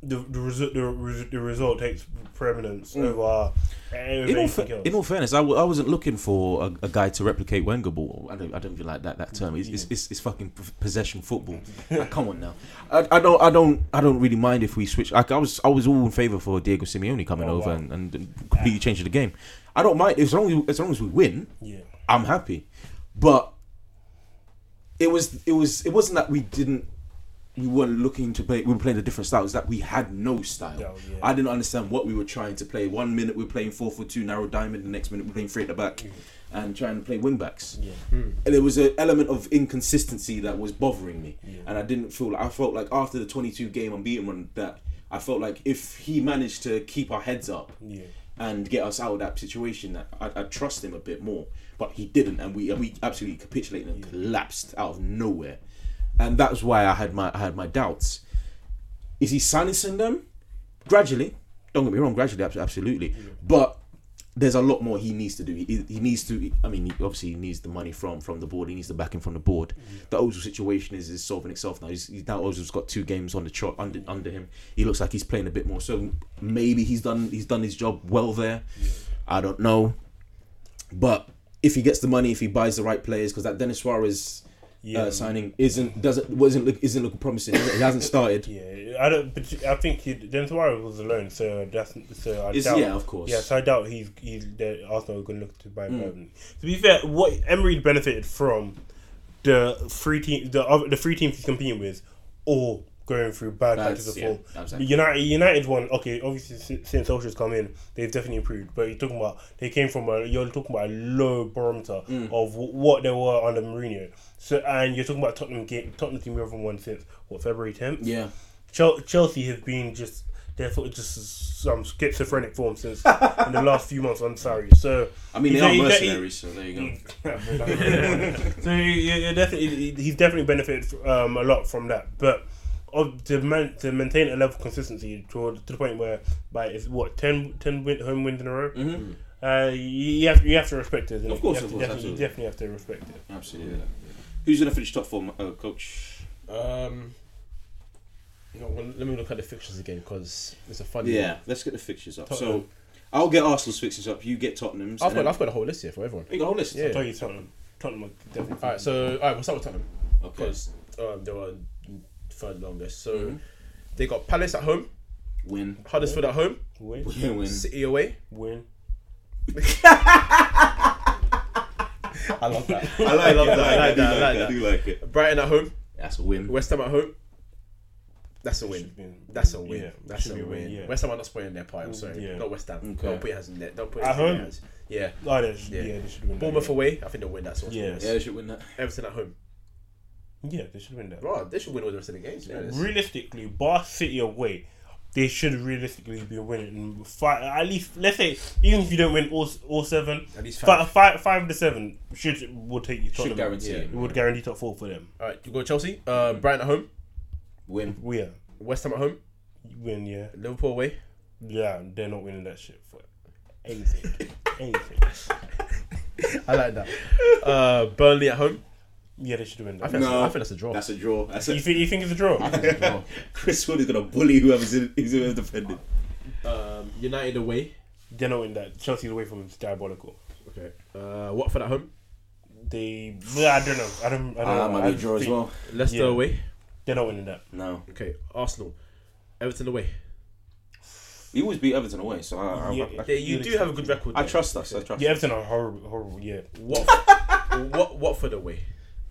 [SPEAKER 4] the the, resu- the, resu- the result takes preeminence over
[SPEAKER 1] in all,
[SPEAKER 4] everything
[SPEAKER 1] Mm. fa-
[SPEAKER 4] else.
[SPEAKER 1] in all fairness, I w- I wasn't looking for a, a guy to replicate Wenger ball. I don't, I don't feel like that that term. It's, it's, it's, it's fucking p- possession football. Like, come on now. I, I don't I don't I don't really mind if we switch. Like, I was I was all in favour for Diego Simeone coming over
[SPEAKER 4] Oh, wow.
[SPEAKER 1] and, and completely changing the game. I don't mind as long as, as long as we win.
[SPEAKER 4] yeah.
[SPEAKER 1] I'm happy, but it was it was it wasn't that we didn't we weren't looking to play we were playing a different style. It's that we had no style.
[SPEAKER 4] No, Oh, yeah.
[SPEAKER 1] I didn't understand what we were trying to play. One minute we're playing four for two narrow diamond, the next minute we're playing three at the back and trying to play wing backs. And there was an element of inconsistency that was bothering me, and I didn't feel. I felt like after the twenty-two game unbeaten run that I felt like if he managed to keep our heads up.
[SPEAKER 4] Yeah.
[SPEAKER 1] And get us out of that situation. That I, I trust him a bit more, but he didn't, and we and we absolutely capitulated and collapsed out of nowhere and that's why I had my I had my doubts. Is he silencing them gradually? Don't get me wrong, gradually, abso- absolutely. But there's a lot more he needs to do. He, he needs to. I mean, he obviously he needs the money from from the board. He needs the backing from the board. The Ozil situation is, is solving itself now. He's, he's now Ozil's got two games on the trot under under him. He looks like he's playing a bit more. So maybe he's done he's done his job well there. I don't know, but if he gets the money, if he buys the right players, because that Dennis Suarez uh, signing isn't doesn't wasn't look, isn't looking promising. is it? He hasn't started.
[SPEAKER 4] Yeah, I don't. But I think he, Dennis Suarez was alone, so that's so I
[SPEAKER 1] Is-
[SPEAKER 4] doubt.
[SPEAKER 1] yeah, of course. Mm.
[SPEAKER 4] Yeah, so I doubt he's he's that Arsenal are going to look to buy him permanently. To be fair, what Emery benefited from the three team the other, the three teams he's competing with, all going through bad patches of
[SPEAKER 1] yeah,
[SPEAKER 4] form.
[SPEAKER 1] that was it.
[SPEAKER 4] United, United one. Okay, obviously si- since Solskjaer's come in, they've definitely improved. But you're talking about they came from a you're talking about a low barometer
[SPEAKER 1] Mm.
[SPEAKER 4] of wh- what they were under Mourinho. So and you're talking about Tottenham game, Tottenham team everyone won since what February 10th.
[SPEAKER 1] Yeah.
[SPEAKER 4] Chel- Chelsea have been just they're sort of just some schizophrenic form since in the last few months. I'm sorry. So
[SPEAKER 1] I mean, they
[SPEAKER 4] he's-
[SPEAKER 1] are
[SPEAKER 4] he's- he- Mm.
[SPEAKER 1] mercenaries, so there you go.
[SPEAKER 4] so he, he- he definitely, he's definitely benefited um, a lot from that. But of, to, man, to maintain a level of consistency toward, to the point where, by it's what 10, 10 win, home wins in a row. Mm-hmm. Uh, you, you have you have to respect it. Of
[SPEAKER 1] course,
[SPEAKER 4] you have
[SPEAKER 1] of course,
[SPEAKER 4] to definitely, you
[SPEAKER 1] absolutely.
[SPEAKER 4] definitely have to respect it.
[SPEAKER 1] Absolutely. Who's going to finish top four, uh, coach?
[SPEAKER 3] Um, no, well, let me look at the fixtures again because it's a funny. one.
[SPEAKER 1] Yeah, let's get the fixtures up. So I'll get Arsenal's fixtures up, you get Tottenham's.
[SPEAKER 3] I've
[SPEAKER 1] and then-
[SPEAKER 3] got I've got a whole list here for everyone.
[SPEAKER 1] You got a whole list?
[SPEAKER 4] I told you Tottenham, Tottenham are definitely.
[SPEAKER 3] All right, so all right, we'll start with Tottenham
[SPEAKER 1] Okay.
[SPEAKER 3] because um, they were third longest. So
[SPEAKER 4] Mm-hmm.
[SPEAKER 3] they got Palace at home,
[SPEAKER 1] Win.
[SPEAKER 3] Huddersfield at home,
[SPEAKER 4] Win,
[SPEAKER 1] Yeah, win.
[SPEAKER 3] City away.
[SPEAKER 4] win.
[SPEAKER 3] I love that.
[SPEAKER 1] I like
[SPEAKER 3] love
[SPEAKER 1] it,
[SPEAKER 3] that, I like
[SPEAKER 1] do
[SPEAKER 3] that, I like
[SPEAKER 1] I do like it.
[SPEAKER 3] Brighton at home,
[SPEAKER 1] That's a win.
[SPEAKER 3] West Ham at home. That's a
[SPEAKER 4] Should be-
[SPEAKER 3] win. That's a win.
[SPEAKER 4] yeah,
[SPEAKER 3] That's
[SPEAKER 4] should
[SPEAKER 3] a
[SPEAKER 4] be a
[SPEAKER 3] win.
[SPEAKER 4] win, yeah. Mm,
[SPEAKER 3] West Ham are not spoiling their part. I'm sorry.
[SPEAKER 4] yeah.
[SPEAKER 3] Not West Ham.
[SPEAKER 1] Okay.
[SPEAKER 3] Don't put your hands in there. Don't put your
[SPEAKER 4] At
[SPEAKER 3] hands in their
[SPEAKER 4] home?
[SPEAKER 3] hands. Yeah.
[SPEAKER 4] Oh, they should,
[SPEAKER 3] Yeah.
[SPEAKER 4] yeah. they should win.
[SPEAKER 3] Bournemouth
[SPEAKER 4] that,
[SPEAKER 3] away. I think they'll win that sort of
[SPEAKER 4] Yes.
[SPEAKER 1] Yeah, they should win that.
[SPEAKER 3] Everton at home.
[SPEAKER 4] yeah. yeah, they should win that.
[SPEAKER 3] Bro, they should win all the rest of the games. to be honest.
[SPEAKER 4] realistically, Bar City away, they should realistically be winning five. At least, let's say, even if you don't win all all seven,
[SPEAKER 3] At least
[SPEAKER 4] fi-
[SPEAKER 3] five.
[SPEAKER 4] five, five to seven should will take you. Tottenham.
[SPEAKER 1] guarantee it.
[SPEAKER 4] It would guarantee top four for them.
[SPEAKER 3] All right, you go Chelsea. Uh, Brighton at home.
[SPEAKER 1] Win.
[SPEAKER 4] We are
[SPEAKER 3] West Ham at home.
[SPEAKER 4] win. Yeah,
[SPEAKER 3] Liverpool away.
[SPEAKER 4] yeah. They're not winning that shit for anything. anything.
[SPEAKER 3] I like that. Uh, Burnley at home.
[SPEAKER 4] Yeah, they should win that.
[SPEAKER 1] No.
[SPEAKER 3] I think that's a draw.
[SPEAKER 1] That's a draw. That's
[SPEAKER 4] you
[SPEAKER 1] a,
[SPEAKER 4] think you think it's a draw?
[SPEAKER 1] Chris Wood is going to bully whoever's in, whoever's defending.
[SPEAKER 3] Um, United away.
[SPEAKER 4] They're not winning that. Chelsea's away from is diabolical.
[SPEAKER 3] Okay. Uh, Watford at home.
[SPEAKER 4] They, yeah, I don't know. I don't. I don't
[SPEAKER 1] Ah,
[SPEAKER 4] know.
[SPEAKER 1] might
[SPEAKER 4] Uh, I
[SPEAKER 1] be a draw as
[SPEAKER 4] think
[SPEAKER 1] well.
[SPEAKER 3] Leicester
[SPEAKER 4] Yeah.
[SPEAKER 3] away.
[SPEAKER 4] They're not winning that.
[SPEAKER 1] No.
[SPEAKER 3] Okay. Arsenal. Everton away.
[SPEAKER 1] We always beat Everton away, so I, I,
[SPEAKER 4] Yeah,
[SPEAKER 1] I,
[SPEAKER 3] Yeah, you do have a good record.
[SPEAKER 1] I
[SPEAKER 3] there.
[SPEAKER 1] trust us. I trust
[SPEAKER 4] Yeah, Everton are horrible. Horrible. Yeah,
[SPEAKER 3] Watford, Wat- Watford away.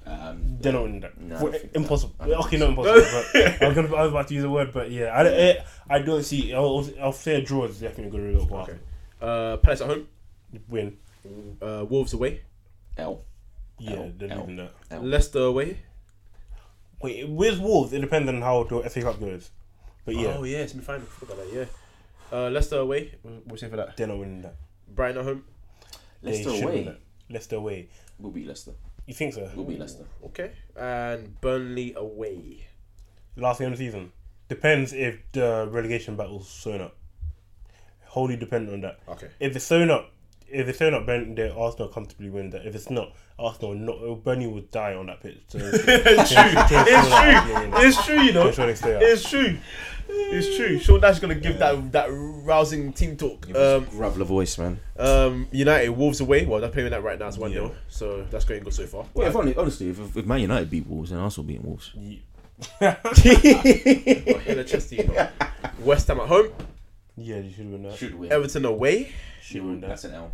[SPEAKER 1] Um,
[SPEAKER 4] They're not winning that.
[SPEAKER 1] No, I
[SPEAKER 4] For-
[SPEAKER 1] don't think-
[SPEAKER 4] eh, impossible. okay, not impossible. but I was, gonna, I was about to use a word, but yeah, I don't, eh, I don't see. I'll, I'll say a draw is definitely a good result. But
[SPEAKER 3] Okay. Uh, Palace at home.
[SPEAKER 4] win.
[SPEAKER 3] Uh, Wolves away.
[SPEAKER 1] L.
[SPEAKER 4] Yeah,
[SPEAKER 1] Ow,
[SPEAKER 4] they're
[SPEAKER 1] ow.
[SPEAKER 4] not winning that.
[SPEAKER 1] Ow.
[SPEAKER 3] Leicester away.
[SPEAKER 4] Wait, with Wolves, it depends on how the FA Cup goes. But yeah,
[SPEAKER 3] Oh yeah, it's me fine. I forgot about that. Yeah. Uh, Leicester away. What's in for that?
[SPEAKER 4] they're not winning that.
[SPEAKER 3] Brighton at home.
[SPEAKER 4] They
[SPEAKER 1] Leicester
[SPEAKER 4] should win
[SPEAKER 1] away.
[SPEAKER 4] that. Leicester away.
[SPEAKER 1] We'll beat Leicester.
[SPEAKER 4] You think so?
[SPEAKER 1] We'll beat Leicester.
[SPEAKER 3] Okay. And Burnley away.
[SPEAKER 4] Last game of the season depends if the relegation battle's sewn up. Wholly dependent on that.
[SPEAKER 3] Okay.
[SPEAKER 4] If it's sewn up, if it's sewn up, then then Arsenal comfortably win that. If it's not, Arsenal not Burnley would die on that pitch. So, it's true. It's true.
[SPEAKER 3] It's true, you know.
[SPEAKER 4] Make sure they stay up.
[SPEAKER 3] It's true. It's true. Sean Dash is gonna give that that rousing team talk. Um,
[SPEAKER 1] Grab the voice, man.
[SPEAKER 3] um, United Wolves away. Well, they're playing that right now. It's one 0 So that's going good so far.
[SPEAKER 1] Well, if only, honestly, if, if Man United beat Wolves and Arsenal beat Wolves,
[SPEAKER 3] Got hella chesty, you know. West Ham at home.
[SPEAKER 4] Yeah, you should win that.
[SPEAKER 1] should win.
[SPEAKER 3] Everton away.
[SPEAKER 4] Should win that.
[SPEAKER 1] That's an L.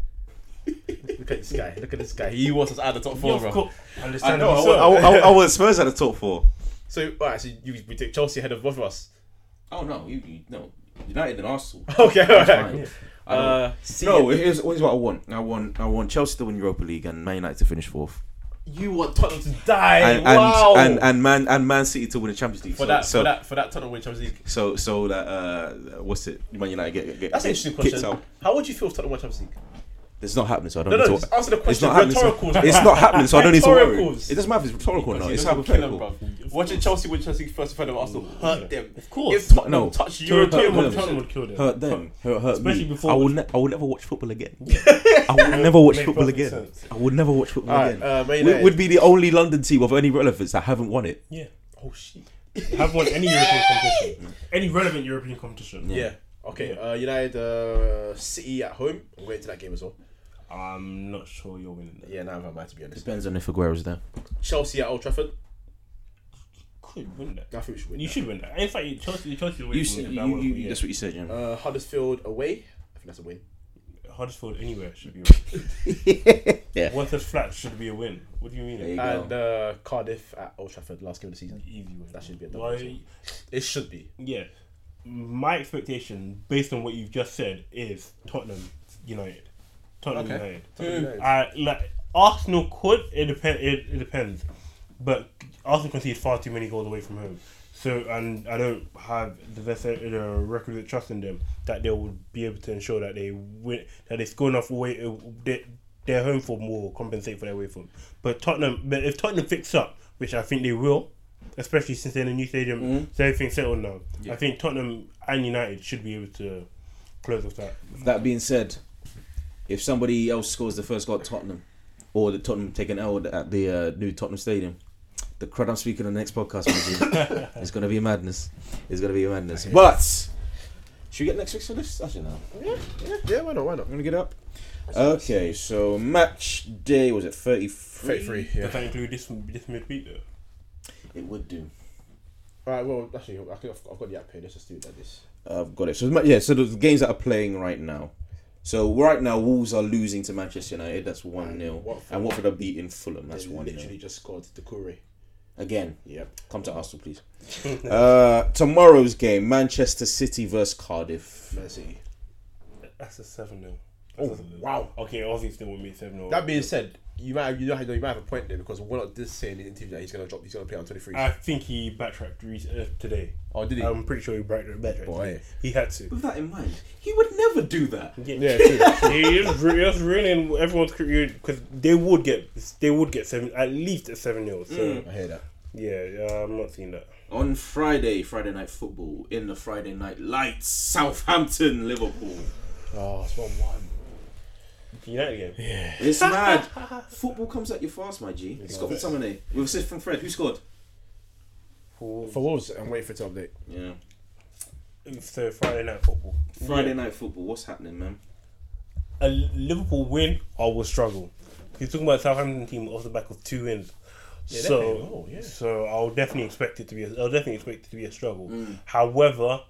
[SPEAKER 3] Look at this guy. Look at this guy. He wants us out of the top
[SPEAKER 4] Yeah,
[SPEAKER 3] four,
[SPEAKER 4] of
[SPEAKER 3] bro.
[SPEAKER 4] course.
[SPEAKER 1] I know.
[SPEAKER 4] Understandably
[SPEAKER 1] I
[SPEAKER 4] so.
[SPEAKER 1] want, I, want, I want- I want Spurs at the top four.
[SPEAKER 3] So, alright, so you, we take Chelsea ahead of both of us.
[SPEAKER 1] Oh no, you, you no United and Arsenal.
[SPEAKER 3] Okay,
[SPEAKER 1] That's fine.
[SPEAKER 3] alright.
[SPEAKER 1] I don't-
[SPEAKER 3] Uh, see,
[SPEAKER 1] no, here's, here's what I want. I want I want Chelsea to win Europa League and Man United to finish fourth,
[SPEAKER 3] you want Tottenham to die.
[SPEAKER 1] and and,
[SPEAKER 3] wow.
[SPEAKER 1] and and Man and Man City to win the Champions League.
[SPEAKER 3] for
[SPEAKER 1] so,
[SPEAKER 3] that,
[SPEAKER 1] so,
[SPEAKER 3] for that, for that Tottenham win Champions League.
[SPEAKER 1] so so that uh, what's it? Man United get, get
[SPEAKER 3] That's an
[SPEAKER 1] get
[SPEAKER 3] interesting
[SPEAKER 1] kicked
[SPEAKER 3] question.
[SPEAKER 1] out.
[SPEAKER 3] How would you feel if Tottenham won Champions League?
[SPEAKER 1] It's not happening, so I don't.
[SPEAKER 3] No,
[SPEAKER 1] need
[SPEAKER 3] no,
[SPEAKER 1] to,
[SPEAKER 3] just answer the
[SPEAKER 1] it's
[SPEAKER 3] question.
[SPEAKER 1] not happening.
[SPEAKER 3] Rhetorical.
[SPEAKER 1] So, it's not happening, so I don't need to worry.
[SPEAKER 3] Rhetoricals.
[SPEAKER 1] It doesn't matter if it's rhetorical or not. It's
[SPEAKER 3] Those will kill them,
[SPEAKER 1] hypothetical.
[SPEAKER 3] bruv. Watching Chelsea win Chelsea first defender of Arsenal hurt them. Of
[SPEAKER 4] course.
[SPEAKER 3] If Tottenham
[SPEAKER 1] No.
[SPEAKER 3] touch European
[SPEAKER 1] Tottenham
[SPEAKER 4] Tottenham would-
[SPEAKER 1] them.
[SPEAKER 4] Tottenham
[SPEAKER 3] competition,
[SPEAKER 4] would kill them.
[SPEAKER 1] Hurt them. Hurt, hurt
[SPEAKER 4] Especially
[SPEAKER 1] me.
[SPEAKER 4] before-
[SPEAKER 1] I will, ne- I will never watch football again. I will never watch
[SPEAKER 4] Made
[SPEAKER 1] football
[SPEAKER 4] perfect
[SPEAKER 1] again.
[SPEAKER 4] sense.
[SPEAKER 1] I will never watch football
[SPEAKER 3] Alright,
[SPEAKER 1] again.
[SPEAKER 3] uh, Man
[SPEAKER 1] we
[SPEAKER 3] United.
[SPEAKER 1] would be the only London team of any relevance that haven't won it.
[SPEAKER 4] Yeah.
[SPEAKER 3] oh shit.
[SPEAKER 4] Have won any European competition. Any relevant European competition.
[SPEAKER 3] Yeah. Okay. Uh, United uh, City at home. I'm going to that game as well.
[SPEAKER 4] I'm not sure you're winning that.
[SPEAKER 3] Yeah, now I might to be honest.
[SPEAKER 1] Depends on if Aguero's there.
[SPEAKER 3] Chelsea at Old Trafford.
[SPEAKER 4] Could win that.
[SPEAKER 3] I think we should win.
[SPEAKER 4] You
[SPEAKER 3] that.
[SPEAKER 4] should win that. In fact, Chelsea, Chelsea will win
[SPEAKER 1] You, see,
[SPEAKER 4] that.
[SPEAKER 1] you,
[SPEAKER 4] That one,
[SPEAKER 1] you,
[SPEAKER 4] yeah.
[SPEAKER 1] That's what you said, Jim.
[SPEAKER 3] Uh, Huddersfield away. I think that's a win.
[SPEAKER 4] Huddersfield anywhere should be a win.
[SPEAKER 1] Yeah.
[SPEAKER 4] One touch flat should be a win. What do you mean?
[SPEAKER 1] There you go.
[SPEAKER 3] And uh, Cardiff at Old Trafford, last game of the season.
[SPEAKER 4] Easy win.
[SPEAKER 3] That should be a double.
[SPEAKER 4] Why,
[SPEAKER 3] It should be.
[SPEAKER 4] yeah. My expectation, based on what you've just said, is Tottenham United. Tottenham United. I Uh, like Arsenal could. It depend. It, it depends. But Arsenal concede far too many goals away from home. So and I don't have the best uh, the record of trust in them that they will be able to ensure that they win that they score enough away. uh, They, their home form will compensate for their away form. But Tottenham, but if Tottenham fix up, which I think they will, especially since they're in a new stadium, so everything's settled now. I think Tottenham and United should be able to close off that.
[SPEAKER 1] That being said, if somebody else scores the first goal at Tottenham, or the Tottenham take an L at the uh, new Tottenham Stadium, the crowd I'm speaking on the next podcast, man, it's going to be madness. It's going to be madness. But should we get next week's for this? Actually, no.
[SPEAKER 3] Yeah, why not? Why not?
[SPEAKER 1] I'm going to get up. Okay, so match day was it 33?
[SPEAKER 3] Thirty-three. Yeah.
[SPEAKER 4] Does that include this this midweek though?
[SPEAKER 1] It would do.
[SPEAKER 3] All right. Well, actually, I think I've, I've got the app here. Let's just do it like this.
[SPEAKER 1] I've got it. So yeah, so the games that are playing right now. So right now, Wolves are losing to Manchester United. That's one 0
[SPEAKER 3] Watford.
[SPEAKER 1] and Watford are beating Fulham. That's
[SPEAKER 3] They
[SPEAKER 1] one 0
[SPEAKER 3] literally just scored the Curry.
[SPEAKER 1] Again,
[SPEAKER 3] Yep.
[SPEAKER 1] come to Arsenal, please. uh, tomorrow's game: Manchester City versus Cardiff.
[SPEAKER 3] Man City.
[SPEAKER 4] That's a seven 0 Oh
[SPEAKER 3] wow.
[SPEAKER 4] Okay, obviously would be seven 0
[SPEAKER 3] That being said, you might have, you know you might have a point there because Warnock did say in the interview that he's gonna drop. He's gonna play on twenty-three.
[SPEAKER 4] I think he backtracked re- uh, today.
[SPEAKER 3] oh, did he?
[SPEAKER 4] I'm pretty sure he backtracked. backtracked.
[SPEAKER 3] Boy.
[SPEAKER 4] He had to.
[SPEAKER 12] With that in mind, he would never do that.
[SPEAKER 3] yeah. True.
[SPEAKER 4] he is ru- he was ruining everyone's career because they would get they would get seven at least a seven 0 So
[SPEAKER 3] I hear that.
[SPEAKER 4] yeah, uh, I'm not seeing that.
[SPEAKER 12] On Friday, Friday night football in the Friday night lights, Southampton, Liverpool.
[SPEAKER 3] Oh, it's one one.
[SPEAKER 4] United game.
[SPEAKER 12] It's mad. football comes at you fast, my G. It's got some in With a assist from Fred, who scored?
[SPEAKER 3] For Wolves, I'm waiting for it to update.
[SPEAKER 12] Yeah.
[SPEAKER 4] So Friday night football.
[SPEAKER 12] Friday night football. What's happening, man?
[SPEAKER 4] A Liverpool win or will struggle. You're talking about Southampton team off the back of two wins. so, so I'll definitely expect it to be. A, I'll definitely expect it to be a struggle. However,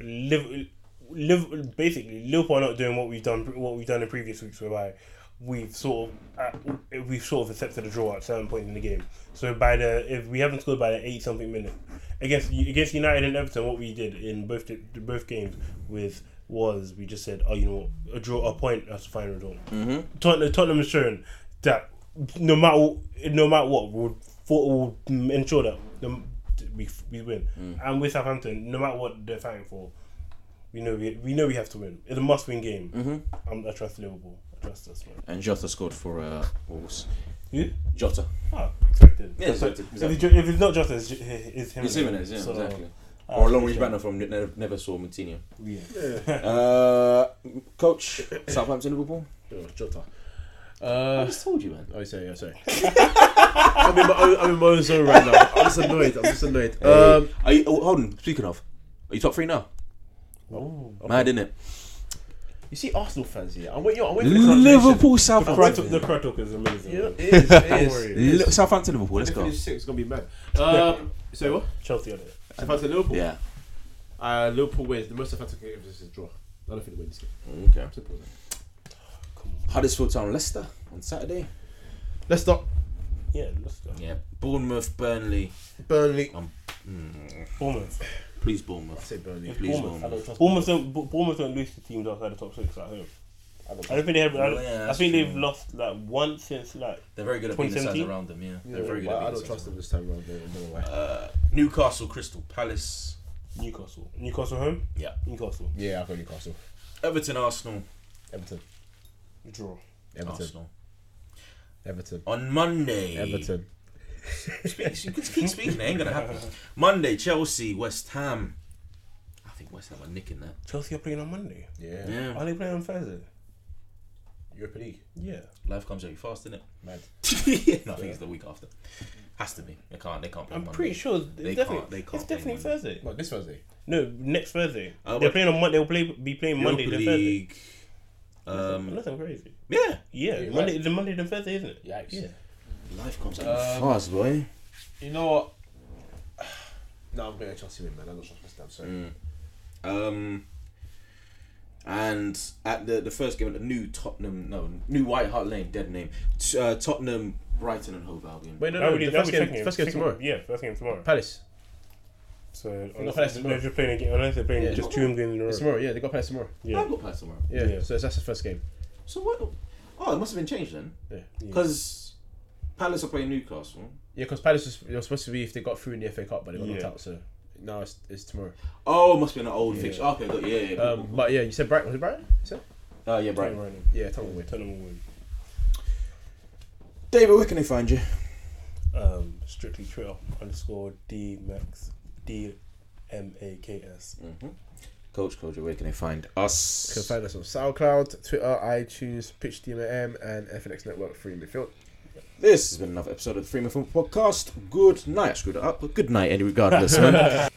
[SPEAKER 4] live, live, basically Liverpool are not doing what we've done. What we've done in previous weeks, whereby we've sort of uh, we've sort of accepted a draw at certain points in the game. So by the if we haven't scored by the eight something minute against against United and Everton, what we did in both the, both games with was we just said, oh, you know, what, a draw, a point, that's the final result. Tottenham, Tottenham has shown that no matter no matter what, we'll, we'll ensure that the, we, we win.
[SPEAKER 1] Mm.
[SPEAKER 4] And with Southampton, no matter what they're fighting for, we know we, we know we have to win. It's a must-win game. Mm-hmm. Um, I trust Liverpool. I trust us, man.
[SPEAKER 1] And Jota scored for uh, Wolves.
[SPEAKER 4] You?
[SPEAKER 1] Jota.
[SPEAKER 4] Oh, expected.
[SPEAKER 1] Yeah, exactly,
[SPEAKER 4] If, it's, ju- if it's not just us, it's, ju- it's him.
[SPEAKER 1] It's Jimenez, yeah,
[SPEAKER 4] So,
[SPEAKER 1] exactly.
[SPEAKER 4] uh,
[SPEAKER 1] Or a long range banner from never, never saw Moutinho.
[SPEAKER 4] Yeah.
[SPEAKER 1] Uh, coach, Southampton, Liverpool.
[SPEAKER 3] Oh, Jota.
[SPEAKER 1] I just told you, man.
[SPEAKER 3] Oh, sorry, yeah, sorry. I'm, in my own, I'm in my own zone right now. I'm just annoyed. I'm just annoyed. Um,
[SPEAKER 1] Are you, oh, hold on. Speaking of, are you top three now?
[SPEAKER 4] Oh.
[SPEAKER 1] Mad, innit?
[SPEAKER 3] you see, Arsenal fans here. I'm waiting. I'm waiting for the translation.
[SPEAKER 1] Liverpool,
[SPEAKER 4] The crowd talk,
[SPEAKER 1] Southampton.
[SPEAKER 4] the crowd talk is amazing.
[SPEAKER 3] You know, it is. It is.
[SPEAKER 4] worry.
[SPEAKER 3] It is.
[SPEAKER 1] Li- Southampton, Liverpool. Let's
[SPEAKER 3] If
[SPEAKER 1] go.
[SPEAKER 3] it's six, it's gonna be mad. Um, so what?
[SPEAKER 4] Chelsea on it.
[SPEAKER 3] So if I say Liverpool,
[SPEAKER 1] Yeah.
[SPEAKER 3] uh, Liverpool wins. The most Southampton can give us is a draw. I don't think they win this game.
[SPEAKER 1] Okay.
[SPEAKER 3] Simple as that.
[SPEAKER 1] Huddersfield Town, Leicester on Saturday.
[SPEAKER 3] Let's stop.
[SPEAKER 4] Yeah, let's go.
[SPEAKER 1] Yeah. Bournemouth, Burnley. Hmm.
[SPEAKER 3] Burnley.
[SPEAKER 4] Bournemouth.
[SPEAKER 1] Please Bournemouth.
[SPEAKER 3] say Burnley.
[SPEAKER 1] Please
[SPEAKER 4] Bournemouth.
[SPEAKER 1] Bournemouth.
[SPEAKER 4] Bournemouth don't, Bo- Bournemouth don't lose to teams outside the top six at home. I don't think they have. I, don't-
[SPEAKER 1] Yeah,
[SPEAKER 4] I
[SPEAKER 1] that's
[SPEAKER 4] think they've
[SPEAKER 1] true.
[SPEAKER 4] lost like once since like
[SPEAKER 1] They're very good at beating the sides
[SPEAKER 4] 2017?
[SPEAKER 1] around them. Yeah.
[SPEAKER 3] Yeah,
[SPEAKER 1] They're very good
[SPEAKER 3] but
[SPEAKER 1] at
[SPEAKER 3] I
[SPEAKER 1] beating
[SPEAKER 3] don't
[SPEAKER 1] the sides. Uh,
[SPEAKER 3] trust them this time around. though, I don't know why.
[SPEAKER 12] Newcastle, Crystal Palace,
[SPEAKER 4] Newcastle. Newcastle home.
[SPEAKER 1] Yeah.
[SPEAKER 4] Newcastle
[SPEAKER 3] yeah, I've got Newcastle.
[SPEAKER 12] Everton, Arsenal.
[SPEAKER 3] Everton.
[SPEAKER 4] draw.
[SPEAKER 3] Everton.
[SPEAKER 1] Arsenal.
[SPEAKER 3] Everton.
[SPEAKER 12] On Monday,
[SPEAKER 3] Everton.
[SPEAKER 12] You can keep speaking. It ain't gonna happen. Monday, Chelsea, West Ham.
[SPEAKER 1] I think West Ham are nicking that.
[SPEAKER 4] Chelsea are playing on Monday.
[SPEAKER 3] Yeah.
[SPEAKER 1] Oh.
[SPEAKER 4] Are they playing on Thursday?
[SPEAKER 3] Europa League.
[SPEAKER 4] Yeah.
[SPEAKER 1] Life comes at you fast, innit?
[SPEAKER 3] Mad.
[SPEAKER 1] no, I think it's the week after. Has to be. They can't. They can't play
[SPEAKER 4] I'm
[SPEAKER 1] Monday.
[SPEAKER 4] pretty sure it's
[SPEAKER 1] They
[SPEAKER 4] definitely,
[SPEAKER 1] can't- they can't
[SPEAKER 4] it's
[SPEAKER 1] play
[SPEAKER 4] definitely
[SPEAKER 1] Monday.
[SPEAKER 4] Thursday.
[SPEAKER 3] What, this Thursday?
[SPEAKER 4] No, next Thursday.
[SPEAKER 1] Uh,
[SPEAKER 4] They're
[SPEAKER 1] but-
[SPEAKER 4] playing on Monday. They'll play be playing
[SPEAKER 1] Europa
[SPEAKER 4] Monday then Thursday.
[SPEAKER 1] League. um,
[SPEAKER 4] Unless I'm crazy.
[SPEAKER 1] Yeah.
[SPEAKER 4] Yeah,
[SPEAKER 3] Yeah,
[SPEAKER 4] Monday. It's a Monday then Thursday, isn't it?
[SPEAKER 3] Yikes.
[SPEAKER 4] Yeah.
[SPEAKER 1] Life comes at you
[SPEAKER 4] Um,
[SPEAKER 1] fast, boy.
[SPEAKER 3] You know what? Mm. No, I'm going to Chelsea win, man. I'm not sure if I'm sorry.
[SPEAKER 1] Um, And at the the first game at the new Tottenham, no, new White Hart Lane, dead name, t- uh, Tottenham, Brighton, and Hove Albion.
[SPEAKER 3] Wait, no,
[SPEAKER 4] That
[SPEAKER 3] no,
[SPEAKER 4] would be
[SPEAKER 3] the
[SPEAKER 4] that
[SPEAKER 3] first
[SPEAKER 4] would be second
[SPEAKER 3] game,
[SPEAKER 4] game.
[SPEAKER 3] first game
[SPEAKER 4] Second-
[SPEAKER 3] tomorrow.
[SPEAKER 4] Yeah, first game tomorrow.
[SPEAKER 3] Palace.
[SPEAKER 4] So
[SPEAKER 3] got
[SPEAKER 4] unless,
[SPEAKER 3] Palace tomorrow.
[SPEAKER 4] they're just playing again. Unless they're playing just two games in a row.
[SPEAKER 3] It's tomorrow, yeah, they got Palace tomorrow.
[SPEAKER 4] Yeah.
[SPEAKER 1] I've got players tomorrow.
[SPEAKER 3] Yeah,
[SPEAKER 4] Yeah.
[SPEAKER 3] so that's the first game.
[SPEAKER 1] So what? Oh, it must have been changed then.
[SPEAKER 3] Yeah.
[SPEAKER 1] Because Palace are playing Newcastle.
[SPEAKER 3] Yeah, because Palace was, it was supposed to be if they got through in the FA Cup, but they got knocked
[SPEAKER 4] Yeah.
[SPEAKER 3] out, so now it's, it's tomorrow.
[SPEAKER 1] Oh, it must be an old fixture. Okay, got yeah, yeah, cool,
[SPEAKER 3] Um, but yeah, you said Brighton, was it Brighton? You said?
[SPEAKER 1] cool. Uh, yeah, Brighton.
[SPEAKER 4] Right
[SPEAKER 3] Yeah, Tottenham win.
[SPEAKER 4] Tell them win.
[SPEAKER 1] David, where can they find you?
[SPEAKER 4] Um, strictly Twitter underscore D Max D M A K S.
[SPEAKER 1] Mm-hmm. Coach Koji, where can they find us?
[SPEAKER 3] You can find us on SoundCloud, Twitter, iTunes, Pitch DMM, and FNX Network Free Midfield.
[SPEAKER 1] This has been another episode of the Freeman Film Podcast. Good night. I screwed it up, but good night, Andy, regardless. man.